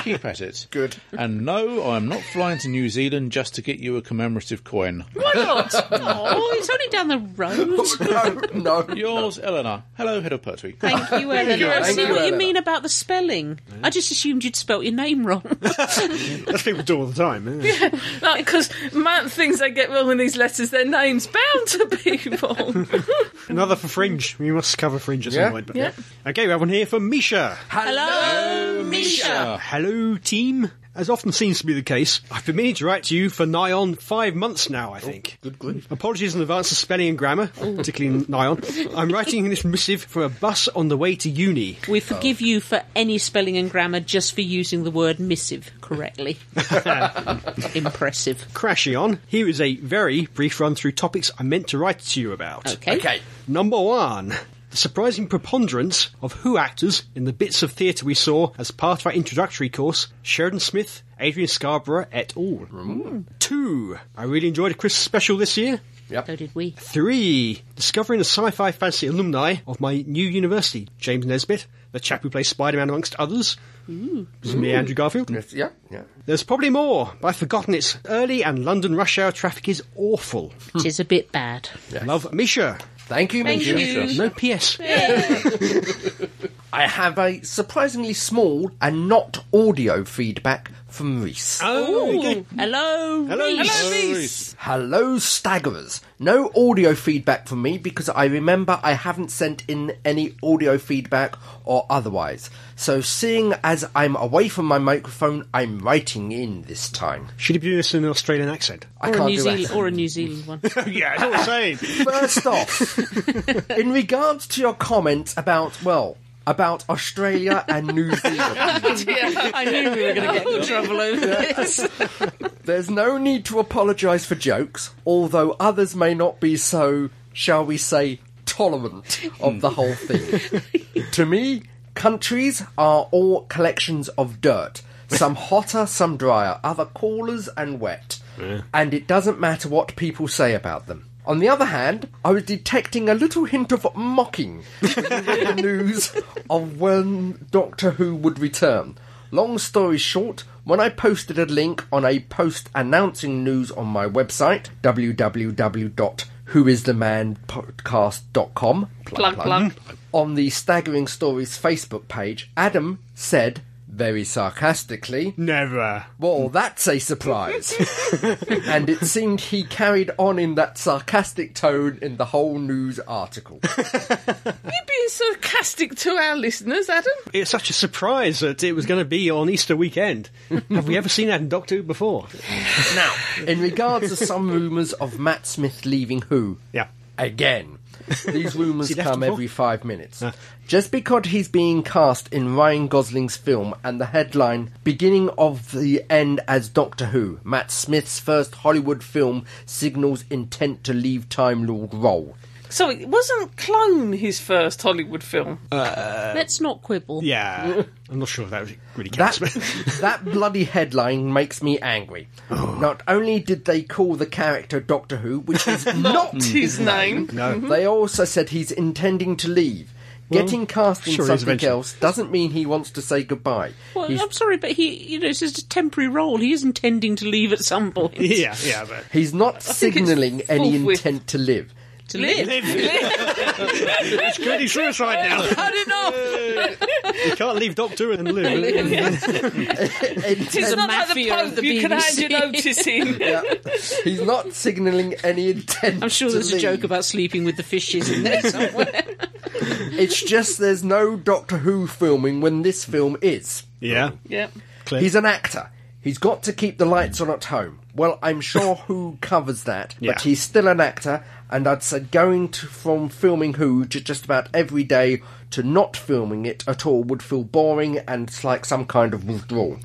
[SPEAKER 5] Keep at it.
[SPEAKER 3] Good.
[SPEAKER 5] And no, I am not flying to New Zealand just to get you a commemorative coin.
[SPEAKER 2] Why not?
[SPEAKER 1] Oh, it's only down the road.
[SPEAKER 3] no, no.
[SPEAKER 5] Yours, Eleanor. Hello, head of Pertwee.
[SPEAKER 1] Thank you, Eleanor.
[SPEAKER 3] Eleanor.
[SPEAKER 1] I see
[SPEAKER 3] Thank you,
[SPEAKER 1] what you
[SPEAKER 3] Eleanor.
[SPEAKER 1] mean about the spelling. I just assumed you'd spelt your name wrong.
[SPEAKER 4] That's people do all the time. Yeah.
[SPEAKER 2] Because man things they get wrong in these letters, their names bound to be wrong.
[SPEAKER 4] Another for Fringe. We must cover Fringe at
[SPEAKER 3] Yeah.
[SPEAKER 4] some point. But
[SPEAKER 2] Yeah.
[SPEAKER 4] Okay, we have one here from Misha.
[SPEAKER 1] Hello, Misha.
[SPEAKER 4] Hello, team. As often seems to be the case, I've been meaning to write to you for nigh on five months now, I think.
[SPEAKER 3] Good grief.
[SPEAKER 4] Apologies in advance for spelling and grammar, particularly nigh on. I'm writing this missive from a bus on the way to uni.
[SPEAKER 1] We forgive you for any spelling and grammar just for using the word missive correctly. Impressive.
[SPEAKER 4] Crashing on, here is a very brief run through topics I meant to write to you about.
[SPEAKER 1] Okay.
[SPEAKER 3] Okay.
[SPEAKER 4] Number one. The surprising preponderance of Who actors in the bits of theatre we saw as part of our introductory course, Sheridan Smith, Adrian Scarborough et al. Two, I really enjoyed a Christmas special this year.
[SPEAKER 1] So did we.
[SPEAKER 4] Three, discovering the sci fi fantasy alumni of my new university, James Nesbitt, the chap who plays Spider Man amongst others. This is me, Andrew Garfield.
[SPEAKER 3] Yes, yeah, yeah.
[SPEAKER 4] There's probably more, but I've forgotten it's early and London rush hour traffic is awful.
[SPEAKER 1] It is a bit bad.
[SPEAKER 4] Love Misha.
[SPEAKER 3] Thank you,
[SPEAKER 1] Thank
[SPEAKER 3] Misha.
[SPEAKER 1] you.
[SPEAKER 4] No PS.
[SPEAKER 3] I have a surprisingly small and not audio feedback from Reese.
[SPEAKER 4] Oh, okay.
[SPEAKER 1] Ooh, hello,
[SPEAKER 4] Hello,
[SPEAKER 1] Reese.
[SPEAKER 4] hello,
[SPEAKER 5] Reese.
[SPEAKER 3] Hello, staggerers. No audio feedback from me because I remember I haven't sent in any audio feedback or otherwise. So, seeing as I'm away from my microphone, I'm writing in this time.
[SPEAKER 4] Should he be doing this in an Australian accent?
[SPEAKER 3] I
[SPEAKER 1] Or a,
[SPEAKER 3] can't
[SPEAKER 1] Oh, New
[SPEAKER 3] do
[SPEAKER 1] Zealand,
[SPEAKER 3] that.
[SPEAKER 1] or a New Zealand one.
[SPEAKER 4] yeah, that's what I'm saying.
[SPEAKER 3] First off, in regards to your comment about, well, about Australia and New Zealand.
[SPEAKER 1] Oh, I knew we were going to get in trouble over this.
[SPEAKER 3] There's no need to apologise for jokes, although others may not be so, shall we say, tolerant of the whole thing. to me, countries are all collections of dirt. Some hotter, some drier, other coolers and wet. And it doesn't matter what people say about them. On the other hand, I was detecting a little hint of mocking when you read the news of when Doctor Who would return. Long story short, when I posted a link on a post announcing news on my website, www.whoisthemanpodcast.com,
[SPEAKER 2] Plug, plug.
[SPEAKER 3] on the Staggering Stories Facebook page, Adam said, very sarcastically,
[SPEAKER 4] Never.
[SPEAKER 3] well, that's a surprise. and it seemed he carried on in that sarcastic tone in the whole news article.
[SPEAKER 2] You're being sarcastic to our listeners, Adam.
[SPEAKER 4] It's such a surprise that it was going to be on Easter weekend. Have we ever seen that in Doctor Who before?
[SPEAKER 3] now, in regards to some rumours of Matt Smith leaving Who,
[SPEAKER 4] Yeah.
[SPEAKER 3] again. These rumours
[SPEAKER 4] Has he left
[SPEAKER 3] come
[SPEAKER 4] before?
[SPEAKER 3] every five minutes. Just because he's being cast in Ryan Gosling's film and the headline beginning of the end as Doctor Who, Matt Smith's first Hollywood film signals intent to leave Time Lord role.
[SPEAKER 2] So it wasn't Clone his first Hollywood film.
[SPEAKER 1] Let's not quibble.
[SPEAKER 4] Uh, Yeah. I'm not sure if that really counts. but-
[SPEAKER 3] That, that bloody headline makes me angry. Not only did they call the character Doctor Who, which is not
[SPEAKER 2] his name.
[SPEAKER 3] Mm-hmm. They also said he's intending to leave. Getting cast in
[SPEAKER 4] sure he is
[SPEAKER 3] something
[SPEAKER 4] eventually.
[SPEAKER 3] else doesn't mean he wants to say goodbye.
[SPEAKER 1] Well,
[SPEAKER 3] he's,
[SPEAKER 1] I'm sorry, but he, you know, it's just a temporary role. He is intending to leave at some point.
[SPEAKER 4] yeah, yeah, but
[SPEAKER 3] he's not
[SPEAKER 2] think it's
[SPEAKER 3] signalling any
[SPEAKER 2] forthwith.
[SPEAKER 3] intent to live.
[SPEAKER 1] to live.
[SPEAKER 4] It's committing suicide now.
[SPEAKER 2] Had enough.
[SPEAKER 4] You can't leave Doctor and Lou.
[SPEAKER 2] It's not like the
[SPEAKER 1] mafia of
[SPEAKER 2] Pope.
[SPEAKER 1] the
[SPEAKER 2] you can hand your
[SPEAKER 1] BBC.
[SPEAKER 2] notice in.
[SPEAKER 3] He's not signalling any intent.
[SPEAKER 1] I'm sure
[SPEAKER 3] to
[SPEAKER 1] there's a joke
[SPEAKER 3] leave.
[SPEAKER 1] about sleeping with the fishes in there somewhere.
[SPEAKER 3] It's just there's no Doctor Who filming when this film is.
[SPEAKER 4] Yeah.
[SPEAKER 1] yeah.
[SPEAKER 4] Clear.
[SPEAKER 3] He's an actor. He's got to keep the lights on at home. Well, I'm sure who covers that,
[SPEAKER 4] Yeah.
[SPEAKER 3] but he's still an actor, and I'd say going to, from filming Who to just about every day to not filming it at all would feel boring and it's like some kind of withdrawal.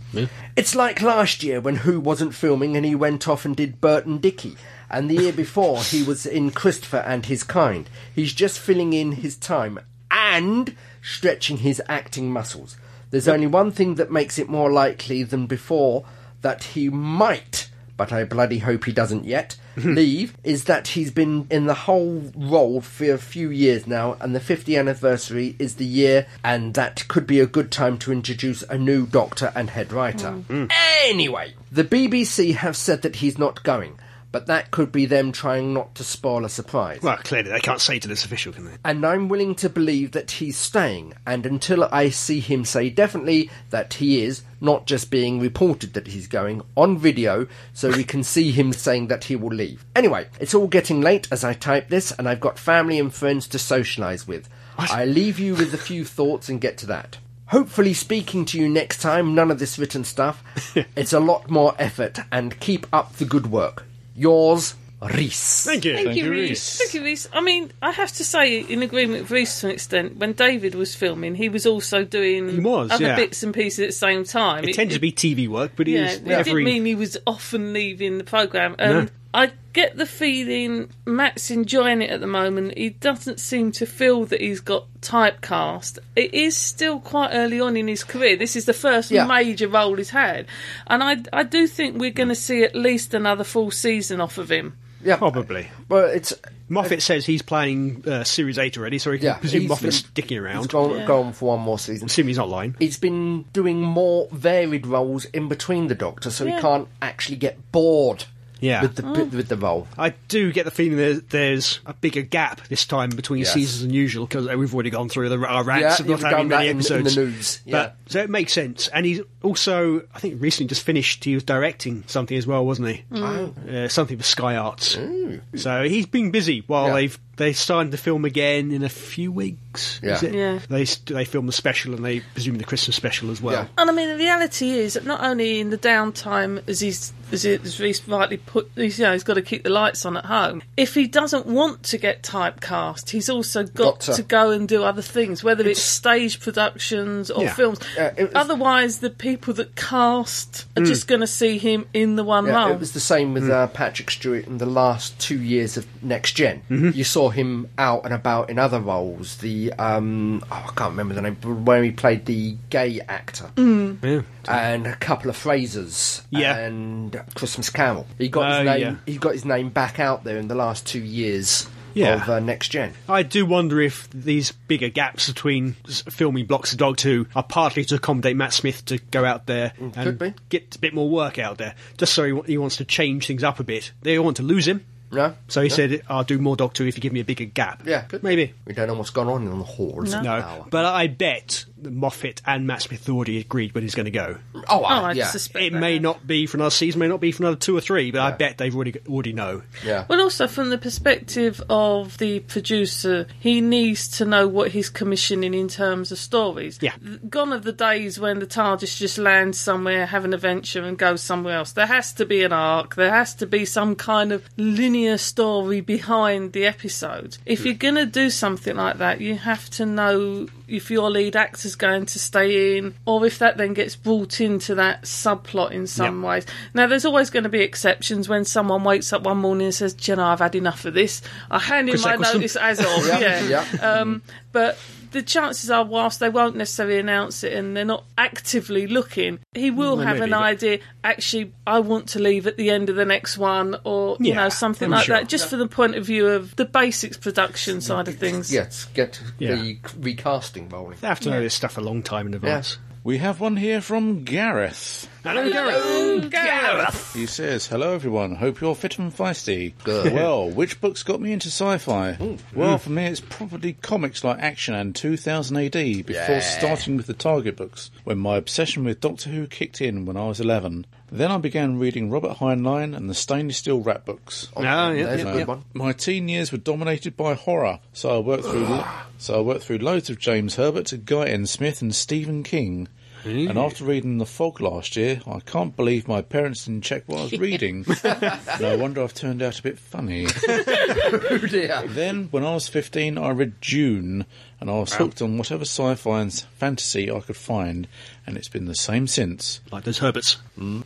[SPEAKER 3] It's like last year when Who wasn't filming and he went off and did Bert and Dicky, and the year before he was in Christopher and His Kind. He's just filling in his time and stretching his acting muscles. There's only one thing that makes it more likely than before that he might, but I bloody hope he doesn't yet, leave, is that he's been in the whole role for a few years now, and the 50th anniversary is the year, and that could be a good time to introduce a new doctor and head writer. Anyway, the BBC have said that he's not going. But that could be them trying not to spoil a surprise.
[SPEAKER 4] Well, clearly they can't say to this official, can they?
[SPEAKER 3] And I'm willing to believe that he's staying, and until I see him say definitely that he is, not just being reported that he's going, on video, so we can see him saying that he will leave. Anyway, it's all getting late as I type this, and I've got family and friends to socialise with. I leave you with a few thoughts and get to that. Hopefully, speaking to you next time, none of this written stuff. it's a lot more effort, and keep up the good work. Yours, Reese.
[SPEAKER 4] Thank you.
[SPEAKER 5] Thank you, Reese.
[SPEAKER 2] Thank you, Reese. I mean, I have to say, in agreement with Reese to an extent, when David was filming, he was also doing
[SPEAKER 4] He was,
[SPEAKER 2] other
[SPEAKER 4] yeah.
[SPEAKER 2] bits and pieces at the same time.
[SPEAKER 4] It tends to be TV work, but it
[SPEAKER 2] Yeah,
[SPEAKER 4] is
[SPEAKER 2] it
[SPEAKER 4] every.
[SPEAKER 2] didn't mean he was often leaving the programme. Um, I get the feeling Matt's enjoying it at the moment. He doesn't seem to feel that he's got typecast. It is still quite early on in his career. This is the first
[SPEAKER 3] Yeah.
[SPEAKER 2] major role he's had. And I, I do think we're going to see at least another full season off of him.
[SPEAKER 3] Yeah,
[SPEAKER 4] Probably.
[SPEAKER 3] Well, it's
[SPEAKER 4] Moffat says he's playing uh, Series 8 already, so he can
[SPEAKER 3] Yeah,
[SPEAKER 4] presume
[SPEAKER 3] he's
[SPEAKER 4] Moffat's
[SPEAKER 3] been-
[SPEAKER 4] sticking
[SPEAKER 3] He's
[SPEAKER 4] around.
[SPEAKER 3] gone, gone for one more season.
[SPEAKER 4] Assume he's not lying.
[SPEAKER 3] He's been doing more varied roles in between the Doctor, so he
[SPEAKER 2] Yeah.
[SPEAKER 3] can't actually get bored
[SPEAKER 4] Yeah.
[SPEAKER 3] with the with the role.
[SPEAKER 4] I do get the feeling that there's a bigger gap this time between
[SPEAKER 3] Yes.
[SPEAKER 4] seasons than usual because we've already gone through the, our rants
[SPEAKER 3] Yeah,
[SPEAKER 4] of not
[SPEAKER 3] you've done
[SPEAKER 4] having many
[SPEAKER 3] that in- in the
[SPEAKER 4] episodes.
[SPEAKER 3] news, yeah.
[SPEAKER 4] But, so it makes sense. And he's also, I think, recently just finished. He was directing something as well, wasn't he?
[SPEAKER 3] Oh.
[SPEAKER 4] Uh, something for Sky Arts. So he's been busy while
[SPEAKER 3] Yeah.
[SPEAKER 4] they've they started to film again in a few weeks. Is
[SPEAKER 3] Yeah.
[SPEAKER 4] it?
[SPEAKER 2] Yeah.
[SPEAKER 4] They s- they film the special and they presume the Christmas special as well.
[SPEAKER 3] Yeah.
[SPEAKER 2] And I mean, the reality is that not only in the downtime, as he's as, he, as Reece rightly put, he's, you know, he's got to keep the lights on at home. If he doesn't want to get typecast, he's also got
[SPEAKER 3] Got to.
[SPEAKER 2] to. go and do other things, whether it's, stage productions or
[SPEAKER 4] Yeah.
[SPEAKER 2] films.
[SPEAKER 3] Uh, it was- Mm.
[SPEAKER 2] Otherwise, the people that cast are just going to see him in the one
[SPEAKER 3] Yeah,
[SPEAKER 2] role.
[SPEAKER 3] it was the same
[SPEAKER 4] Hmm.
[SPEAKER 3] with uh, Patrick Stewart in the last two years of Next general
[SPEAKER 4] Mm-hmm.
[SPEAKER 3] You saw him out and about in other roles. The um, oh, I can't remember the name, but where he played the gay actor, and a couple of Frasers,
[SPEAKER 4] Yeah.
[SPEAKER 3] and Christmas Carol. He got
[SPEAKER 4] Oh,
[SPEAKER 3] his name.
[SPEAKER 4] yeah.
[SPEAKER 3] He got his name back out there in the last two years
[SPEAKER 4] Yeah.
[SPEAKER 3] of uh, Next Gen.
[SPEAKER 4] I do wonder if these bigger gaps between s- filming blocks of Dog 2 are partly to accommodate Matt Smith to go out there and
[SPEAKER 3] Mm, could be.
[SPEAKER 4] get a bit more work out there, just so he, wa- he wants to change things up a bit. They want to lose him.
[SPEAKER 3] No,
[SPEAKER 4] So he said, I'll do more Dog 2 if you give me a bigger gap.
[SPEAKER 3] Yeah,
[SPEAKER 4] Maybe.
[SPEAKER 3] We don't know what's gone on in the halls.
[SPEAKER 4] No.
[SPEAKER 3] Hour.
[SPEAKER 4] But I bet that Moffat and Matt Smith already agreed when he's going to go.
[SPEAKER 3] oh,
[SPEAKER 2] Oh,
[SPEAKER 3] uh,
[SPEAKER 2] I
[SPEAKER 3] yeah,
[SPEAKER 2] suspect
[SPEAKER 4] It
[SPEAKER 2] that
[SPEAKER 4] may
[SPEAKER 2] happened.
[SPEAKER 4] not be for another season, may not be for another two or three, but I bet they've already already know.
[SPEAKER 3] yeah.
[SPEAKER 2] Well, also from the perspective of the producer, he needs to know what he's commissioning in terms of stories.
[SPEAKER 4] Yeah.
[SPEAKER 2] Gone are the days when the TARDIS just lands somewhere, have an adventure, and goes somewhere else. There has to be an arc. There has to be some kind of linear story behind the episode. If you're going to do something like that, you have to know if your lead actor's going to stay in or if that then gets brought into that subplot in some
[SPEAKER 4] Yeah.
[SPEAKER 2] ways. Now, there's always going to be exceptions when someone wakes up one morning and says, "Jenna, I've had enough of this. I hand in
[SPEAKER 4] Chris
[SPEAKER 2] my
[SPEAKER 4] Eccleston.
[SPEAKER 2] notice as of." yeah.
[SPEAKER 3] yeah.
[SPEAKER 2] Um, but the chances are, whilst they won't necessarily announce it and they're not actively looking, he will have
[SPEAKER 4] maybe,
[SPEAKER 2] an
[SPEAKER 4] but-
[SPEAKER 2] idea. Actually, I want to leave at the end of the next one, or you
[SPEAKER 4] Yeah,
[SPEAKER 2] know something
[SPEAKER 4] I'm
[SPEAKER 2] like
[SPEAKER 4] sure.
[SPEAKER 2] that, just for the point of view of the basics production side of things.
[SPEAKER 3] Yes, get
[SPEAKER 4] Yeah.
[SPEAKER 3] the recasting rolling.
[SPEAKER 4] They have to know this stuff a long time in advance.
[SPEAKER 5] We have one here from Gareth.
[SPEAKER 4] Hello, Gareth.
[SPEAKER 5] He says, Hello everyone, hope you're fit and feisty. Uh, Well, which books got me into sci fi? Well, for me, it's probably comics like Action and 2000 AD before starting with the Target books, when my obsession with Doctor Who kicked in when I was 11. Then I began reading Robert Heinlein and the Stainless Steel Rat books.
[SPEAKER 4] Ah, yeah,
[SPEAKER 3] There's a
[SPEAKER 4] yeah,
[SPEAKER 3] good
[SPEAKER 4] yeah.
[SPEAKER 3] one.
[SPEAKER 5] My teen years were dominated by horror, so I worked through so I worked through loads of James Herbert, Guy N. Smith, and Stephen King. And after reading The Fog last year, I can't believe my parents didn't check what I was reading. no wonder I've turned out a bit funny.
[SPEAKER 3] Oh dear.
[SPEAKER 5] then, when I was 15, I read June, and I was hooked on whatever sci fi and s- fantasy I could find, and it's been the same since.
[SPEAKER 4] Like those Herberts.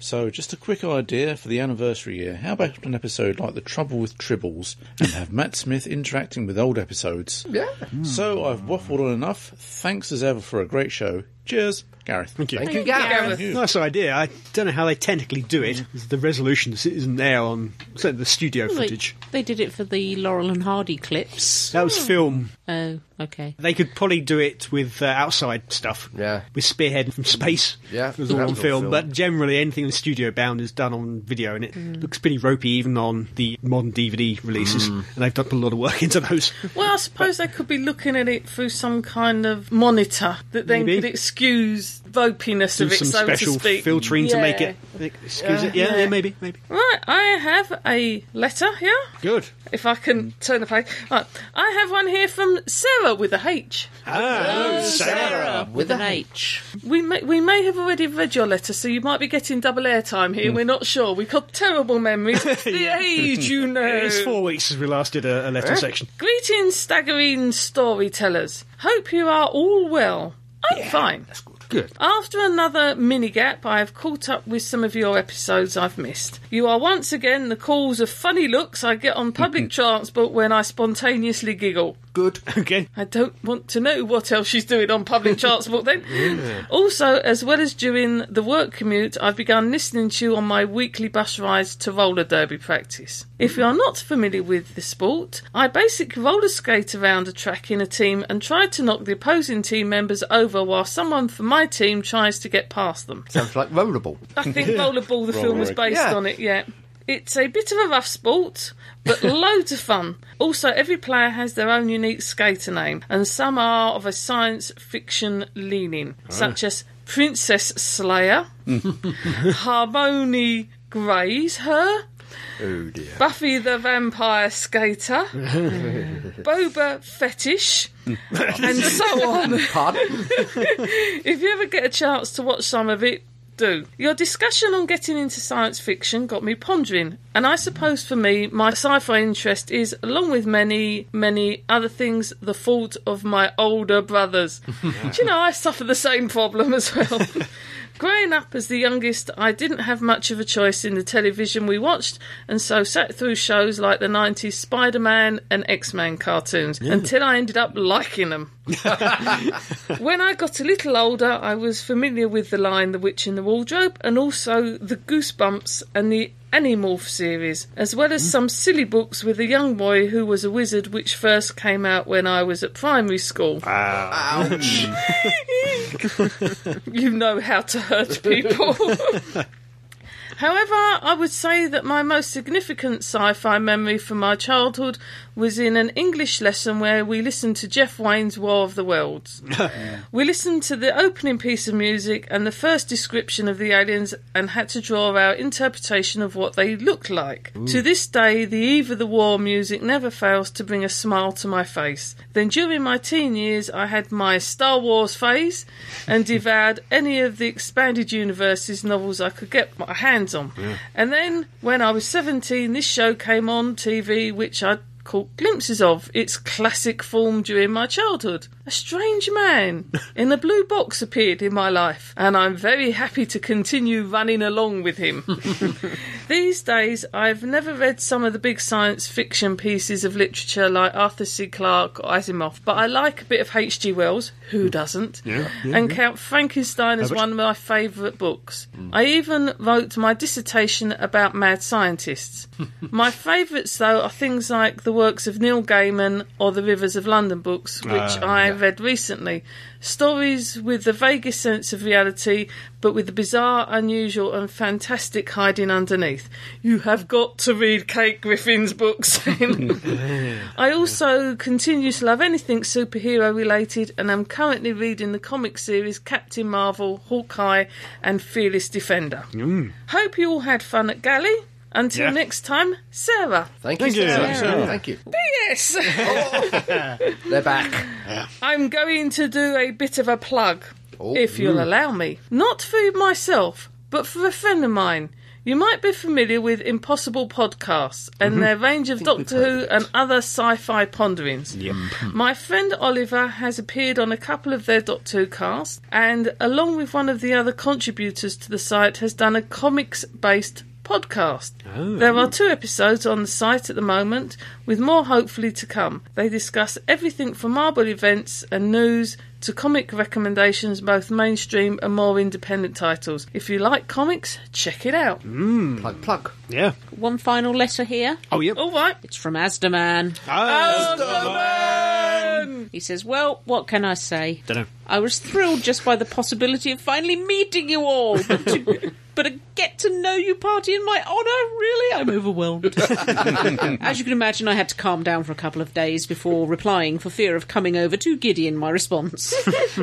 [SPEAKER 5] So, just a quick idea for the anniversary year. How about an episode like The Trouble with Tribbles and have Matt Smith interacting with old episodes?
[SPEAKER 3] Yeah.
[SPEAKER 5] So, I've waffled on enough. Thanks as ever for a great show. Cheers, Gareth.
[SPEAKER 4] Thank you.
[SPEAKER 3] Thank you,
[SPEAKER 5] Thank
[SPEAKER 3] Gareth.
[SPEAKER 5] you.
[SPEAKER 4] Nice idea. I don't know how they technically do it. The resolution isn't there on certainly the studio
[SPEAKER 1] Like,
[SPEAKER 4] footage.
[SPEAKER 1] they did it for the Laurel and Hardy clips.
[SPEAKER 4] That was film.
[SPEAKER 1] Oh, okay.
[SPEAKER 4] They could probably do it with uh, outside stuff.
[SPEAKER 3] Yeah.
[SPEAKER 4] With Spearhead from space.
[SPEAKER 3] Yeah,
[SPEAKER 4] It was all
[SPEAKER 3] that
[SPEAKER 4] on
[SPEAKER 3] was all
[SPEAKER 4] film,
[SPEAKER 3] film.
[SPEAKER 4] But generally, anything in studio bound is done on video, and it looks pretty ropey even on the modern DVD releases. And they've done a lot of work into those.
[SPEAKER 2] Well, I suppose they could be looking at it through some kind of monitor that then
[SPEAKER 4] Maybe.
[SPEAKER 2] could excuse ropiness
[SPEAKER 4] Do
[SPEAKER 2] of it,
[SPEAKER 4] some
[SPEAKER 2] so
[SPEAKER 4] special
[SPEAKER 2] to speak.
[SPEAKER 4] filtering to make
[SPEAKER 2] Yeah.
[SPEAKER 4] it. Excuse
[SPEAKER 2] Yeah.
[SPEAKER 4] it. Yeah,
[SPEAKER 2] Yeah.
[SPEAKER 4] yeah, maybe, maybe.
[SPEAKER 2] Right, I have a letter here.
[SPEAKER 4] Good.
[SPEAKER 2] If I can turn the page. Right, I have one here from Sarah with a H.
[SPEAKER 4] Ah,
[SPEAKER 1] Sarah with an H.
[SPEAKER 2] We may, we may have already read your letter, so you might be getting double airtime here.
[SPEAKER 4] Hmm.
[SPEAKER 2] We're not sure. We've got terrible memories. the age, you know.
[SPEAKER 4] It's four weeks since we last did a, a letter section.
[SPEAKER 2] Greetings, staggering storytellers. Hope you are all well. I'm fine.
[SPEAKER 4] Good.
[SPEAKER 2] After another mini gap, I have caught up with some of your episodes I've missed. You are once again the cause of funny looks I get on public transport when I spontaneously giggle.
[SPEAKER 3] Good.
[SPEAKER 4] Okay.
[SPEAKER 2] I don't want to know what else she's doing on public transport then. Also, as well as during the work commute, I've begun listening to you on my weekly bus rides to roller derby practice. If you are not familiar with the sport, I basically roller skate around a track in a team and try to knock the opposing team members over while someone from my team tries to get past them.
[SPEAKER 3] Sounds like rollerball.
[SPEAKER 2] I think Rollerball, the film, was based
[SPEAKER 3] Yeah.
[SPEAKER 2] on it, yeah. It's a bit of a rough sport, but loads of fun. Also, every player has their own unique skater name, and some are of a science fiction leaning,
[SPEAKER 3] Oh.
[SPEAKER 2] such as Princess Slayer, Harmony Grays, her,
[SPEAKER 3] Oh dear.
[SPEAKER 2] Buffy the Vampire Skater, Boba Fetish, and so on.
[SPEAKER 3] Pardon?
[SPEAKER 2] If you ever get a chance to watch some of it, do. Your discussion on getting into science fiction got me pondering, and I suppose for me, my sci fi interest is, along with many, many other things, the fault of my older brothers. do you know, I suffer the same problem as well. Growing up as the youngest, I didn't have much of a choice in the television we watched, and so sat through shows like the 90s Spider Man and X Men cartoons until I ended up liking them. When I got a little older, I was familiar with The Lion, the Witch in the Wardrobe, and also The Goosebumps and the Animorph series, as well as some silly books with a young boy who was a wizard, which first came out when I was at primary school. you know how to hurt people. However, I would say that my most significant sci fi memory from my childhood was in an English lesson where we listened to Jeff Wayne's War of the Worlds. We listened to the opening piece of music and the first description of the aliens and had to draw our interpretation of what they looked like. To this day, the Eve of the War music never fails to bring a smile to my face. Then during my teen years, I had my Star Wars phase and devoured any of the expanded universes novels I could get my hands on. And then when I was 17, this show came on TV, which I caught glimpses of its classic form during my childhood. A strange man in a blue box appeared in my life, and I'm very happy to continue running along with him. These days, I've never read some of the big science fiction pieces of literature like Arthur C. Clarke or Asimov, but I like a bit of H.G. Wells, who doesn't, and count Frankenstein as one of my favourite books. I even wrote my dissertation about mad scientists. my favourites, though, are things like the works of Neil Gaiman or the Rivers of London books, which I read recently. Stories with the vaguest sense of reality, but with the bizarre, unusual, and fantastic hiding underneath. You have got to read Kate Griffin's books. I also continue to love anything superhero related, and am currently reading the comic series Captain Marvel, Hawkeye, and Fearless Defender. Hope you all had fun at Galley. Until
[SPEAKER 6] Yeah.
[SPEAKER 2] next time, Sarah.
[SPEAKER 3] Thank,
[SPEAKER 4] Thank
[SPEAKER 3] you.
[SPEAKER 4] you.
[SPEAKER 3] Sarah.
[SPEAKER 4] Sarah.
[SPEAKER 3] Thank you.
[SPEAKER 2] Yes.
[SPEAKER 3] They're back.
[SPEAKER 2] I'm going to do a bit of a plug, if you'll allow me. Not for myself, but for a friend of mine. You might be familiar with Impossible Podcasts and their range of Doctor Who and other sci fi ponderings. My friend Oliver has appeared on a couple of their Doctor Who casts, and along with one of the other contributors to the site, has done a comics based podcast.
[SPEAKER 3] Oh.
[SPEAKER 2] There are two episodes on the site at the moment, with more hopefully to come. They discuss everything from Marble events and news to comic recommendations, both mainstream and more independent titles. If you like comics, check it out.
[SPEAKER 3] Mm. Plug, plug.
[SPEAKER 4] Yeah.
[SPEAKER 1] One final letter here.
[SPEAKER 4] Oh, yep.
[SPEAKER 2] All right.
[SPEAKER 1] It's from Asdaman. He says, Well, what can I say?
[SPEAKER 4] Dunno.
[SPEAKER 1] I was thrilled just by the possibility of finally meeting you all. But, to, but a get to know you party in my honour? Really? I'm overwhelmed. As you can imagine, I had to calm down for a couple of days before replying for fear of coming over too giddy in my response.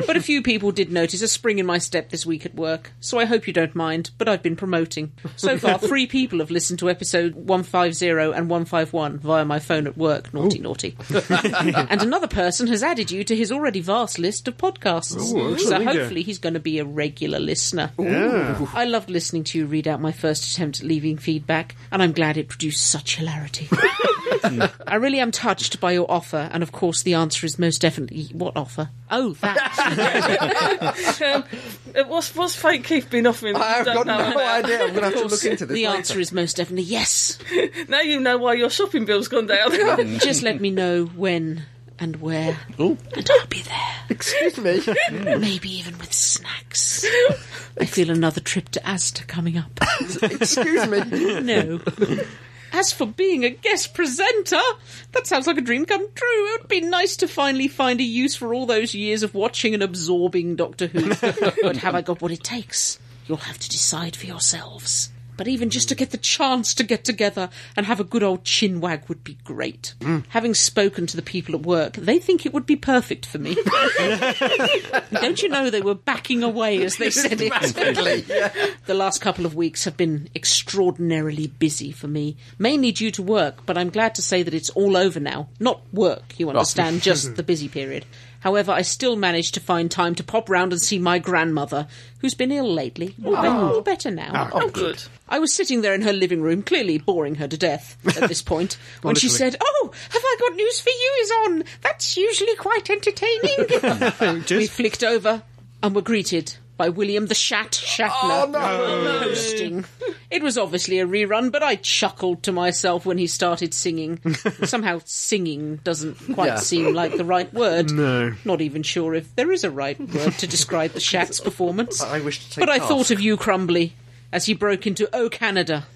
[SPEAKER 1] but a few people did notice a spring in my step this week at work, so I hope you don't mind, but I've been promoting. So far, three people have listened to episode 150 and 151 via my phone at work. Naughty, naughty. and another person has added you to his already vast list of podcasts. so hopefully, he's going to be a regular listener. I loved listening to you read out my first attempt at leaving feedback, and I'm glad it produced such hilarity. I really am touched by your offer, and of course, the answer is most definitely what offer? Oh, that.
[SPEAKER 2] Um, what's, what's Fake Keith been offering? that you
[SPEAKER 3] I've
[SPEAKER 2] don't
[SPEAKER 3] got no
[SPEAKER 2] know about?
[SPEAKER 3] idea. I'm going to have to look into this.
[SPEAKER 1] the
[SPEAKER 3] later.
[SPEAKER 1] answer is most definitely yes.
[SPEAKER 2] Now you know why your shopping bill's gone down.
[SPEAKER 3] Mm.
[SPEAKER 1] Just let me know when and where, and I'll be there.
[SPEAKER 3] Excuse me.
[SPEAKER 1] Maybe even with snacks. I feel another trip to Asda coming up.
[SPEAKER 3] Excuse me.
[SPEAKER 1] No. As for being a guest presenter, that sounds like a dream come true. It would be nice to finally find a use for all those years of watching and absorbing Doctor Who. but have I got what it takes? You'll have to decide for yourselves. But even just to get the chance to get together and have a good old chin wag would be great. Having spoken to the people at work, they think it would be perfect for me. Don't you know they were backing away as they said it? The last couple of weeks have been extraordinarily busy for me, mainly due to work, but I'm glad to say that it's all over now. Not work, you understand, just the busy period. However, I still managed to find time to pop round and see my grandmother, who's been ill lately. All, be- all better now.
[SPEAKER 2] oh, good.
[SPEAKER 1] I was sitting there in her living room, clearly boring her to death at this point, when she said, Oh, have I got news for you is on? That's usually quite entertaining. we flicked over and were greeted by William the Shat Shatner hosting. It was obviously a rerun, but I chuckled to myself when he started singing. Somehow, singing doesn't quite
[SPEAKER 3] Yeah.
[SPEAKER 1] seem like the right word. No. Not even sure if there is a right word to describe the Shat's performance.
[SPEAKER 3] I wish to take
[SPEAKER 1] But I
[SPEAKER 3] task.
[SPEAKER 1] thought of you, Crumbly, as he broke into Oh Canada.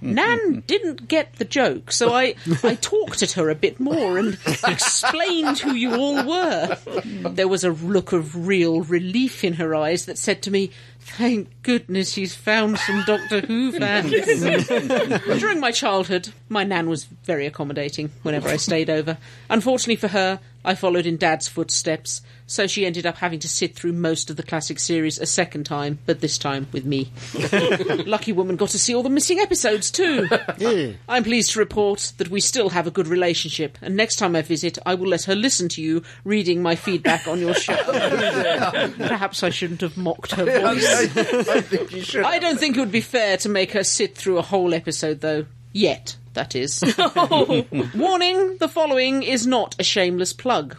[SPEAKER 1] Nan didn't get the joke, so I, I talked at her a bit more and explained who you all were. There was a look of real relief in her eyes that said to me, Thank goodness she's found some Doctor Who fans. During my childhood, my nan was very accommodating whenever I stayed over. Unfortunately for her, I followed in dad's footsteps, so she ended up having to sit through most of the classic series a second time, but this time with me. Lucky woman got to see all the missing episodes too. I'm pleased to report that we still have a good relationship, and next time I visit, I will let her listen to you reading my feedback on your show. Perhaps I shouldn't have mocked her
[SPEAKER 3] I,
[SPEAKER 1] voice.
[SPEAKER 3] I think you should. Oh,
[SPEAKER 1] I don't think it would be fair to make her sit through a whole episode, though. Yet, that is. Warning the following is not a shameless plug.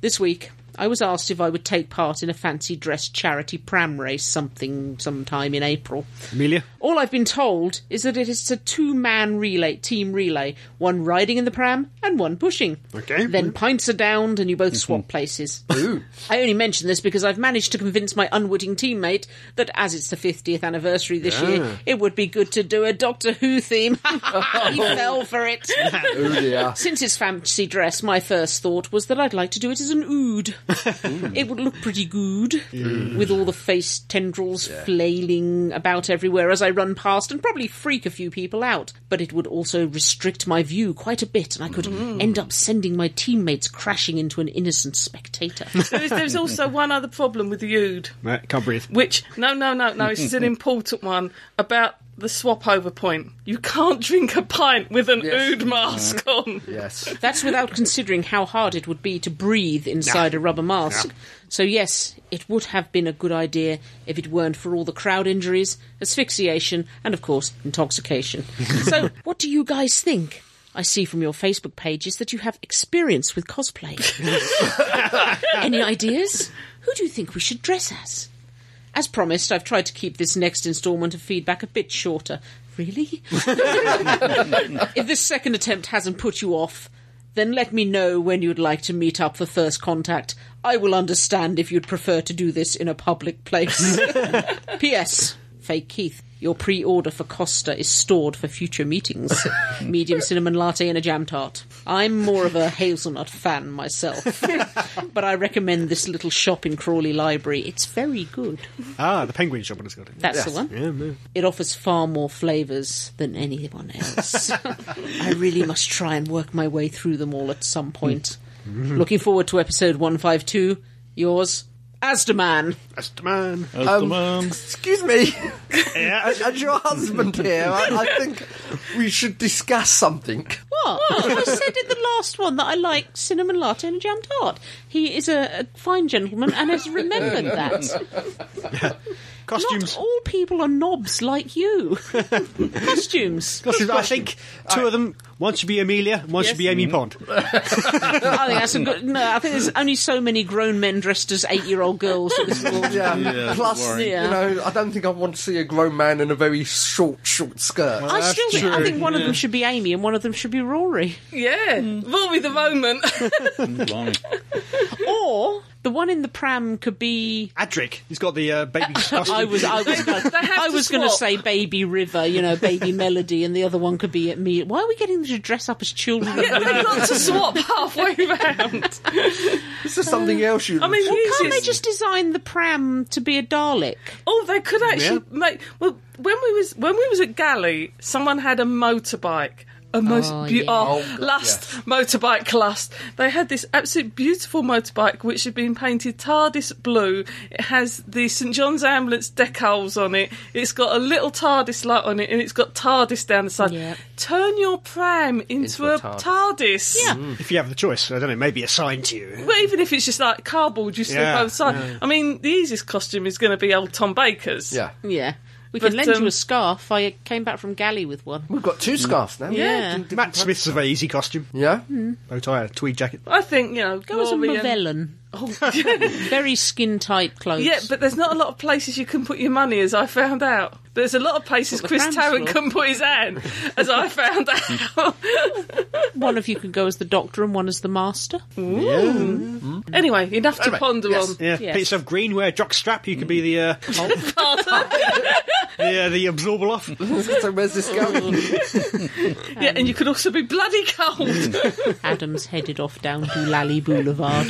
[SPEAKER 1] This week, I was asked if I would take part in a fancy dress charity pram race something sometime in April.
[SPEAKER 4] Amelia?
[SPEAKER 1] All I've been told is that it is a two man relay, team relay, one riding in the pram and one pushing.
[SPEAKER 4] Okay.
[SPEAKER 1] Then pints are downed and you both swap places. I only mention this because I've managed to convince my unwitting teammate that as it's the 50th anniversary this year, it would be good to do a Doctor Who theme. he fell for it.
[SPEAKER 3] Oh dear.
[SPEAKER 1] Since it's fancy dress, my first thought was that I'd like to do it as an ood. it would look pretty good, with all the face tendrils flailing about everywhere as I run past and probably freak a few people out. But it would also restrict my view quite a bit, and I could end up sending my teammates crashing into an innocent spectator.
[SPEAKER 2] There's, there's also one other problem with the Ood,
[SPEAKER 4] Right, can't breathe.
[SPEAKER 2] which, no, no, no, no, this is an important one about the swap over point. You can't drink a pint with an Ood mask on.
[SPEAKER 3] Yes.
[SPEAKER 1] That's without considering how hard it would be to breathe inside a rubber mask. So, yes, it would have been a good idea if it weren't for all the crowd injuries, asphyxiation, and, of course, intoxication. so, what do you guys think? I see from your Facebook pages that you have experience with cosplay. Any ideas? Who do you think we should dress as? As promised, I've tried to keep this next instalment of feedback a bit shorter. Really? if this second attempt hasn't put you off, then let me know when you'd like to meet up for first contact. I will understand if you'd prefer to do this in a public place. P.S. Fake Keith, your pre order for Costa is stored for future meetings. Medium cinnamon latte and a jam tart. I'm more of a hazelnut fan myself, but I recommend this little shop in Crawley Library. It's very good.
[SPEAKER 4] Ah, the penguin shop has got it.
[SPEAKER 1] That's the one. It offers far more flavours than anyone else. I really must try and work my way through them all at some point. Looking forward to episode 152. Yours, Asdaman.
[SPEAKER 4] That's the man.
[SPEAKER 3] Um,
[SPEAKER 1] Oh.
[SPEAKER 3] Excuse me.
[SPEAKER 4] yeah. uh,
[SPEAKER 3] As your husband here, I, I think we should discuss something.
[SPEAKER 1] What? I said in the last one that I like cinnamon latte and a jam tart. He is a, a fine gentleman and has remembered that.
[SPEAKER 4] Costumes.
[SPEAKER 1] Not all people are knobs like you. Costumes.
[SPEAKER 4] Costumes. I think two of them. One should be Amelia, and one should be Amy Pond.
[SPEAKER 1] I think that's a good. No, I think there's only so many grown men dressed as eight-year-old girls at this world.
[SPEAKER 3] Yeah.
[SPEAKER 5] don't
[SPEAKER 3] Plus,
[SPEAKER 5] worry.
[SPEAKER 3] you
[SPEAKER 1] Yeah.
[SPEAKER 3] know, I don't think I want to see a grown man in a very short, short skirt.
[SPEAKER 1] I still think, I think one of them should be Amy and one of them should be Rory.
[SPEAKER 2] Yeah, Rory the Roman.
[SPEAKER 5] Blimey.
[SPEAKER 1] Or the one in the pram could be.
[SPEAKER 4] Adric, he's got the uh, baby costume.
[SPEAKER 1] I was I was gonna,
[SPEAKER 2] have
[SPEAKER 1] I
[SPEAKER 2] to
[SPEAKER 1] was going to
[SPEAKER 2] swap.
[SPEAKER 1] say Baby River, you know, Baby Melody, and the other one could be at me. Why are we getting them to dress up as children?
[SPEAKER 2] They've got to swap halfway round.
[SPEAKER 3] This is something else you.
[SPEAKER 2] I mean, Jesus.
[SPEAKER 1] Can't they just design the pram to be a Dalek?
[SPEAKER 2] Oh, they could actually make. Well, when we was when we was at Galley, someone had a motorbike. A most
[SPEAKER 1] Oh,
[SPEAKER 2] beau-
[SPEAKER 1] yeah.
[SPEAKER 3] Oh,
[SPEAKER 2] oh,
[SPEAKER 3] God,
[SPEAKER 2] lust motorbike lust. They had this absolute beautiful motorbike which had been painted TARDIS blue. It has the St John's Ambulance deck holes on it. It's got a little TARDIS light on it, and it's got TARDIS down the side.
[SPEAKER 1] Yeah.
[SPEAKER 2] Turn your pram into,
[SPEAKER 3] a
[SPEAKER 2] a TARDIS. Yeah.
[SPEAKER 4] if you have the choice, I don't know, maybe assigned to you.
[SPEAKER 2] Well, even if it's just like cardboard, you slip
[SPEAKER 4] Yeah,
[SPEAKER 2] over the side. I mean, the easiest costume is going to be old Tom Baker's.
[SPEAKER 3] yeah,
[SPEAKER 1] Yeah, we
[SPEAKER 2] But,
[SPEAKER 1] can lend
[SPEAKER 2] um,
[SPEAKER 1] you a scarf. I came back from galley with one.
[SPEAKER 3] we've got two scarves now.
[SPEAKER 1] Yeah.
[SPEAKER 4] Matt Smith's a very easy costume.
[SPEAKER 3] Yeah.
[SPEAKER 4] Bow tie, a tweed jacket.
[SPEAKER 2] I think you know.
[SPEAKER 1] Go as a
[SPEAKER 2] Rory and-
[SPEAKER 1] Mavellan. Very skin tight clothes.
[SPEAKER 2] Oh. Yeah, but there's not a lot of places you can put your money, as I found out. There's a lot of places
[SPEAKER 1] What, the
[SPEAKER 2] Chris
[SPEAKER 1] Pram's
[SPEAKER 2] Tarrant
[SPEAKER 1] floor?
[SPEAKER 2] can put his hand, as I found out. uh,
[SPEAKER 1] one of you could go as the doctor and one as the master.
[SPEAKER 2] anyway, enough to
[SPEAKER 3] Anyway,
[SPEAKER 2] ponder
[SPEAKER 3] yes.
[SPEAKER 2] on.
[SPEAKER 4] Yeah,
[SPEAKER 1] Yes.
[SPEAKER 4] yes. piece of green wear, jock strap. You could be the uh, the, uh, the absorbable off.
[SPEAKER 3] So where's this going?
[SPEAKER 2] Yeah, and you could also be bloody cold.
[SPEAKER 1] Adams headed off down Doolally Boulevard.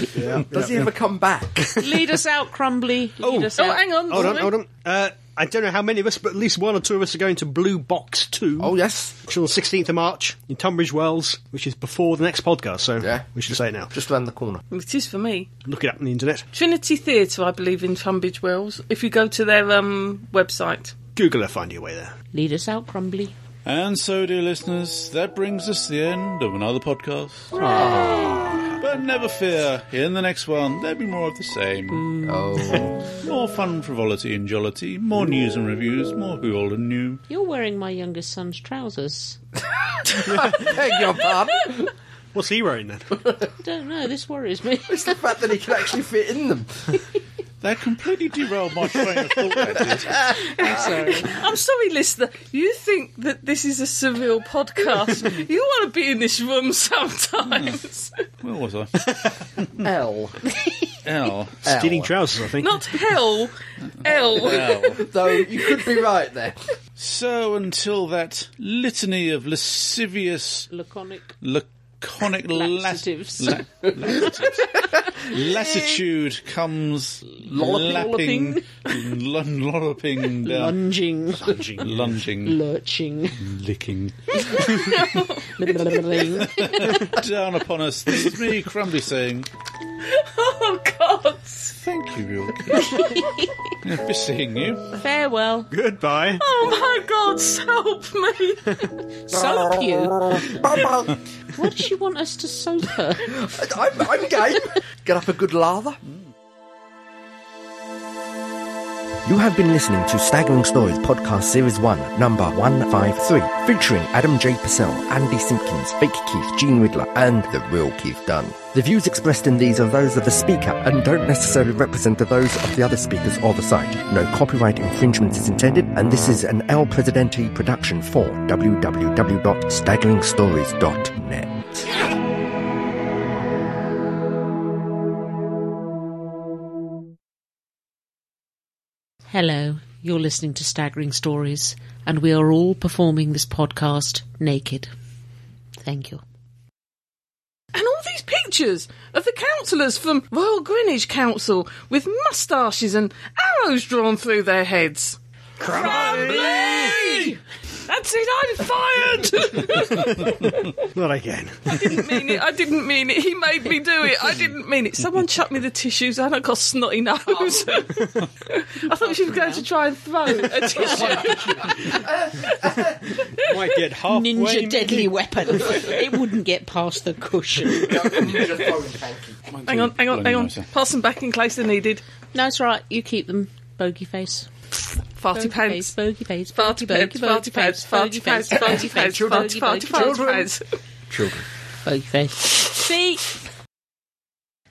[SPEAKER 3] Does he ever come back?
[SPEAKER 1] Lead us out, Crumbly. Lead us
[SPEAKER 2] oh,
[SPEAKER 1] out.
[SPEAKER 2] hang on.
[SPEAKER 4] Hold on, hold on. Uh, I don't know how many of us, but at least one or two of us are going to Blue Box 2.
[SPEAKER 3] Oh yes,
[SPEAKER 4] Which is on the 16th of March in Tunbridge Wells, which is before the next podcast, so
[SPEAKER 3] Yeah.
[SPEAKER 4] we should say it now. Just
[SPEAKER 3] just around the corner.
[SPEAKER 2] It is for me.
[SPEAKER 4] look it up on the internet.
[SPEAKER 2] Trinity Theatre, I believe, in Tunbridge Wells. If you go to their um, website.
[SPEAKER 4] Google it, find your way there.
[SPEAKER 1] Lead us out, Crumbly.
[SPEAKER 5] And so, dear listeners, that brings us to the end of another podcast. But never fear, in the next one, there'll be more of the same.
[SPEAKER 3] Oh,
[SPEAKER 5] More fun, frivolity, and jollity, more news and reviews, more who old and new.
[SPEAKER 1] You're wearing my youngest son's trousers.
[SPEAKER 3] beg your pardon.
[SPEAKER 4] What's he wearing then?
[SPEAKER 1] Don't know. This worries me.
[SPEAKER 3] It's the fact that he can actually fit in them.
[SPEAKER 5] That completely derailed my train of thought. That did.
[SPEAKER 2] I'm sorry, listener. You think that this is a surreal podcast. you want to be in this room sometimes.
[SPEAKER 5] Where was I?
[SPEAKER 3] L.
[SPEAKER 5] L.
[SPEAKER 4] Stealing trousers, I think.
[SPEAKER 2] Not hell, L.
[SPEAKER 5] L.
[SPEAKER 3] Though you could be right there.
[SPEAKER 5] So until that litany of lascivious,
[SPEAKER 1] Laconic.
[SPEAKER 5] laconic
[SPEAKER 1] Laxatives.
[SPEAKER 5] la- la- laxatives. lassitude comes
[SPEAKER 1] Lolloping.
[SPEAKER 5] lapping, lun- lolloping down,
[SPEAKER 1] Lunging.
[SPEAKER 5] lunging,
[SPEAKER 1] Lurching.
[SPEAKER 5] licking
[SPEAKER 1] Bling.
[SPEAKER 5] down upon us. This is me, Crumbly, saying
[SPEAKER 2] Oh, God.
[SPEAKER 5] thank you, real kid. Be seeing you.
[SPEAKER 1] Farewell.
[SPEAKER 4] Goodbye.
[SPEAKER 2] Oh, my God. Help me.
[SPEAKER 1] Soap you.
[SPEAKER 3] I'm,
[SPEAKER 1] What does she want us to soap her?
[SPEAKER 3] I'm game. Get up a good lather. You have been listening to Staggering Stories Podcast Series 1, number 153, featuring Adam J. Purcell, Andy Simpkins, Fake Keith, Gene Ridler, and the real Keith Dunn. The views expressed in these are those of the speaker and don't necessarily represent those of the other speakers or the site. No copyright infringement is intended, and this is an El Presidente production for www.staggeringstories.net.
[SPEAKER 1] Hello. You're listening to Staggering Stories, and we are all performing this podcast naked. Thank you.
[SPEAKER 2] And all these pictures of the councillors from Royal Greenwich Council with moustaches and arrows drawn through their heads. Crumbly! That's it, I'm fired!
[SPEAKER 4] Not again.
[SPEAKER 2] didn't mean it, I didn't mean it. He made me do it, I didn't mean it. Someone chucked me the tissues and I got snotty nose. I thought she was going to try and throw a tissue.
[SPEAKER 4] Might get halfway.
[SPEAKER 1] Ninja deadly weapon. it wouldn't get past the cushion.
[SPEAKER 2] hang on, hang on, hang on. Pass them back in case they're needed.
[SPEAKER 1] No, it's right. You keep them. Bogey face.
[SPEAKER 2] Farty pants.
[SPEAKER 1] Bogey face.
[SPEAKER 2] Farty pants, farty pants, farty pants, farty pants, farty pants, farty pants.
[SPEAKER 1] Bogey face. See?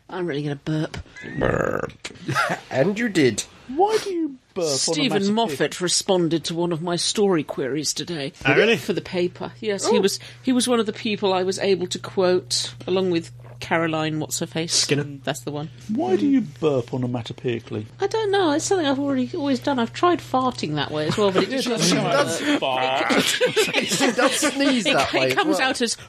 [SPEAKER 1] I'm really going to burp.
[SPEAKER 3] And you did.
[SPEAKER 5] Why do you burp? on a
[SPEAKER 1] Stephen
[SPEAKER 5] massive
[SPEAKER 1] Moffat responded to one of my story queries today.
[SPEAKER 4] Oh, really?
[SPEAKER 1] For the paper. Yes, he was he was one of the people I was able to quote along with Caroline what's her face?
[SPEAKER 4] Skinner.
[SPEAKER 1] That's the one.
[SPEAKER 5] pig? Why do you burp on a matapirkly?
[SPEAKER 1] I don't know. It's something I've already always done. I've tried farting that way as well, but it just doesn't come out.
[SPEAKER 3] He does sneeze
[SPEAKER 1] It,
[SPEAKER 3] that way. Oh.
[SPEAKER 1] it
[SPEAKER 3] as
[SPEAKER 1] comes
[SPEAKER 3] well.
[SPEAKER 1] out as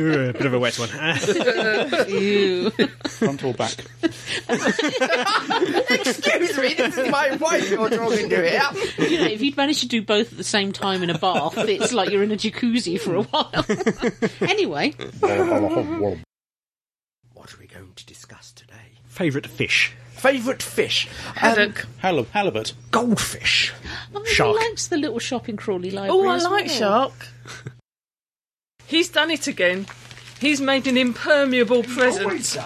[SPEAKER 4] Ooh, a bit of a wet one. Uh,
[SPEAKER 1] ew.
[SPEAKER 5] Front or back?
[SPEAKER 3] Excuse me, this is my wife you're talking to here.
[SPEAKER 1] You know, if you'd managed to do both at the same time in a bath, it's like you're in a jacuzzi for a while. anyway,
[SPEAKER 3] What are we going to discuss today?
[SPEAKER 4] Favourite fish.
[SPEAKER 3] Favourite fish? Um,
[SPEAKER 2] Haddock.
[SPEAKER 5] Halib- halibut.
[SPEAKER 3] goldfish.
[SPEAKER 1] oh,
[SPEAKER 3] Shark.
[SPEAKER 1] he likes the little shop in Crawley Library.
[SPEAKER 2] Oh, I
[SPEAKER 1] as
[SPEAKER 2] like
[SPEAKER 1] well.
[SPEAKER 2] Shark. He's done it again. He's made an impermeable present.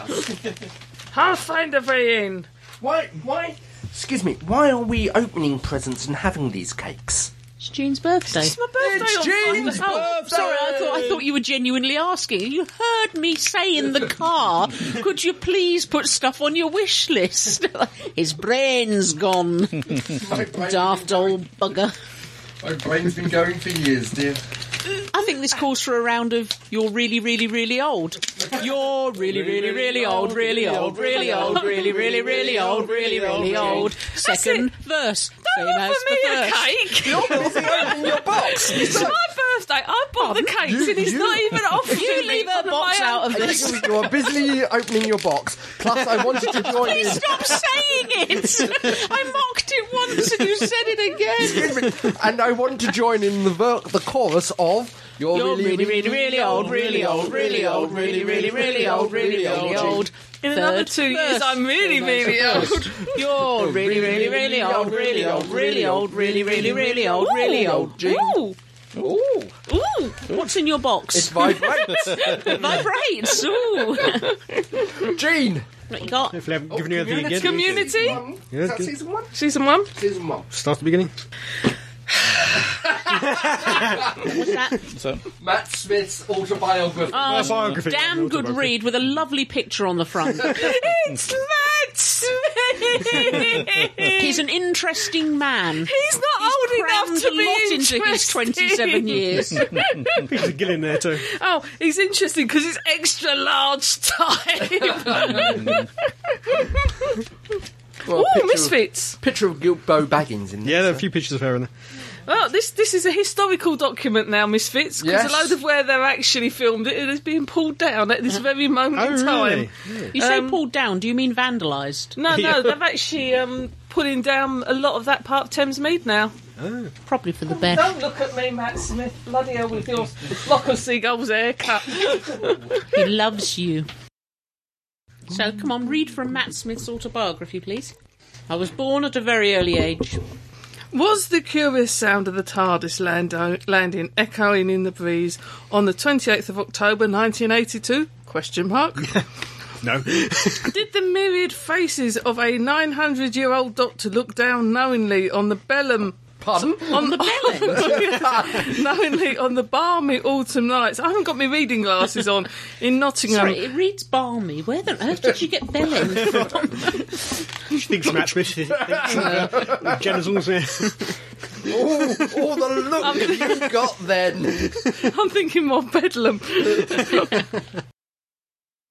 [SPEAKER 2] I'll find a way in.
[SPEAKER 3] Why? Why? Excuse me. Why are we opening presents and having these cakes?
[SPEAKER 1] It's Jean's birthday.
[SPEAKER 2] It's my birthday
[SPEAKER 3] It's
[SPEAKER 2] on
[SPEAKER 3] Jean's
[SPEAKER 2] Friday.
[SPEAKER 1] Oh, sorry, I thought I thought you were genuinely asking. You heard me say in the car, could you please put stuff on your wish list? His brain's gone. Daft old bugger.
[SPEAKER 3] My brain's been going for years, dear.
[SPEAKER 1] I think this calls for a round of you're really, really, really old. You're really, really, really old, really old, really old, really, really, really old, really, really old. Second verse. Same
[SPEAKER 2] Don't
[SPEAKER 1] as
[SPEAKER 2] offer me
[SPEAKER 1] the
[SPEAKER 2] a
[SPEAKER 1] first.
[SPEAKER 2] cake.
[SPEAKER 3] opening your box.
[SPEAKER 2] It's my birthday. I bought the cakes and it's not even offered
[SPEAKER 1] You
[SPEAKER 2] to me
[SPEAKER 1] leave
[SPEAKER 2] on
[SPEAKER 1] a box
[SPEAKER 2] my
[SPEAKER 1] out
[SPEAKER 2] own-
[SPEAKER 1] of this.
[SPEAKER 3] You are busily opening your box. Plus, I wanted to join in.
[SPEAKER 1] Please stop saying it. I mocked it once and you said it again.
[SPEAKER 3] Excuse me. And I want to join in the ver- the chorus of. You're,
[SPEAKER 1] You're really, really, really old, really old, really old, really, really, really old, really, really old.
[SPEAKER 2] In another two years, I'm really, really old.
[SPEAKER 1] You're really, really, really old, really old, really old, really, really, really old, really old.
[SPEAKER 2] Ooh,
[SPEAKER 3] Ooh,
[SPEAKER 1] Ooh, what's in your box?
[SPEAKER 3] vibrates.
[SPEAKER 1] It vibrates. Ooh,
[SPEAKER 3] Gene.
[SPEAKER 1] what you got?
[SPEAKER 4] Hopefully I
[SPEAKER 3] Oh,
[SPEAKER 4] haven't given you anything again.
[SPEAKER 2] community.
[SPEAKER 3] Is that season one?
[SPEAKER 2] Season one.
[SPEAKER 3] Season one.
[SPEAKER 4] Start at the beginning.
[SPEAKER 1] What's that?
[SPEAKER 5] So,
[SPEAKER 3] Matt Smith's autobiography.
[SPEAKER 4] Uh,
[SPEAKER 2] Um,
[SPEAKER 4] biography.
[SPEAKER 1] Damn good read with a lovely picture on the front.
[SPEAKER 2] It's Matt Smith.
[SPEAKER 1] He's an interesting man.
[SPEAKER 2] He's not old enough
[SPEAKER 1] Crammed
[SPEAKER 2] to
[SPEAKER 1] a
[SPEAKER 2] be
[SPEAKER 1] lot into his
[SPEAKER 2] interesting.
[SPEAKER 1] 27 years.
[SPEAKER 4] Peter Gill in there too.
[SPEAKER 2] Oh, he's interesting because it's extra large type.
[SPEAKER 3] Well,
[SPEAKER 2] oh,
[SPEAKER 3] picture
[SPEAKER 2] misfits.
[SPEAKER 3] Of, picture of Gilbo Baggins in there.
[SPEAKER 4] Yeah, there are a few pictures of her in there.
[SPEAKER 2] Oh, this this is a historical document now, misfits, because
[SPEAKER 3] Yes.
[SPEAKER 2] a load of where they're actually filmed it is being pulled down at this very moment
[SPEAKER 1] Oh,
[SPEAKER 4] Oh,
[SPEAKER 2] in time.
[SPEAKER 1] You say pulled down, do you mean vandalised?
[SPEAKER 2] No, no, they've actually um, pulling down a lot of that part of Thames Mead now.
[SPEAKER 1] Probably for the best.
[SPEAKER 2] Don't look at me, Matt Smith. Bloody hell, with your flock of seagulls haircut.
[SPEAKER 1] He loves you. So, come on, read from Matt Smith's autobiography, please. I was born at a very early age.
[SPEAKER 2] Was the curious sound of the TARDIS lando- landing echoing in the breeze on the 28th of October 1982? Question mark.
[SPEAKER 4] No.
[SPEAKER 2] Did the myriad faces of a 900 year old doctor look down knowingly on the Bellum?
[SPEAKER 3] Pardon?
[SPEAKER 2] On the Bellum? knowingly on the balmy autumn nights. I haven't got my reading glasses on in Nottingham.
[SPEAKER 1] Sorry, it reads balmy. Where the earth did you get Belen from?
[SPEAKER 4] she thinks Matt Smith. She thinks uh, Jenna Zonsmith.
[SPEAKER 3] Oh, oh, the look you've got then.
[SPEAKER 2] I'm thinking more Bedlam.